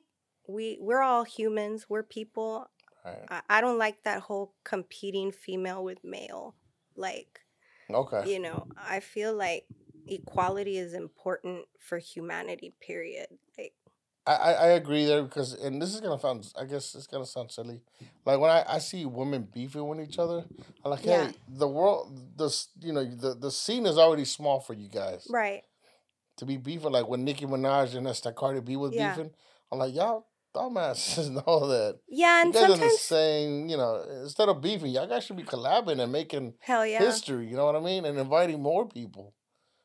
D: we we're all humans, we're people.
C: right.
D: I, I don't like that whole competing female with male. Like
C: okay,
D: you know, I feel like equality is important for humanity, period. Like,
C: I, I I agree there because, and this is gonna sound, I guess it's gonna sound silly. Like when I, I see women beefing with each other, I'm like,
D: Yeah.
C: hey, the world, this, you know, the, the scene is already small for you guys
D: right.
C: to be beefing. Like when Nicki Minaj and that Cardi B was
D: Yeah.
C: beefing, I'm like, y'all dumbasses know that.
D: Yeah,
C: you
D: and
C: guys are the
D: sometimes,
C: same, you know, instead of beefing, y'all guys should be collabing and making
D: hell yeah,
C: history, you know what I mean? And inviting more people.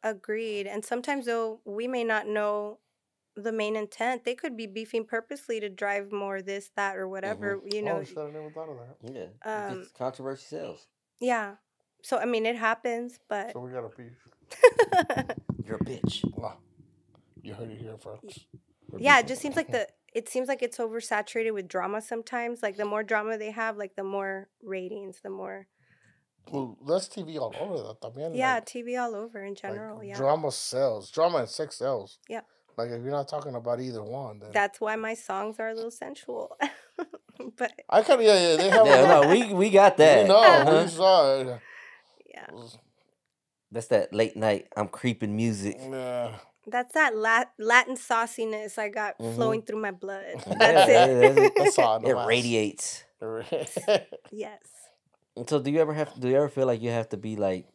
D: agreed. And sometimes, though, we may not know the main intent. They could be beefing purposely to drive more this, that, or whatever, you know.
C: Mm-hmm. oh, shit, I never thought of that.
B: yeah.
D: Um,
B: just controversy sells.
D: Yeah. So, I mean, it happens, but
C: So we got to beef.
B: You're a bitch.
C: Ah, you heard it here first.
B: We're
D: yeah, it
B: beefing.
D: just seems like the. It seems like it's oversaturated with drama sometimes. Like the more drama they have, like the more ratings, the more
C: Well, that's TV all over that. También,
D: yeah,
C: like-
D: TV all over in
C: like,
D: general. yeah,
C: Drama sells. Drama and sex sells.
D: Yeah.
C: Like if you're not talking about either one, then
D: That's why my songs are a little sensual. but
C: I kind of yeah yeah they have
B: yeah,
C: a-
B: no, we we got that.
C: we know
B: Uh-huh.
C: we saw it.
D: yeah,
B: That's that late night. I'm creeping music.
C: Yeah.
D: that's that lat- Latin sauciness I got
B: Mhm.
D: flowing through my blood.
C: Mm-hmm. Yeah,
D: That's it.
B: that's-
C: That's all.
B: It radiates.
D: yes.
B: And So do you ever have? Do you ever feel like you have to be like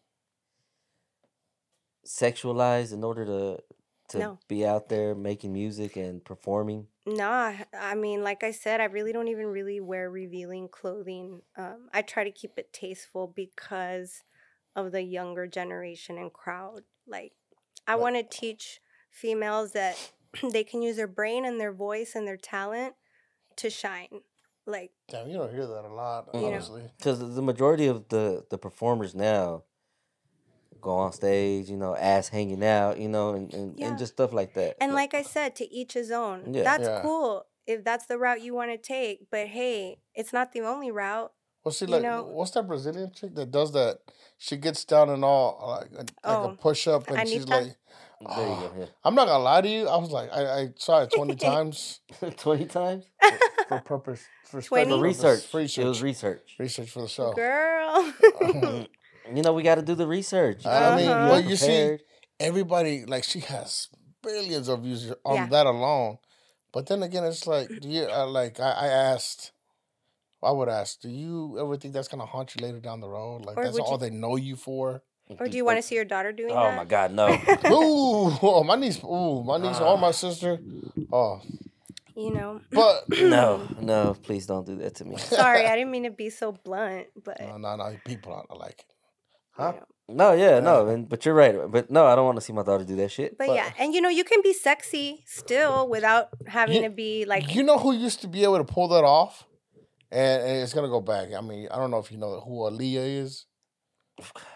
B: sexualized in order to to
D: No.
B: be out there making music and performing?
D: Nah, I mean, like I said, I really don't even really wear revealing clothing. Um, I try to keep it tasteful because of the younger generation and crowd. Like, I
C: Right.
D: want to teach females that they can use their brain and their voice and their talent to shine. Like,
C: Damn, you don't hear that a lot,
B: You know.
C: honestly.
B: Because the majority of the the performers now go on stage, you know, ass hanging out, you know, and and,
D: Yeah.
B: and just stuff like that.
D: And like I said, to each his own.
B: Yeah.
D: That's
C: Yeah.
D: cool if that's the route you want to take. But hey, it's not the only route.
C: Well, see,
D: You
C: like,
D: know-
C: what's that Brazilian chick that does that? She gets down and all uh, like, a- like a
D: Oh,
C: push up, and she's
D: Anita?
C: like,
B: there you go.
C: "I'm not gonna lie to you." I was like, I, I saw it twenty times.
B: Yeah. Twenty times
C: for purpose for,
D: For
C: study
B: for
D: Twenty?
C: purpose,
B: research.
C: research,
B: It was research.
C: research for the show.
D: Girl.
B: You know, we got to do the research. You
C: I
B: gotta be
D: mean,
B: more
D: well,
C: Uh-huh. you see-
B: prepared.
C: Everybody like she has billions of views on
D: Yeah.
C: that alone, But then again, it's like, do you uh, like? I, I asked, I would ask, do you ever think that's gonna haunt you later down the road? Like
D: Or
C: that's
D: would
C: all
D: you-
C: they know you for.
D: Or do you want to see your daughter doing
B: Oh
D: that?
B: my God, no!
C: Ooh, oh, my niece. Ooh, my niece or my sister.
B: Ah.
C: Oh,
D: You know,
C: but
B: no, no! Please don't do that to me.
D: sorry, I didn't mean to be so blunt, but
C: no, no, no. People aren't like. it.
D: you
C: Huh?
D: know.
B: No, yeah,
C: Yeah.
B: no, and, but you're right. But no, I don't want to see my daughter do that shit.
D: But,
C: But-
D: yeah, and you know, you can be sexy still without having
C: You-
D: to be like
C: you know who used to be able to pull that off, and, and it's gonna go back. I mean, I don't know if you know who Aaliyah is.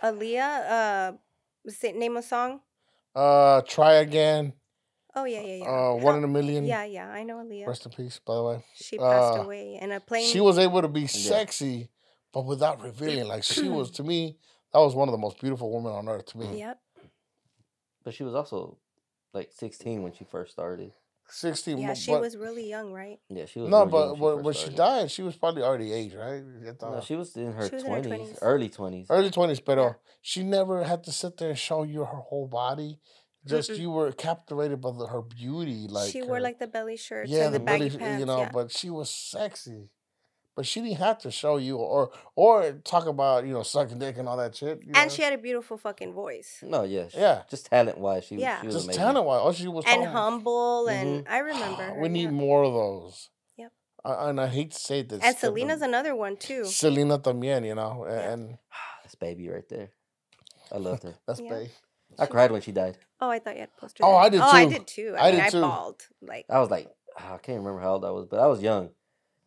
D: Aaliyah. Uh, was it name a song?
C: Uh, try again.
D: Oh yeah, yeah, yeah.
C: Uh, one in
D: How-
C: a million.
D: Yeah, yeah, I know Aaliyah.
C: Rest in peace, by the way.
D: She passed
C: uh,
D: away in a plane.
C: She was able to be sexy, but without revealing. Like she was to me, that was one of the most beautiful women on earth to me.
D: Yep.
B: But she was also like 16 when she first started.
C: Sixteen.
D: Yeah,
C: but-
D: she
C: but-
D: was really young, right?
B: Yeah, she was. real
C: No,
B: young
C: but when, when,
B: first
C: she
B: started.
C: died, she was probably already age, right? I thought.
B: No, she was in her
D: She was in her
B: twenties,
D: 20s.
B: early twenties.
C: early twenties, pero she never had to sit there and show you her whole body. Just
D: Mm-mm.
C: you were captivated by the, her beauty, like
D: she wore
C: her-
D: like the belly shirts
C: yeah,
D: and the,
C: the
D: baggy
C: belly,
D: pants.
C: you know.
D: yeah.
C: But she was sexy, but she didn't have to show you or or talk about you know sucking dick and all that shit. you know?
D: and she had a beautiful fucking voice.
B: No, yeah, she-
C: Yeah.
B: Just talent wise, she
D: Yeah.
B: she was
C: just
B: amazing.
C: telling why all she was
D: And
C: talking-
D: humble, and
C: Mm-hmm.
D: I remember. Her,
C: we need
D: yeah.
C: more of those.
D: Yep.
C: I, and I hate to say this.
D: And Selena's another one too.
C: Selena también, you know, a- and
B: That's baby right there. I loved her.
C: that's
D: Yeah.
C: bae.
B: I cried when she died.
D: Oh, I thought you had posted.
C: Oh,
D: it.
C: I did
D: Oh, I
C: too.
D: did too. I,
C: I
D: mean,
C: did
D: I
C: too.
D: bawled. Like,
B: I was like, ah, I can't remember how old I was, but I was young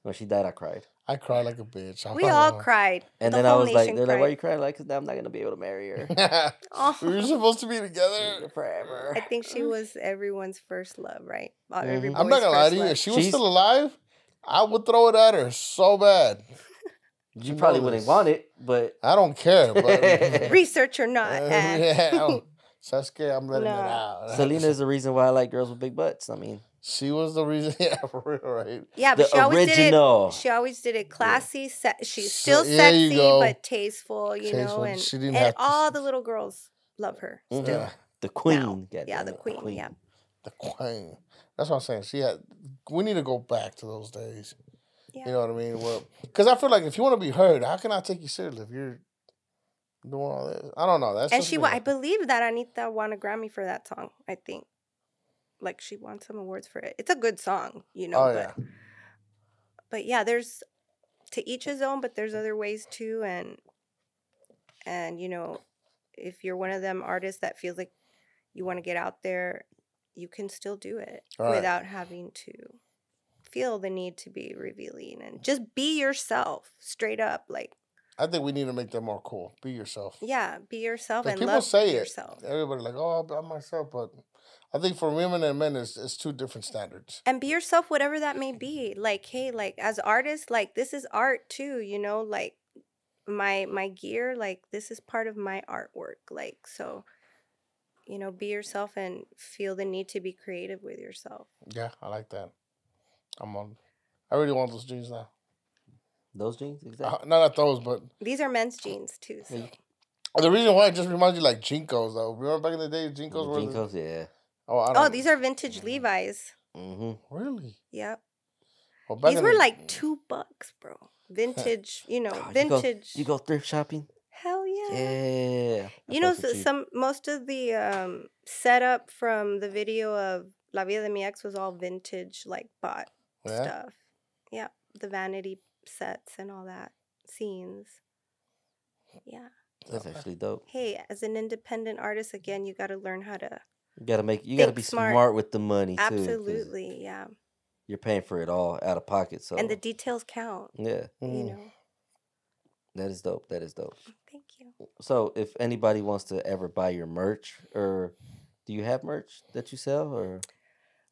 B: when she died. I cried,
C: I cry like a bitch.
D: we all cried.
B: and
D: The
B: then I
D: whole
B: was like,
D: nation
B: they're like, why
D: cried.
B: are you crying? Like, cause now I'm not gonna be able to marry her
C: cry. we were
D: Oh,
C: supposed to be together.
B: forever.
D: I think she was everyone's first love, right? Uh, every
B: Mhm.
C: Mm-hmm. I'm not
D: boy's
C: gonna lie
D: first
C: to you. If
D: love.
C: she was
B: She's-
C: still alive, I would throw it at her so bad.
B: You
C: know
B: probably wouldn't
C: this.
B: want it, but
C: I don't care. But
D: Research or
C: Uh,
D: not, eh.
C: yeah, oh, Sasuke, I'm letting
D: No.
C: it out.
B: Selena is the reason why I like girls with big butts. I mean,
C: She was the reason. Yeah, for real, right?
D: yeah,
B: the
D: but she always did it.
B: original.
D: She always did it classy. Se- she's
C: So-
D: still
C: yeah, you
D: sexy,
C: go.
D: but tasteful, you
C: Tasteful.
D: know. And,
C: She didn't
D: and
C: have to-
D: all the little girls love her.
B: Mhm.
C: Yeah.
B: The queen. God
D: Yeah,
B: damn
D: the
B: it,
D: queen. Yeah,
C: The queen. That's what I'm saying. She had. We need to go back to those days.
D: yeah.
C: You know what I mean? Well, because I feel like if you want to be heard, how can I take you seriously if you're doing all this? I don't know. That's
D: and
C: just
D: she,
C: me.
D: wa- I believe that Anita won a Grammy for that song. I think, like, she won some awards for it. It's a good song, you know.
C: Oh,
D: but,
C: yeah.
D: but yeah, there's to each his own. But there's other ways too, and and you know, if you're one of them artists that feels like you want to get out there, you can still do it
C: All right.
D: without having to feel the need to be revealing and just be yourself, straight up. Like,
C: I think we need to make that more cool. Be yourself.
D: yeah, be yourself
C: 'Cause
D: and
C: people
D: love
C: say it.
D: yourself.
C: Everybody like, oh, I'm myself, but I think for women and men, it's, it's two different standards.
D: and be yourself whatever that may be like hey like as artists like this is art too you know like my my gear like this is part of my artwork like so you know be yourself and feel the need to be creative with yourself
C: Yeah, I like that. I'm on. I really want those jeans now.
B: Those jeans, exactly.
C: Uh, no, not those, but
D: these are men's jeans too so
B: you-
C: the reason why it just reminds you like Jinkos though. Remember back in the day, Jinkos were. the-
B: Jinkos, yeah.
C: Oh, I
D: oh
C: don't.
D: these are vintage
B: Mm-hmm.
D: levi's
B: hmm
C: really.
D: yep
C: Well,
D: these
C: in
D: were
C: the-
D: like two bucks bro vintage you know
B: Oh, you go-
D: vintage
B: You go thrift shopping?
D: hell yeah,
B: Yeah. I
D: you know
B: fuck with
D: so, some most of the um setup from the video of la vida de mi ex was all vintage like bought
C: Yeah.
D: stuff yeah the vanity sets and all that scenes yeah
B: That's actually dope.
D: hey as an independent artist again you got to learn how to
B: You gotta make you gotta
D: Think
B: be smart.
D: smart.
B: with the money too. 'cause
D: absolutely yeah
B: You're paying for it all out of pocket. So
D: and the details count
B: Yeah.
D: you
C: Mm.
D: know
B: That is dope. That is dope.
D: thank you
B: So if anybody wants to ever buy your merch or do you have merch that you sell or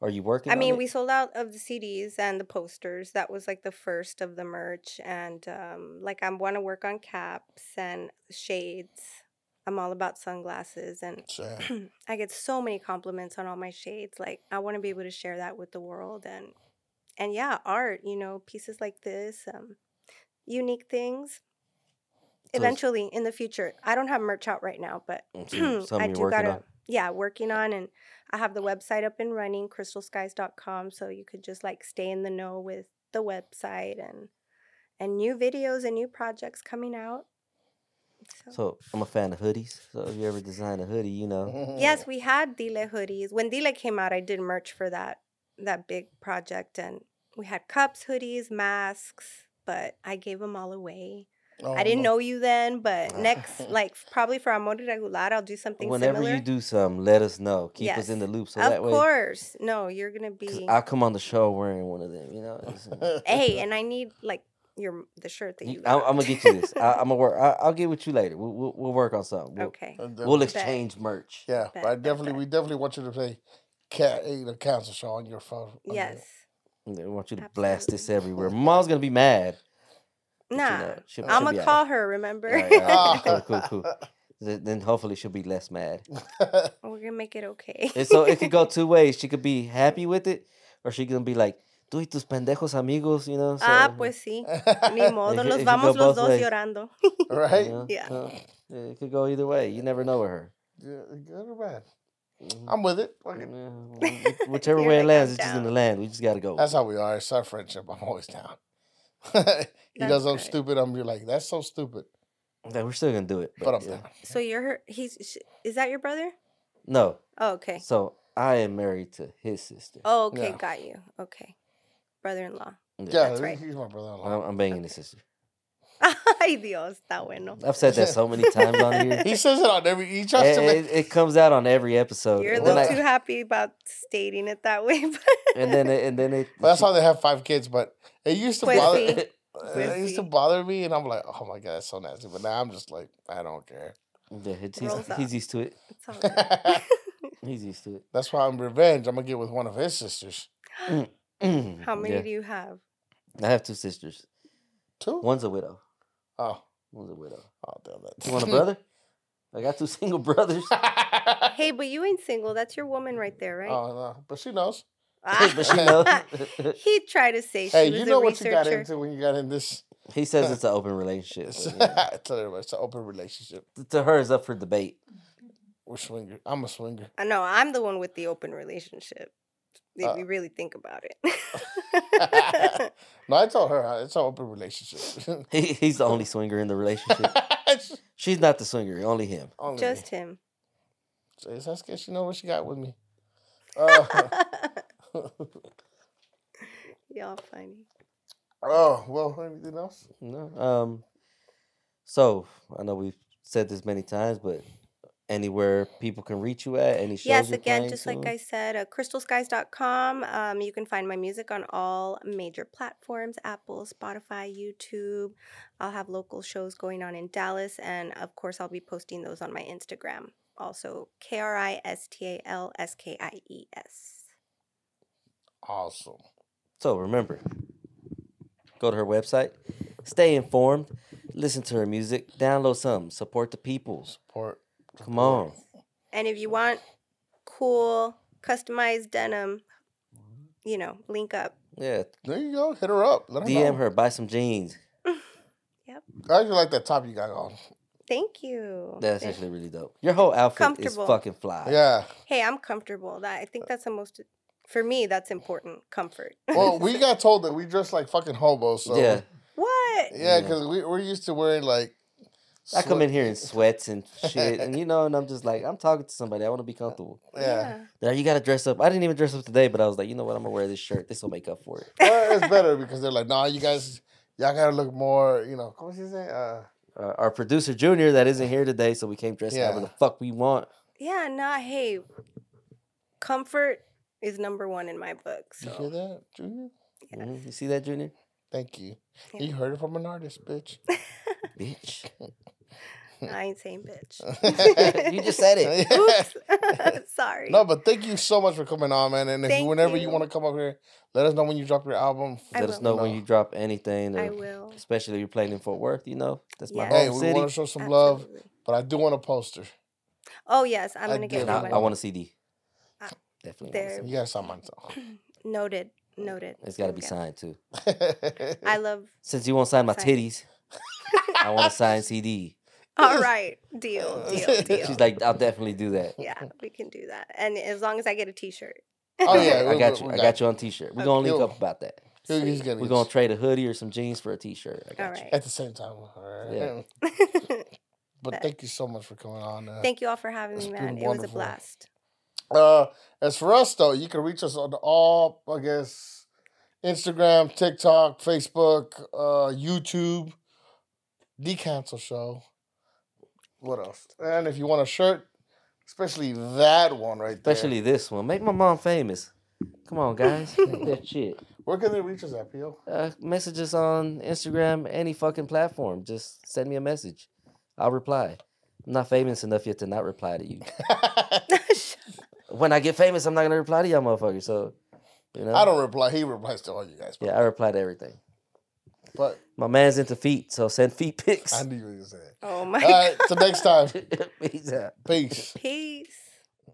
B: are you working?
D: I
B: on
D: mean,
B: it?
D: we sold out of the CDs and the posters. That was like the first of the merch. And um, like, I want to work on caps and shades. I'm all about sunglasses. And
C: Sure.
D: I get so many compliments on all my shades. Like, I want to be able to share that with the world. And, and yeah, art, you know, pieces like this, um, unique things.
B: it's-
D: Eventually, in the future, I don't have merch out right now, but
B: Mhm, something
D: I
B: you're
D: do
B: working
D: gotta,
B: on.
D: yeah, working on, and I have the website up and running, crystalskies.com, so you could just like stay in the know with the website and and new videos and new projects coming out. So,
B: So I'm a fan of hoodies. So if you ever design a hoodie, you know.
D: yes, we had Dile hoodies. When Dile came out, I did merch for that that big project and we had cups, hoodies, masks, but I gave them all away.
C: Oh,
D: I didn't
C: no.
D: know you then, but next, like probably for Amor Regular, I'll do something
B: Whenever
D: similar.
B: you do something, let us know. Keep us in the
D: Yes.
B: loop so
D: of
B: that way.
D: course, no, you're gonna
B: 'cause
D: be.
B: I'll come on the show wearing one of them. You know. It's-
D: hey, and I need like your the shirt that you.
B: you- I, I'm gonna
D: got.
B: get you this. I, I'm gonna work. I, I'll get with you later. We'll, we'll, we'll work on something. We'll,
D: okay.
C: And then-
B: we'll
D: Bet.
B: exchange merch.
C: yeah, uh, but
D: Bet,
C: I
D: bet,
C: definitely
D: bet.
C: we definitely want you to play cat eh, you know, cancel show on your phone. on your-
D: Yes.
B: I want you to blast this
D: Absolutely.
B: everywhere. Mom's gonna be mad. but you
D: Nah.
B: know, she'll- she'll
D: I'm
B: be
D: gonna
B: all
D: call her. Remember,
B: right. All right, all right.
C: Ah.
B: Cool, cool, cool. Th- Then hopefully she'll be less mad.
D: we're gonna make it okay.
B: And so it could go two ways. She could be happy with it, or she can be like, "Tú y tus pendejos amigos," you know. So,
D: ah, pues sí. Ni modo,
B: If you- if
D: los
B: you go
D: vamos
B: both
D: los dos
B: ways.
D: llorando.
B: you
C: right?
B: know,
D: Yeah.
B: so, yeah, it could go either way. You never know with her.
C: Yeah, good or bad.
B: Mhm.
C: I'm with it. Fuck
B: Yeah,
C: it.
B: wh- wh- Whichever
D: You're
B: way it
D: like,
B: lands,
D: I'm
B: it's just in the
D: down.
B: land. We just gotta go.
C: That's how we are. It's our friendship. I'm always down. he
D: That's
C: does something
D: right.
C: stupid. I'm you're like, that's so stupid.
B: Like, we're still gonna do it.
C: But I'm
B: yeah.
C: down.
D: So you're her. He's. Sh- is that your brother?
B: No.
D: Oh, okay.
B: So I am married to his sister.
D: Oh, okay.
C: Yeah.
D: Got you. Okay. Brother-in-law.
C: Yeah,
D: That's right.
C: he's my brother-in-law.
B: I'm, I'm banging his sister.
D: Ay, Dios, está bueno.
B: I've said that so many times on here.
C: he says it on every. He tries
B: It,
C: to make.
B: it, it comes out on every episode.
D: You're a
B: and then
D: little
C: Well,
D: too
B: I,
D: happy about stating it that way, but
B: and then it, and then it,
C: Well, that's how they have five kids. But it used to
D: Pues
C: bother.
D: sí.
C: It used to
D: Pussy.
C: bother me, and I'm like, oh my god, that's so nasty. But now I'm just like, I don't care.
B: yeah, it's-
D: rolls
B: he's,
D: up.
B: he's used to it.
D: it's all good.
B: He's used to
C: that's why I'm revenge. I'm gonna get with one of his sisters.
B: it.
D: How many
B: Yeah.
D: do you have?
B: I have two sisters.
C: Two.
B: One's a widow.
C: Oh,
B: One's a widow.
C: oh damn that.
B: You want a brother? I got two single brothers.
D: Hey, but you ain't single. That's your woman right there, right? Ah,
C: Oh no, but she knows.
B: but she knows.
D: he tried to say she
C: hey,
D: was
C: you
D: a
C: know what
D: researcher.
C: you got into when you got in this.
B: He says it's an open relationship.
C: It's,
B: but, you know,
C: tell everybody, it's an open relationship.
B: t- to her, it's up for debate.
C: We're swingers. I'm a swinger.
D: I know I'm the one with the open relationship. If
C: Uh.
D: you really think about it.
C: No, I told her uh, it's an open relationship.
B: He, he's the only swinger in the relationship.
C: It's
B: She's not the swinger, only him.
C: only
D: Just him.
C: me. Is that scared? She know what she got with me. Uh,
D: Y'all funny.
C: oh well, anything else?
B: No. Um. So I know we've said this many times, but anywhere people can reach you at any shows.
D: Yes,
B: you're
D: again,
B: playing
D: just like
B: soon?
D: I said, uh, crystalskies.com. Um, you can find my music on all major platforms Apple, Spotify, YouTube. I'll have local shows going on in Dallas. And of course, I'll be posting those on my Instagram. Also, K R I S T A L S K I E S.
C: Awesome.
B: So remember, go to her website, stay informed, listen to her music, download something, support the peoples.
C: Support.
B: Come on.
D: And if you want cool, customized denim, you know, link up.
B: Yeah.
C: There you go. Hit her up. Let her know.
B: DM her, buy some jeans.
C: I actually like that top you got on.
D: Thank you.
B: That's
D: Thank-
B: actually really dope. Your whole outfit is
D: Comfortable.
B: fucking fly.
C: Yeah.
D: hey, I'm comfortable. That I
B: Uh
D: think that's the most for me. That's important. Comfort.
C: Well, we got told that we dress like fucking hobos. So
B: yeah.
D: what?
C: Yeah,
B: Yeah.
C: because we, we're used to wearing like.
B: I come in here in sweats and shit, and you know, and I'm just like, I'm talking to somebody. I want to be comfortable.
C: Yeah.
B: They're like, you gotta dress up. I didn't even dress up today, but I was like, you know what? I'm gonna wear this shirt. This will make up for it.
C: Uh, it's better because they're like, nah, you guys, y'all gotta look more, you know, what was he saying? Uh,
B: Uh, our producer Junior that isn't here today, so we came dressed however
C: Yeah.
B: the fuck we want.
D: Yeah, nah, hey, comfort is number one in my book.
C: you hear
D: So
C: that, Junior? Mm-hmm.
B: Mhm. You see that, Junior?
C: Thank you.
D: Yeah.
C: You heard it from an artist, bitch.
B: Bitch,
D: I ain't saying bitch.
B: you just said it.
D: Oops. Sorry.
C: no, but thank you so much for coming on, man. And if you,
D: Thank
C: whenever you
D: you.
C: want to come up here, let us know when you drop your album.
D: I
B: Let us
D: will.
B: know when
C: No.
B: you drop anything,
D: I
B: or
D: will.
B: especially if you're playing in Fort Worth. You know, that's my
D: Yes.
C: Hey,
B: home
C: we
B: city.
C: want to show some love,
D: Absolutely.
C: but I do want a poster.
D: Oh yes, I'm
C: I
D: gonna get
B: And
C: did.
D: you
B: I,
D: one.
B: I want a CD.
D: Ah,
B: Definitely. want a
D: there.
B: CD.
C: You gotta sign mine. so.
D: Noted. Noted.
B: It's gotta
D: We'll
B: be
D: get-
B: signed too.
D: I love
B: Since you won't sign my
D: Sign.
B: titties, I want to sign CD.
D: All right, deal, deal, deal.
B: She's like, I'll definitely do that.
D: yeah, we can do that. And as long as I get a T-shirt,
C: Oh yeah,
B: I got you. I got you on T-shirt. We're gonna link
C: Yo.
B: up about that.
C: you. He's gonna
B: We're
C: get
B: gonna
C: you.
B: trade a hoodie or some jeans for a T-shirt. I got
D: all
B: you.
D: right.
C: at the same time. all right.
B: Yeah.
C: But thank you so much for coming on. Uh,
D: Thank you all for having
C: It's
D: me,
C: been
D: man. It was a
C: wonderful.
D: blast.
C: Uh, as for us though, you can reach us on all, I guess, Instagram, TikTok, Facebook, uh, YouTube, The Cancel Show. What else? And if you want a shirt, especially that one right there.
B: Especially this one. Make my mom famous. Come on, guys. Make that shit.
C: Where can they reach us at, P.O.?
B: Uh, message us on Instagram, any fucking platform. Just send me a message. I'll reply. I'm not famous enough yet to not reply to you. When I get famous, I'm not gonna reply to y'all motherfuckers. So, you know,
C: I don't reply. He replies to all you guys. But,
B: Yeah, I reply to everything.
C: but
B: My man's into feet, so send feet pics.
C: I knew you were going to say that.
D: oh my
C: All right. Till next time.
B: Peace out.
C: Peace.
D: peace.